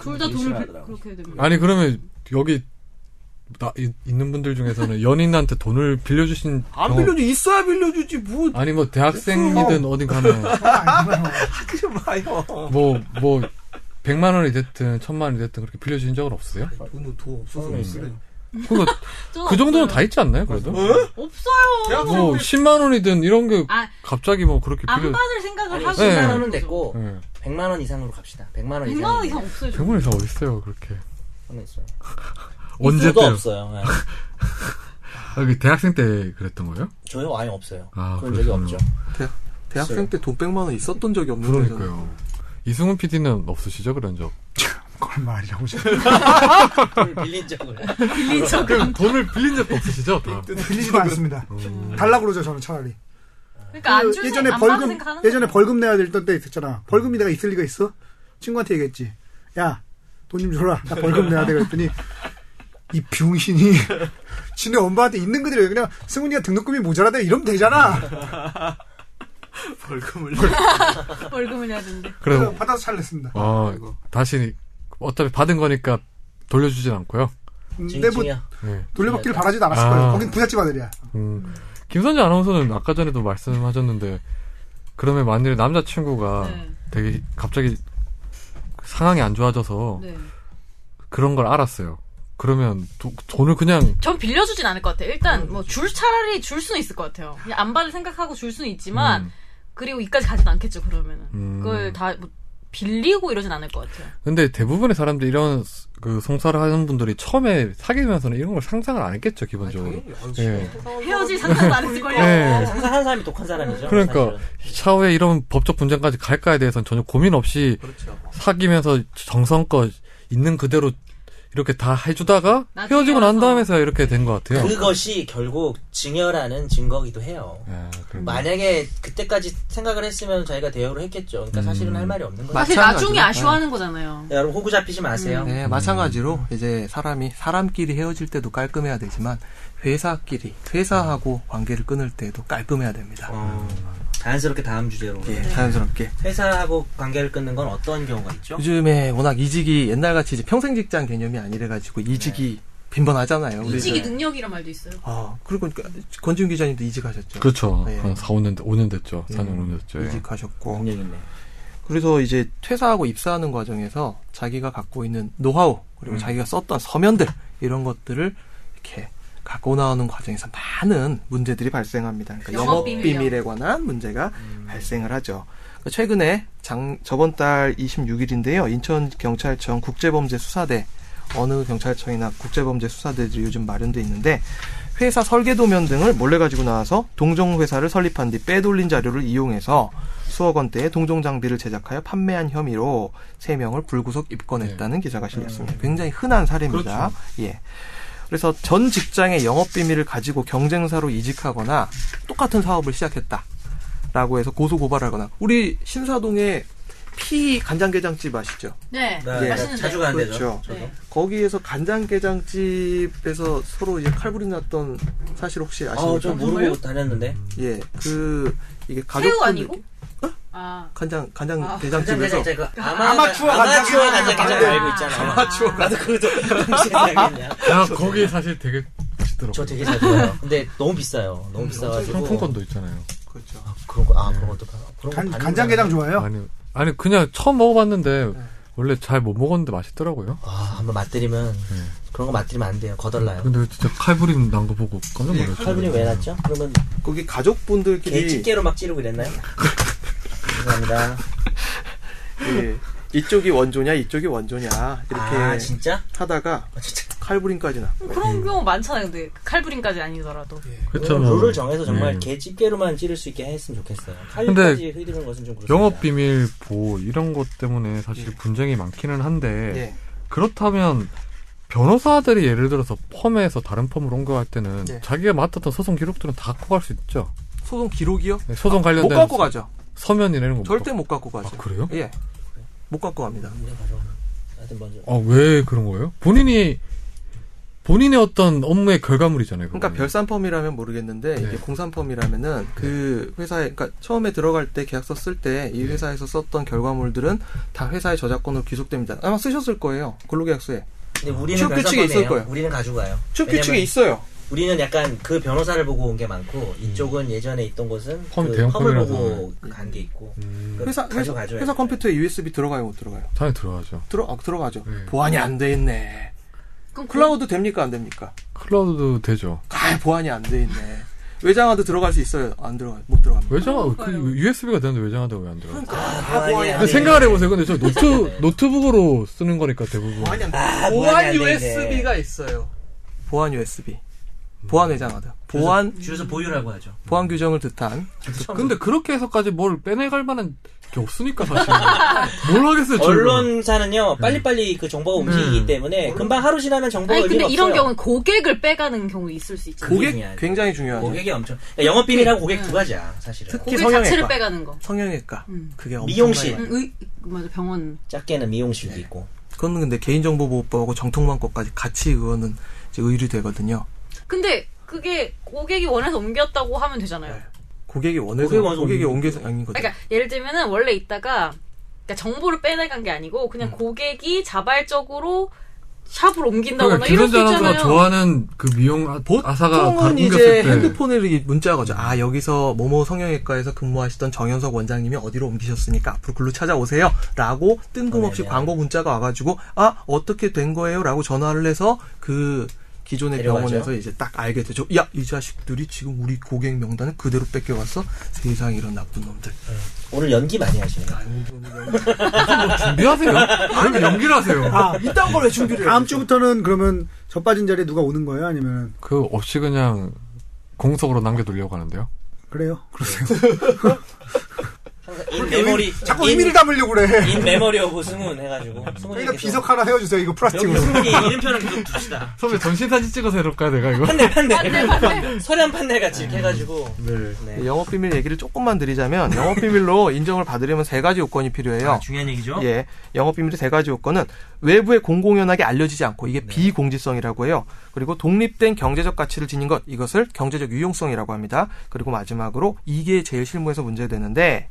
[SPEAKER 2] 둘 다 돈을 빌-
[SPEAKER 5] 그렇게 되면
[SPEAKER 1] 아니 그러면 여기 나, 이- 있는 분들 중에서는 연인한테 돈을 빌려주신
[SPEAKER 3] 안
[SPEAKER 1] 경험-
[SPEAKER 3] 빌려주 있어야 빌려주지 뭐
[SPEAKER 1] 아니 뭐 대학생이든 어딘 가면
[SPEAKER 3] 하지 마요.
[SPEAKER 1] 뭐 뭐 백만 원이 됐든 천만 원이 됐든 그렇게 빌려주신 적은 없으세요?
[SPEAKER 3] 돈은 돈 없어서
[SPEAKER 1] 음.
[SPEAKER 3] 못 쓰네.
[SPEAKER 1] 그거 그 정도는 다 있지 않나요? 그래도
[SPEAKER 3] 어.
[SPEAKER 5] 없어요.
[SPEAKER 1] 뭐 10만 원이든 이런 게
[SPEAKER 5] 아,
[SPEAKER 1] 갑자기 뭐 그렇게
[SPEAKER 5] 안
[SPEAKER 1] 빌려
[SPEAKER 5] 받을 생각을
[SPEAKER 2] 아니
[SPEAKER 5] 하고
[SPEAKER 2] 10만
[SPEAKER 1] 네.
[SPEAKER 2] 원은
[SPEAKER 5] 있다는 거죠.
[SPEAKER 2] 됐고
[SPEAKER 1] 예.
[SPEAKER 2] 100만 원 이상으로 갑시다. 100만 원
[SPEAKER 5] 100만
[SPEAKER 2] 이상.
[SPEAKER 5] 원 이상 없어요. 지금.
[SPEAKER 1] 백만 원 이상 어딨어요 그렇게
[SPEAKER 2] 있어요.
[SPEAKER 1] 언제
[SPEAKER 2] 도
[SPEAKER 1] 때요?
[SPEAKER 2] 없어요. 네.
[SPEAKER 1] 아, 그 대학생 때 그랬던 거예요?
[SPEAKER 2] 저요 아예 없어요.
[SPEAKER 1] 아,
[SPEAKER 2] 그런 적이
[SPEAKER 1] 그렇군요.
[SPEAKER 2] 없죠.
[SPEAKER 3] 대학생 때 돈 100만 원 있었던 적이 없는데. 저는.
[SPEAKER 1] 그러니까요. 이승훈 PD는 없으시죠 그런 적?
[SPEAKER 6] 그걸 말이라고 지
[SPEAKER 2] 돈을 빌린 적을.
[SPEAKER 5] 빌린 적
[SPEAKER 1] 그럼 돈을 빌린 적도 없으시죠? 다.
[SPEAKER 6] 빌리지도 않습니다. 달라고 그러죠 저는 차라리.
[SPEAKER 5] 그러니까 안
[SPEAKER 6] 그
[SPEAKER 5] 주는
[SPEAKER 6] 예전에
[SPEAKER 5] 안 받을
[SPEAKER 6] 벌금
[SPEAKER 5] 생각하는
[SPEAKER 6] 예전에
[SPEAKER 5] 거예요.
[SPEAKER 6] 벌금 내야 될 때 있었잖아. 벌금이 내가 있을 리가 있어? 친구한테 얘기했지. 야, 돈 좀 줘라. 나 벌금 내야 돼. 그랬더니 이 병신이 지네 엄마한테 있는 그대로 그냥 승훈이가 등록금이 모자라대 이러면 되잖아.
[SPEAKER 3] 벌금을
[SPEAKER 5] 벌금을 내야 되는데.
[SPEAKER 1] 그래.
[SPEAKER 6] 받아서 잘 냈습니다.
[SPEAKER 1] 아
[SPEAKER 3] 아이고.
[SPEAKER 1] 다시 어차피 받은 거니까 돌려주진 않고요.
[SPEAKER 6] 근데
[SPEAKER 2] 증-
[SPEAKER 6] 뭐
[SPEAKER 2] 증여.
[SPEAKER 1] 네.
[SPEAKER 6] 돌려받기를 바라지도 않았을
[SPEAKER 1] 아.
[SPEAKER 6] 거예요. 거긴 부잣집 아들이야.
[SPEAKER 1] 음. 김선재 아나운서는 아까 전에도 말씀하셨는데 그러면 만일 남자친구가
[SPEAKER 5] 네.
[SPEAKER 1] 되게 갑자기 상황이 안 좋아져서
[SPEAKER 5] 네.
[SPEAKER 1] 그런 걸 알았어요. 그러면 도- 돈을 그냥
[SPEAKER 5] 전 빌려주진 않을 것 같아요. 일단 뭐 줄 차라리 줄 수는 있을 것 같아요. 그냥 안 받을 생각하고 줄 수는 있지만
[SPEAKER 1] 음.
[SPEAKER 5] 그리고 이까지 가진 않겠죠 그러면은
[SPEAKER 1] 음.
[SPEAKER 5] 그걸 다뭐 빌리고 이러진 않을 것 같아요.
[SPEAKER 1] 근데 대부분의 사람들이 이런 스- 그 송사를 하는 분들이 처음에 사귀면서는 이런 걸 상상을 안 했겠죠 기본적으로. 예.
[SPEAKER 5] 헤어질 상상도 안 했을 걸요.
[SPEAKER 1] 예.
[SPEAKER 2] 항상 한 사람이 독한 사람이죠.
[SPEAKER 1] 그러니까
[SPEAKER 2] 사실은.
[SPEAKER 1] 차후에 이런 법적 분쟁까지 갈까에 대해서는 전혀 고민 없이
[SPEAKER 3] 그렇죠.
[SPEAKER 1] 사귀면서 정성껏 있는 그대로 이렇게 다 해주다가
[SPEAKER 5] 나중에
[SPEAKER 1] 헤어지고 난
[SPEAKER 5] 와서.
[SPEAKER 1] 다음에서야 이렇게 된 것 같아요.
[SPEAKER 2] 그것이 결국 증여라는 증거기도 해요.
[SPEAKER 1] 아, 그럼.
[SPEAKER 2] 만약에 그때까지 생각을 했으면 자기가 대여를 했겠죠. 그러니까 사실은 할 말이 없는 거예요.
[SPEAKER 3] 맞-
[SPEAKER 5] 사실 나중에
[SPEAKER 1] 네.
[SPEAKER 3] 마찬가지로.
[SPEAKER 5] 아쉬워하는 거잖아요.
[SPEAKER 2] 여러분 호구 잡히지 마세요.
[SPEAKER 3] 네, 마찬가지로 이제 사람이 사람끼리 헤어질 때도 깔끔해야 되지만 회사끼리 회사하고 관계를 끊을 때도 깔끔해야 됩니다.
[SPEAKER 2] 어, 자연스럽게 다음 주제로.
[SPEAKER 3] 예, 자연스럽게.
[SPEAKER 2] 회사하고 관계를 끊는 건 어떤 경우가 있죠?
[SPEAKER 3] 요즘에 워낙 이직이 옛날같이 이제 평생 직장 개념이 아니래가지고 이직이 빈번하잖아요. 우리
[SPEAKER 5] 이직이
[SPEAKER 3] 이제-
[SPEAKER 5] 능력이란 말도 있어요.
[SPEAKER 3] 아, 그리고 그러니까 권지훈 기자님도 이직하셨죠.
[SPEAKER 1] 그렇죠.
[SPEAKER 3] 네.
[SPEAKER 1] 한 4, 5년, 5년 됐죠. 4년,
[SPEAKER 3] 음,
[SPEAKER 1] 5년 됐죠. 예.
[SPEAKER 3] 이직하셨고.
[SPEAKER 2] 능력이네.
[SPEAKER 3] 그래서 이제 퇴사하고 입사하는 과정에서 자기가 갖고 있는 노하우 그리고
[SPEAKER 1] 음.
[SPEAKER 3] 자기가 썼던 서면들 이런 것들을 이렇게 갖고 나오는 과정에서 많은 문제들이 발생합니다. 그러니까
[SPEAKER 5] 영업
[SPEAKER 3] 영업
[SPEAKER 5] 비밀이요.
[SPEAKER 3] 비밀에 관한 문제가 발생을 하죠. 그러니까 최근에 장- 저번 달 26일인데요. 인천 경찰청 국제범죄수사대 어느 경찰청이나 국제범죄수사대들이 요즘 마련돼 있는데 회사 설계도면 등을 몰래 가지고 나와서 동종 회사를 설립한 뒤 빼돌린 자료를 이용해서 수억 원대의 동종 장비를 제작하여 판매한 혐의로 세명을 불구속 입건했다는 기사가 실렸습니다. 굉장히 흔한 사례입니다. 예. 그래서 전 직장의 영업 비밀을 가지고 경쟁사로 이직하거나 똑같은 사업을 시작했다라고 해서 고소 고발하거나 우리 신사동에 피 간장게장집 아시죠?
[SPEAKER 5] 네.
[SPEAKER 2] 네,
[SPEAKER 5] 맛있는데.
[SPEAKER 2] 자주 가안 되죠.
[SPEAKER 3] 그렇죠.
[SPEAKER 2] 저도.
[SPEAKER 5] 네.
[SPEAKER 3] 거기에서 간장게장집에서 서로 이제 칼부리 났던 사실 혹시 아십니까?
[SPEAKER 2] 아, 좀 모르고 다녔는데.
[SPEAKER 3] 예, 그 이게 가족
[SPEAKER 5] 새우 아니고? 아, 아.
[SPEAKER 3] 간장 간장
[SPEAKER 2] 간장
[SPEAKER 3] 게장집에서
[SPEAKER 2] 게장, 그
[SPEAKER 6] 아마추어
[SPEAKER 2] 아마추어
[SPEAKER 6] 간장
[SPEAKER 2] 간장 게장
[SPEAKER 6] 게장.
[SPEAKER 2] 알고 있잖아요. 아마추어 나도 그래도 당신 생각했냐?
[SPEAKER 1] 아,
[SPEAKER 2] 그렇죠.
[SPEAKER 1] 거기 사실 되게
[SPEAKER 2] 저
[SPEAKER 1] 맛있더라고요.
[SPEAKER 2] 되게 잘 좋아요. 근데 너무 비싸요. 너무 비싸가지고
[SPEAKER 1] 상품권도 있잖아요.
[SPEAKER 3] 그렇죠.
[SPEAKER 2] 그런 거 아 그런 것도 가- 그런 거
[SPEAKER 6] 간,
[SPEAKER 2] 반응이
[SPEAKER 6] 간장게장 좋아요?
[SPEAKER 1] 아니, 아니 그냥 처음 먹어봤는데 원래 잘 못 먹었는데 맛있더라고요.
[SPEAKER 2] 네. 아 한번 맛들이면 그런 거 맛들이면 안 돼요. 거덜나요.
[SPEAKER 1] 근데 진짜 칼부림 난 거 보고 깜짝 놀랐어요.
[SPEAKER 2] 네, 칼분이 왜 났죠? 그러면
[SPEAKER 3] 거기
[SPEAKER 2] 개
[SPEAKER 3] 가족분들끼리
[SPEAKER 2] 집게로 막 찌르고 그랬나요? 죄송합니다.
[SPEAKER 3] 예, 이쪽이 원조냐 이쪽이 원조냐 이렇게
[SPEAKER 2] 아 진짜?
[SPEAKER 3] 하다가
[SPEAKER 2] 아, 진짜.
[SPEAKER 3] 칼부림까지 나.
[SPEAKER 5] 그런 경우 많잖아요. 근데 칼부림까지 아니더라도.
[SPEAKER 1] 그쵸, 뭐.
[SPEAKER 2] 룰을 정해서 정말
[SPEAKER 1] 예.
[SPEAKER 2] 개 집게로만 찌를 수 있게 했으면 좋겠어요.
[SPEAKER 1] 근데
[SPEAKER 2] 칼까지 휘두르는 것은 좀 그렇습니다.
[SPEAKER 1] 영업 비밀 보호 이런 것 때문에 사실 분쟁이 많기는
[SPEAKER 2] 네.
[SPEAKER 1] 한데
[SPEAKER 3] 예.
[SPEAKER 1] 그렇다면 변호사들이 예를 들어서 펌에서 다른 펌으로 옮겨갈 때는
[SPEAKER 3] 네.
[SPEAKER 1] 자기가 맡았던 소송 기록들은 다 갖고 갈 수 있죠.
[SPEAKER 3] 소송 기록이요?
[SPEAKER 1] 네, 소송
[SPEAKER 3] 아, 못
[SPEAKER 1] 관련된
[SPEAKER 3] 갖고 가죠.
[SPEAKER 1] 서면이나 이런 거
[SPEAKER 3] 절대
[SPEAKER 1] 못
[SPEAKER 3] 못 갖고 가죠.
[SPEAKER 1] 갖고. 아 그래요?
[SPEAKER 3] 예. 못 갖고 갑니다.
[SPEAKER 2] 그냥 가져가면. 하여튼 먼저
[SPEAKER 1] 아 왜 그런 거예요? 본인이 본인의 어떤 업무의 결과물이잖아요.
[SPEAKER 3] 그러니까
[SPEAKER 1] 그거는.
[SPEAKER 3] 별산펌이라면
[SPEAKER 1] 음.
[SPEAKER 3] 모르겠는데
[SPEAKER 1] 네.
[SPEAKER 3] 이게 공산펌이라면은 그 회사에 그러니까 처음에 들어갈 때 계약서 쓸 때 이 회사에서 썼던 결과물들은 다 회사의 저작권으로 귀속됩니다. 아마 쓰셨을 거예요. 근로계약서에.
[SPEAKER 2] 근데 우리는
[SPEAKER 3] 취업 규칙이 있을
[SPEAKER 2] 변산범이에요.
[SPEAKER 3] 거예요.
[SPEAKER 2] 우리는 가져가요.
[SPEAKER 3] 쭉
[SPEAKER 2] 왜냐면
[SPEAKER 3] 규칙에 있어요.
[SPEAKER 2] 우리는 약간 그 변호사를 보고 온 게 많고 이쪽은 예전에 있던 곳은
[SPEAKER 1] 펌이
[SPEAKER 2] 그
[SPEAKER 1] 대형
[SPEAKER 2] 펌을
[SPEAKER 1] 펌이라서.
[SPEAKER 2] 보고 간 게 있고
[SPEAKER 1] 음,
[SPEAKER 2] 그걸
[SPEAKER 3] 회사 회사,
[SPEAKER 2] 가져가줘야
[SPEAKER 3] 회사
[SPEAKER 2] 돼요.
[SPEAKER 3] 컴퓨터에 USB 들어가요, 못 들어가요?
[SPEAKER 1] 당연히 들어가죠.
[SPEAKER 3] 들어 아, 들어가죠.
[SPEAKER 1] 네.
[SPEAKER 3] 보안이 안 돼 있네.
[SPEAKER 5] 그럼
[SPEAKER 3] 클라우드 됩니까 안 됩니까?
[SPEAKER 1] 클라우드도 되죠.
[SPEAKER 3] 아, 보안이 안 돼 있네. 외장하드 들어갈 수 있어요? 안 들어가요? 못 들어갑니다.
[SPEAKER 1] 외장
[SPEAKER 5] 그러니까요.
[SPEAKER 1] 그 USB가 되는데 외장하다고 왜 안 들어가? 요
[SPEAKER 2] 아, 보안이 안
[SPEAKER 1] 근데
[SPEAKER 2] 돼.
[SPEAKER 1] 생각을 해보세요. 근데 저 노트 노트북으로 쓰는 거니까 대부분.
[SPEAKER 3] 안
[SPEAKER 2] 아, 보안이 안 돼, 이게.
[SPEAKER 3] 있어요. 네, 보안 USB. 보안 외장하드. 보안
[SPEAKER 2] 줄여서 보유라고 하죠.
[SPEAKER 3] 보안 규정을 뜻한
[SPEAKER 1] 근데 그렇게 해서까지 뭘 빼내갈 만한 게 없으니까 사실 뭘 하겠어요. 저희가.
[SPEAKER 2] 언론사는요 빨리빨리 그 정보가 움직이기
[SPEAKER 1] 음.
[SPEAKER 2] 때문에 금방 하루 지나면 정보가
[SPEAKER 5] 그, 아니 근데
[SPEAKER 2] 의미가
[SPEAKER 5] 이런
[SPEAKER 2] 없어요.
[SPEAKER 5] 경우는 고객을 빼가는 경우도 있을 수 있잖아요.
[SPEAKER 2] 그게
[SPEAKER 3] 고객
[SPEAKER 2] 중요하죠.
[SPEAKER 3] 굉장히 중요하죠.
[SPEAKER 2] 고객이 엄청 그러니까 영업 비밀하고 고객
[SPEAKER 5] 음.
[SPEAKER 2] 두 가지야 사실은.
[SPEAKER 3] 특히
[SPEAKER 5] 고객
[SPEAKER 3] 성형외과.
[SPEAKER 5] 자체를 빼가는 거.
[SPEAKER 3] 성형외과
[SPEAKER 5] 음.
[SPEAKER 3] 그게 엄청
[SPEAKER 2] 미용실.
[SPEAKER 5] 음, 의, 맞아 병원.
[SPEAKER 2] 작게는 미용실도 있고
[SPEAKER 3] 그거는 근데 개인정보보호법하고 정통망법까지 같이 그거는 이제 의류 되거든요.
[SPEAKER 5] 근데 그게 고객이 원해서 옮겼다고 하면 되잖아요.
[SPEAKER 3] 네. 고객이 원해서
[SPEAKER 2] 고객이 와서
[SPEAKER 3] 고객이
[SPEAKER 2] 옮기는
[SPEAKER 3] 옮겨서 아닌 거죠.
[SPEAKER 5] 그러니까 예를 들면은 원래 있다가 그러니까 정보를 빼내간 게 아니고 그냥 고객이 자발적으로 샵을 옮긴다거나
[SPEAKER 1] 그러니까
[SPEAKER 5] 이럴 수
[SPEAKER 1] 기존자
[SPEAKER 5] 있잖아요.
[SPEAKER 1] 나가 좋아하는 그 미용 아- 아사가 가-
[SPEAKER 3] 보통은
[SPEAKER 1] 옮겼을
[SPEAKER 3] 이제
[SPEAKER 1] 때
[SPEAKER 3] 핸드폰으로 이 문자가 오죠. 아 여기서 모모 성형외과에서 근무하시던 정현석 원장님이 어디로 옮기셨으니까 앞으로 글로 찾아오세요. 라고 뜬금없이
[SPEAKER 2] 어, 네네.
[SPEAKER 3] 광고 문자가 와가지고 아 어떻게 된 거예요? 라고 전화를 해서 그 기존의
[SPEAKER 2] 데려가죠.
[SPEAKER 3] 병원에서 이제 딱 알게 되죠. 야 이 자식들이 지금 우리 고객 명단을 그대로 뺏겨왔어. 세상 이런 나쁜 놈들.
[SPEAKER 2] 오늘 연기 많이 하시네요.
[SPEAKER 1] 준비하세요. 그럼 연기를 하세요.
[SPEAKER 6] 아,
[SPEAKER 3] 이딴 걸 왜 준비를
[SPEAKER 6] 다음 주부터는 그러면 저 빠진 자리에 누가 오는 거예요? 아니면
[SPEAKER 1] 그 없이 그냥 공석으로 남겨두려고 하는데요.
[SPEAKER 6] 그래요? 그러세요.
[SPEAKER 2] 항상 인 메모리
[SPEAKER 6] 자꾸
[SPEAKER 2] 인-
[SPEAKER 6] 의미를 담으려고 그래.
[SPEAKER 2] 인 메모리 오브 승훈 해가지고 승훈이
[SPEAKER 6] 그러니까
[SPEAKER 2] 계속-
[SPEAKER 6] 비석 하나 헤어주세요. 이거
[SPEAKER 2] 여기
[SPEAKER 6] 플라스틱으로.
[SPEAKER 2] 승훈이 이름표는 계속 둡시다.
[SPEAKER 1] 선배 전신 사진 찍어서 해볼까요, 내가 이거?
[SPEAKER 2] 판넬 아, 네, 판넬 서련 판넬 같이 이렇게 해가지고
[SPEAKER 1] 네.
[SPEAKER 2] 네.
[SPEAKER 3] 영업 비밀 얘기를 조금만 드리자면 영업 비밀로 인정을 받으려면 세 가지 요건이 필요해요.
[SPEAKER 2] 아, 중요한 얘기죠.
[SPEAKER 3] 예, 영업 비밀의 세 가지 요건은 외부에 공공연하게 알려지지 않고 이게 비공지성이라고 해요. 그리고 독립된 경제적 가치를 지닌 것 이것을 경제적 유용성이라고 합니다. 그리고 마지막으로 이게 제일 실무에서 문제되는데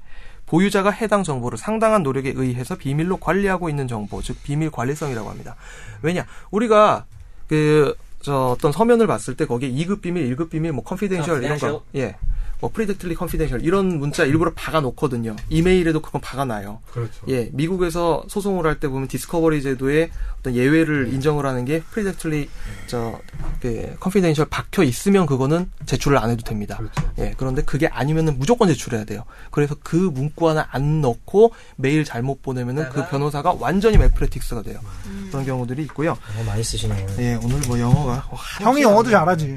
[SPEAKER 3] 보유자가 해당 정보를 상당한 노력에 의해서 비밀로 관리하고 있는 정보, 즉 비밀 관리성이라고 합니다. 왜냐? 우리가 그 저 어떤 서면을 봤을 때 거기에 2급 비밀, 1급 비밀, 뭐 컨피덴셜 이런 거, 예, 뭐 프리덱틀리 컨피덴셜 이런 문자 일부러 박아 놓거든요. 이메일에도 그건 박아 놔요.
[SPEAKER 1] 그렇죠.
[SPEAKER 3] 예, 미국에서 소송을 할 때 보면 디스커버리 제도에 어떤
[SPEAKER 2] 네.
[SPEAKER 3] 예외를 인정을 하는 게 프리덱틀리 저 그, 컨피덴셜 박혀 있으면 그거는 제출을 안 해도 됩니다.
[SPEAKER 1] 그렇죠.
[SPEAKER 3] 예, 그런데 그게 아니면은 무조건 제출해야 돼요. 그래서 그 문구 하나 안 넣고 메일 잘못 보내면은 그
[SPEAKER 2] 그러다가-
[SPEAKER 3] 변호사가 완전히 멜프레틱스가 돼요. 그런 경우들이 있고요.
[SPEAKER 2] 어, 많이 쓰시네요.
[SPEAKER 3] 예, 오늘 뭐 영어가 와,
[SPEAKER 6] 형이 영어도 잘하지.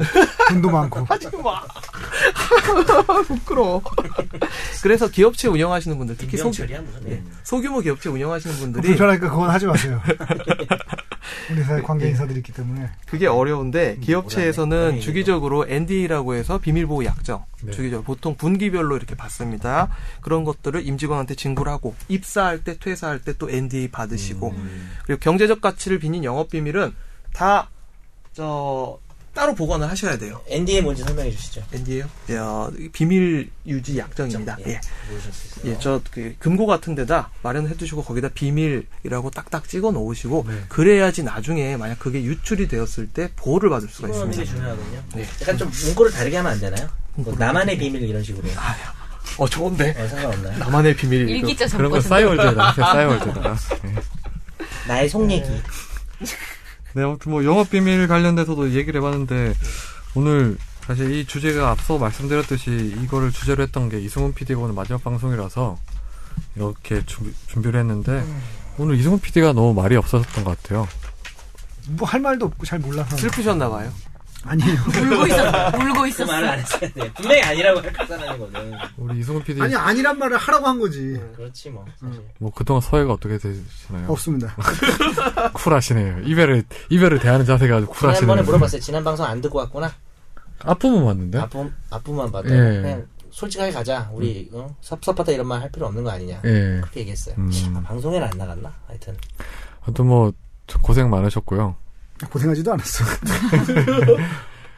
[SPEAKER 6] 돈도 많고.
[SPEAKER 3] 부끄러워. 그래서 기업체 운영하시는 분들 특히 소,
[SPEAKER 2] 김병철이야 어, 그렇죠. 무슨? 네.
[SPEAKER 3] 소규모 기업체 운영하시는 분들이
[SPEAKER 6] 불편하니까 그건 하지 마세요. 우리 사회 관계 인사들이 있기 때문에.
[SPEAKER 3] 그게 어려운데
[SPEAKER 2] 뭐라 해?
[SPEAKER 3] 기업체에서는
[SPEAKER 2] 네,
[SPEAKER 3] 주기적으로 ND라고 해서 비밀보호 약정
[SPEAKER 1] 네.
[SPEAKER 3] 주기적으로 보통 분기별로 이렇게 받습니다. 그런 것들을 임직원한테 징구를 하고 입사할 때 퇴사할 때 또 NDA 받으시고 그리고 경제적 가치를 비닌 영업 비밀은 다 저 따로 보관을 하셔야 돼요.
[SPEAKER 2] NDA 뭔지 설명해 주시죠.
[SPEAKER 3] NDA요? 야, 비밀 유지 약정입니다.
[SPEAKER 2] 좀,
[SPEAKER 3] 예.
[SPEAKER 2] 모르실 수 있어요.
[SPEAKER 3] 예, 저, 그, 금고 같은 데다 마련해 두시고 거기다 비밀이라고 딱딱 찍어 놓으시고, 그래야지 나중에 만약 그게 유출이 되었을 때 보호를 받을 수가
[SPEAKER 2] 그건 되게
[SPEAKER 3] 있습니다.
[SPEAKER 2] 중요하거든요.
[SPEAKER 3] 네.
[SPEAKER 2] 약간 좀 문구를 다르게 하면 안 되나요? 뭐 나만의 비밀 이런 식으로.
[SPEAKER 3] 어, 좋은데?
[SPEAKER 2] 어, 상관없나요?
[SPEAKER 3] 나만의 비밀. 이거.
[SPEAKER 5] 일기자
[SPEAKER 1] 그런
[SPEAKER 5] 전거
[SPEAKER 1] 거 싸이월드에다 싸이월드에다가 예.
[SPEAKER 2] 나의 속 얘기.
[SPEAKER 1] 네, 아무튼 뭐 영업 비밀 관련돼서도 얘기를 해봤는데 오늘 사실 이 주제가 앞서 말씀드렸듯이 이거를 주제로 했던 게 이승훈 PD가 오늘 마지막 방송이라서 이렇게 주- 준비를 했는데 오늘 이승훈 PD가 너무 말이 없었던 것 같아요.
[SPEAKER 6] 뭐 할 말도 없고 잘 몰라서
[SPEAKER 3] 슬프셨나봐요.
[SPEAKER 6] 아니에요.
[SPEAKER 5] 울고 있었어. 울고
[SPEAKER 2] 그
[SPEAKER 5] 있었어.
[SPEAKER 2] 말을 안 했어야 돼. 분명히 아니라고 할 사람이거든.
[SPEAKER 1] 우리 이승훈 PD
[SPEAKER 6] 아니 아니란 말을 하라고 한 거지.
[SPEAKER 2] 그렇지 뭐. 사실.
[SPEAKER 1] 뭐 그동안 서해가 어떻게 되시나요?
[SPEAKER 6] 없습니다.
[SPEAKER 1] 쿨하시네요. 이별을 이별을 대하는 자세가 아주
[SPEAKER 2] 지난번에
[SPEAKER 1] 쿨하시네요.
[SPEAKER 2] 물어봤어요. 지난 방송 안 듣고 왔구나.
[SPEAKER 1] 앞부분 맞는데?
[SPEAKER 2] 아픔 아픔만 봐도
[SPEAKER 1] 네? 예. 음.
[SPEAKER 2] 그냥 솔직하게 가자. 우리 어? 섭섭하다 이런 말 할 필요 없는 거 아니냐.
[SPEAKER 1] 예.
[SPEAKER 2] 그렇게 얘기했어요.
[SPEAKER 1] 음.
[SPEAKER 2] 아, 방송에는 안 나갔나? 하여튼
[SPEAKER 1] 아무튼 뭐 고생 많으셨고요.
[SPEAKER 6] 고생하지도 않았어.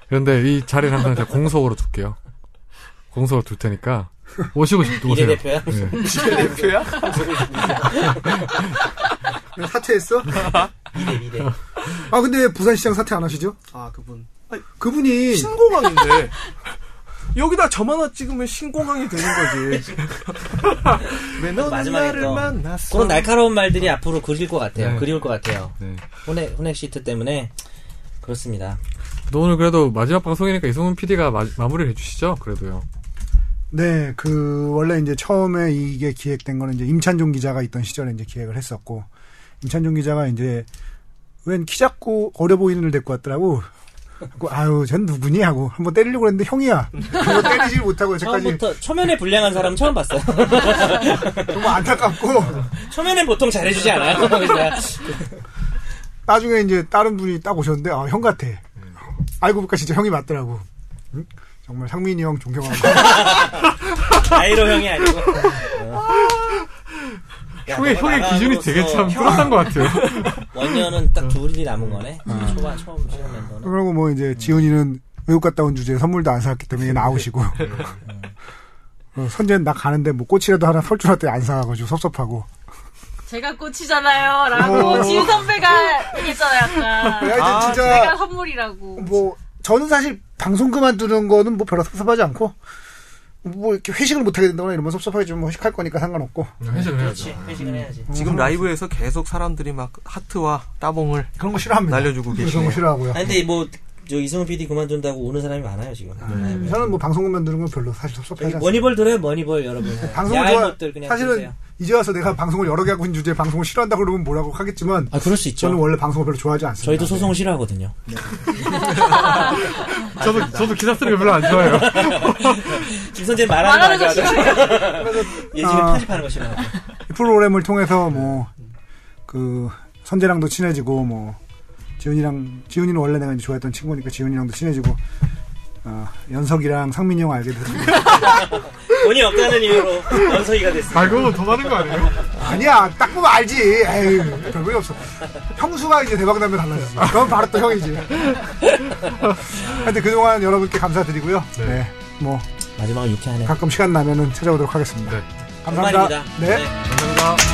[SPEAKER 1] 그런데 이 자리는 항상 제가 공석으로 둘게요. 공석으로 둘 테니까 오시고 싶 오세요.
[SPEAKER 2] 비례대표야?
[SPEAKER 1] 예.
[SPEAKER 3] 대표야?
[SPEAKER 6] 사퇴했어?
[SPEAKER 2] 미래 미래.
[SPEAKER 6] 아 근데 왜 부산시장 사퇴 안 하시죠?
[SPEAKER 3] 아, 그분.
[SPEAKER 6] 그분이
[SPEAKER 3] 신공항인데. 여기다 점 하나 찍으면 신공항이 되는 거지. 왜 너는
[SPEAKER 2] 마지막에
[SPEAKER 3] 나를
[SPEAKER 2] 또
[SPEAKER 3] 만났어?
[SPEAKER 2] 그런 날카로운 말들이 앞으로 그릴 것 같아요.
[SPEAKER 1] 네.
[SPEAKER 2] 그리울 것 같아요.
[SPEAKER 1] 네.
[SPEAKER 2] 혼액 혼액 시트 때문에 그렇습니다.
[SPEAKER 1] 또 오늘 그래도 마지막 방송이니까 이승훈 PD가 마, 무리를 해주시죠. 그래도요.
[SPEAKER 6] 네, 그 원래 이제 처음에 이게 기획된 거는 이제 임찬종 기자가 있던 시절에 이제 기획을 했었고 임찬종 기자가 이제 웬 키 작고 어려 보이는 애를 데리고 왔더라고. 그래갖고 아유, 쟨 누구니 하고 한번 때리려고 했는데 형이야. 그거 때리질 못하고 여태까지
[SPEAKER 2] 처음부터 초면에 불량한 사람 처음 봤어요.
[SPEAKER 6] 정말 안타깝고
[SPEAKER 2] 초면엔 보통 잘해주지 않아요. 그러니까 그냥
[SPEAKER 6] 나중에 이제 다른 분이 딱 오셨는데 아, 형 같아. 알고 보니까 진짜 형이 맞더라고. 응? 정말 상민이 형 존경하고.
[SPEAKER 2] 아이로 형이 아니고. 야,
[SPEAKER 1] 어. 형의
[SPEAKER 2] 너가
[SPEAKER 1] 형의 기준이
[SPEAKER 2] 나가고서
[SPEAKER 1] 되게 참 뚜렷한 것 같아요.
[SPEAKER 2] 원년은 딱 둘이 남은 거네. 초반 처음 시험 멤버는.
[SPEAKER 6] 그리고 뭐 이제 지훈이는 외국 갔다 온 주제에 선물도 안 사왔기 때문에 얘는 아웃이고. 어, 선재는 나 가는데 뭐 꽃이라도 하나 설 줄 알았더니 안 사와가지고 섭섭하고.
[SPEAKER 5] 제가 꽃이잖아요. 라고 지우 선배가 얘기했잖아요. 아까.
[SPEAKER 6] 야, 이제
[SPEAKER 5] 제가
[SPEAKER 6] 진짜
[SPEAKER 5] 선물이라고.
[SPEAKER 6] 뭐 저는 사실 방송 그만두는 거는 뭐 별로 섭섭하지 않고 뭐 이렇게 회식을 못하게 된다거나 이러면 섭섭하게 좀 회식할 거니까 상관없고. 뭐
[SPEAKER 1] 회식을
[SPEAKER 2] 그렇지. 회식을 해야지.
[SPEAKER 1] 음.
[SPEAKER 3] 지금 라이브에서 계속 사람들이 막 하트와 따봉을
[SPEAKER 6] 그런 거 싫어합니다.
[SPEAKER 3] 날려주고
[SPEAKER 6] 그런 거
[SPEAKER 3] 계시네요.
[SPEAKER 6] 싫어하고요.
[SPEAKER 2] 아 근데 뭐 저 이승훈 PD 그만둔다고 오는 사람이 많아요 지금.
[SPEAKER 1] 네.
[SPEAKER 6] 음, 저는 뭐 방송 그만두는 건 별로 사실 섭섭하지
[SPEAKER 2] 여기
[SPEAKER 6] 않습니다.
[SPEAKER 2] 머니볼 들어요 머니볼 여러분.
[SPEAKER 6] 방송
[SPEAKER 2] 야한
[SPEAKER 6] 좋아.
[SPEAKER 2] 것들 그냥
[SPEAKER 6] 사실은
[SPEAKER 2] 보세요.
[SPEAKER 6] 이제 와서 내가 방송을 여러 개 하고 있는 주제에 방송을 싫어한다 그러면 뭐라고 하겠지만
[SPEAKER 2] 아 그럴 수 있죠.
[SPEAKER 6] 저는 원래 방송을 별로 좋아하지 네. 않습니다.
[SPEAKER 2] 저희도 소송을 싫어하거든요.
[SPEAKER 1] 저도 저도 기사 쓰는 거 별로 안 좋아해요.
[SPEAKER 2] 김선재 말하는 거
[SPEAKER 5] 말하는 거
[SPEAKER 2] 싫어해요. 얘 지금
[SPEAKER 6] 아.
[SPEAKER 2] 편집하는 거 싫어하고.
[SPEAKER 6] 이 프로그램을 통해서 뭐 그 선재랑도 친해지고 뭐 지훈이랑 지훈이는 원래 내가 이제 좋아했던 친구니까 지훈이랑도 친해지고 어, 연석이랑 상민이 형 알게 됐고
[SPEAKER 2] 돈이 없다는 이유로 연석이가 됐어요.
[SPEAKER 6] 아.
[SPEAKER 1] 알고 더 많은 거 아니에요?
[SPEAKER 6] 아니야 딱 보면 알지 에이 별거 없어 형수가 이제 대박 나면 달라지지 그럼 바로 또 형이지 하여튼 그동안 여러분께 감사드리고요
[SPEAKER 1] 네.
[SPEAKER 6] 네뭐
[SPEAKER 2] 마지막은 유쾌하네.
[SPEAKER 6] 가끔 시간 나면은 찾아오도록 하겠습니다
[SPEAKER 1] 네.
[SPEAKER 6] 감사합니다
[SPEAKER 2] 정말입니다.
[SPEAKER 6] 네.
[SPEAKER 1] 감사합니다.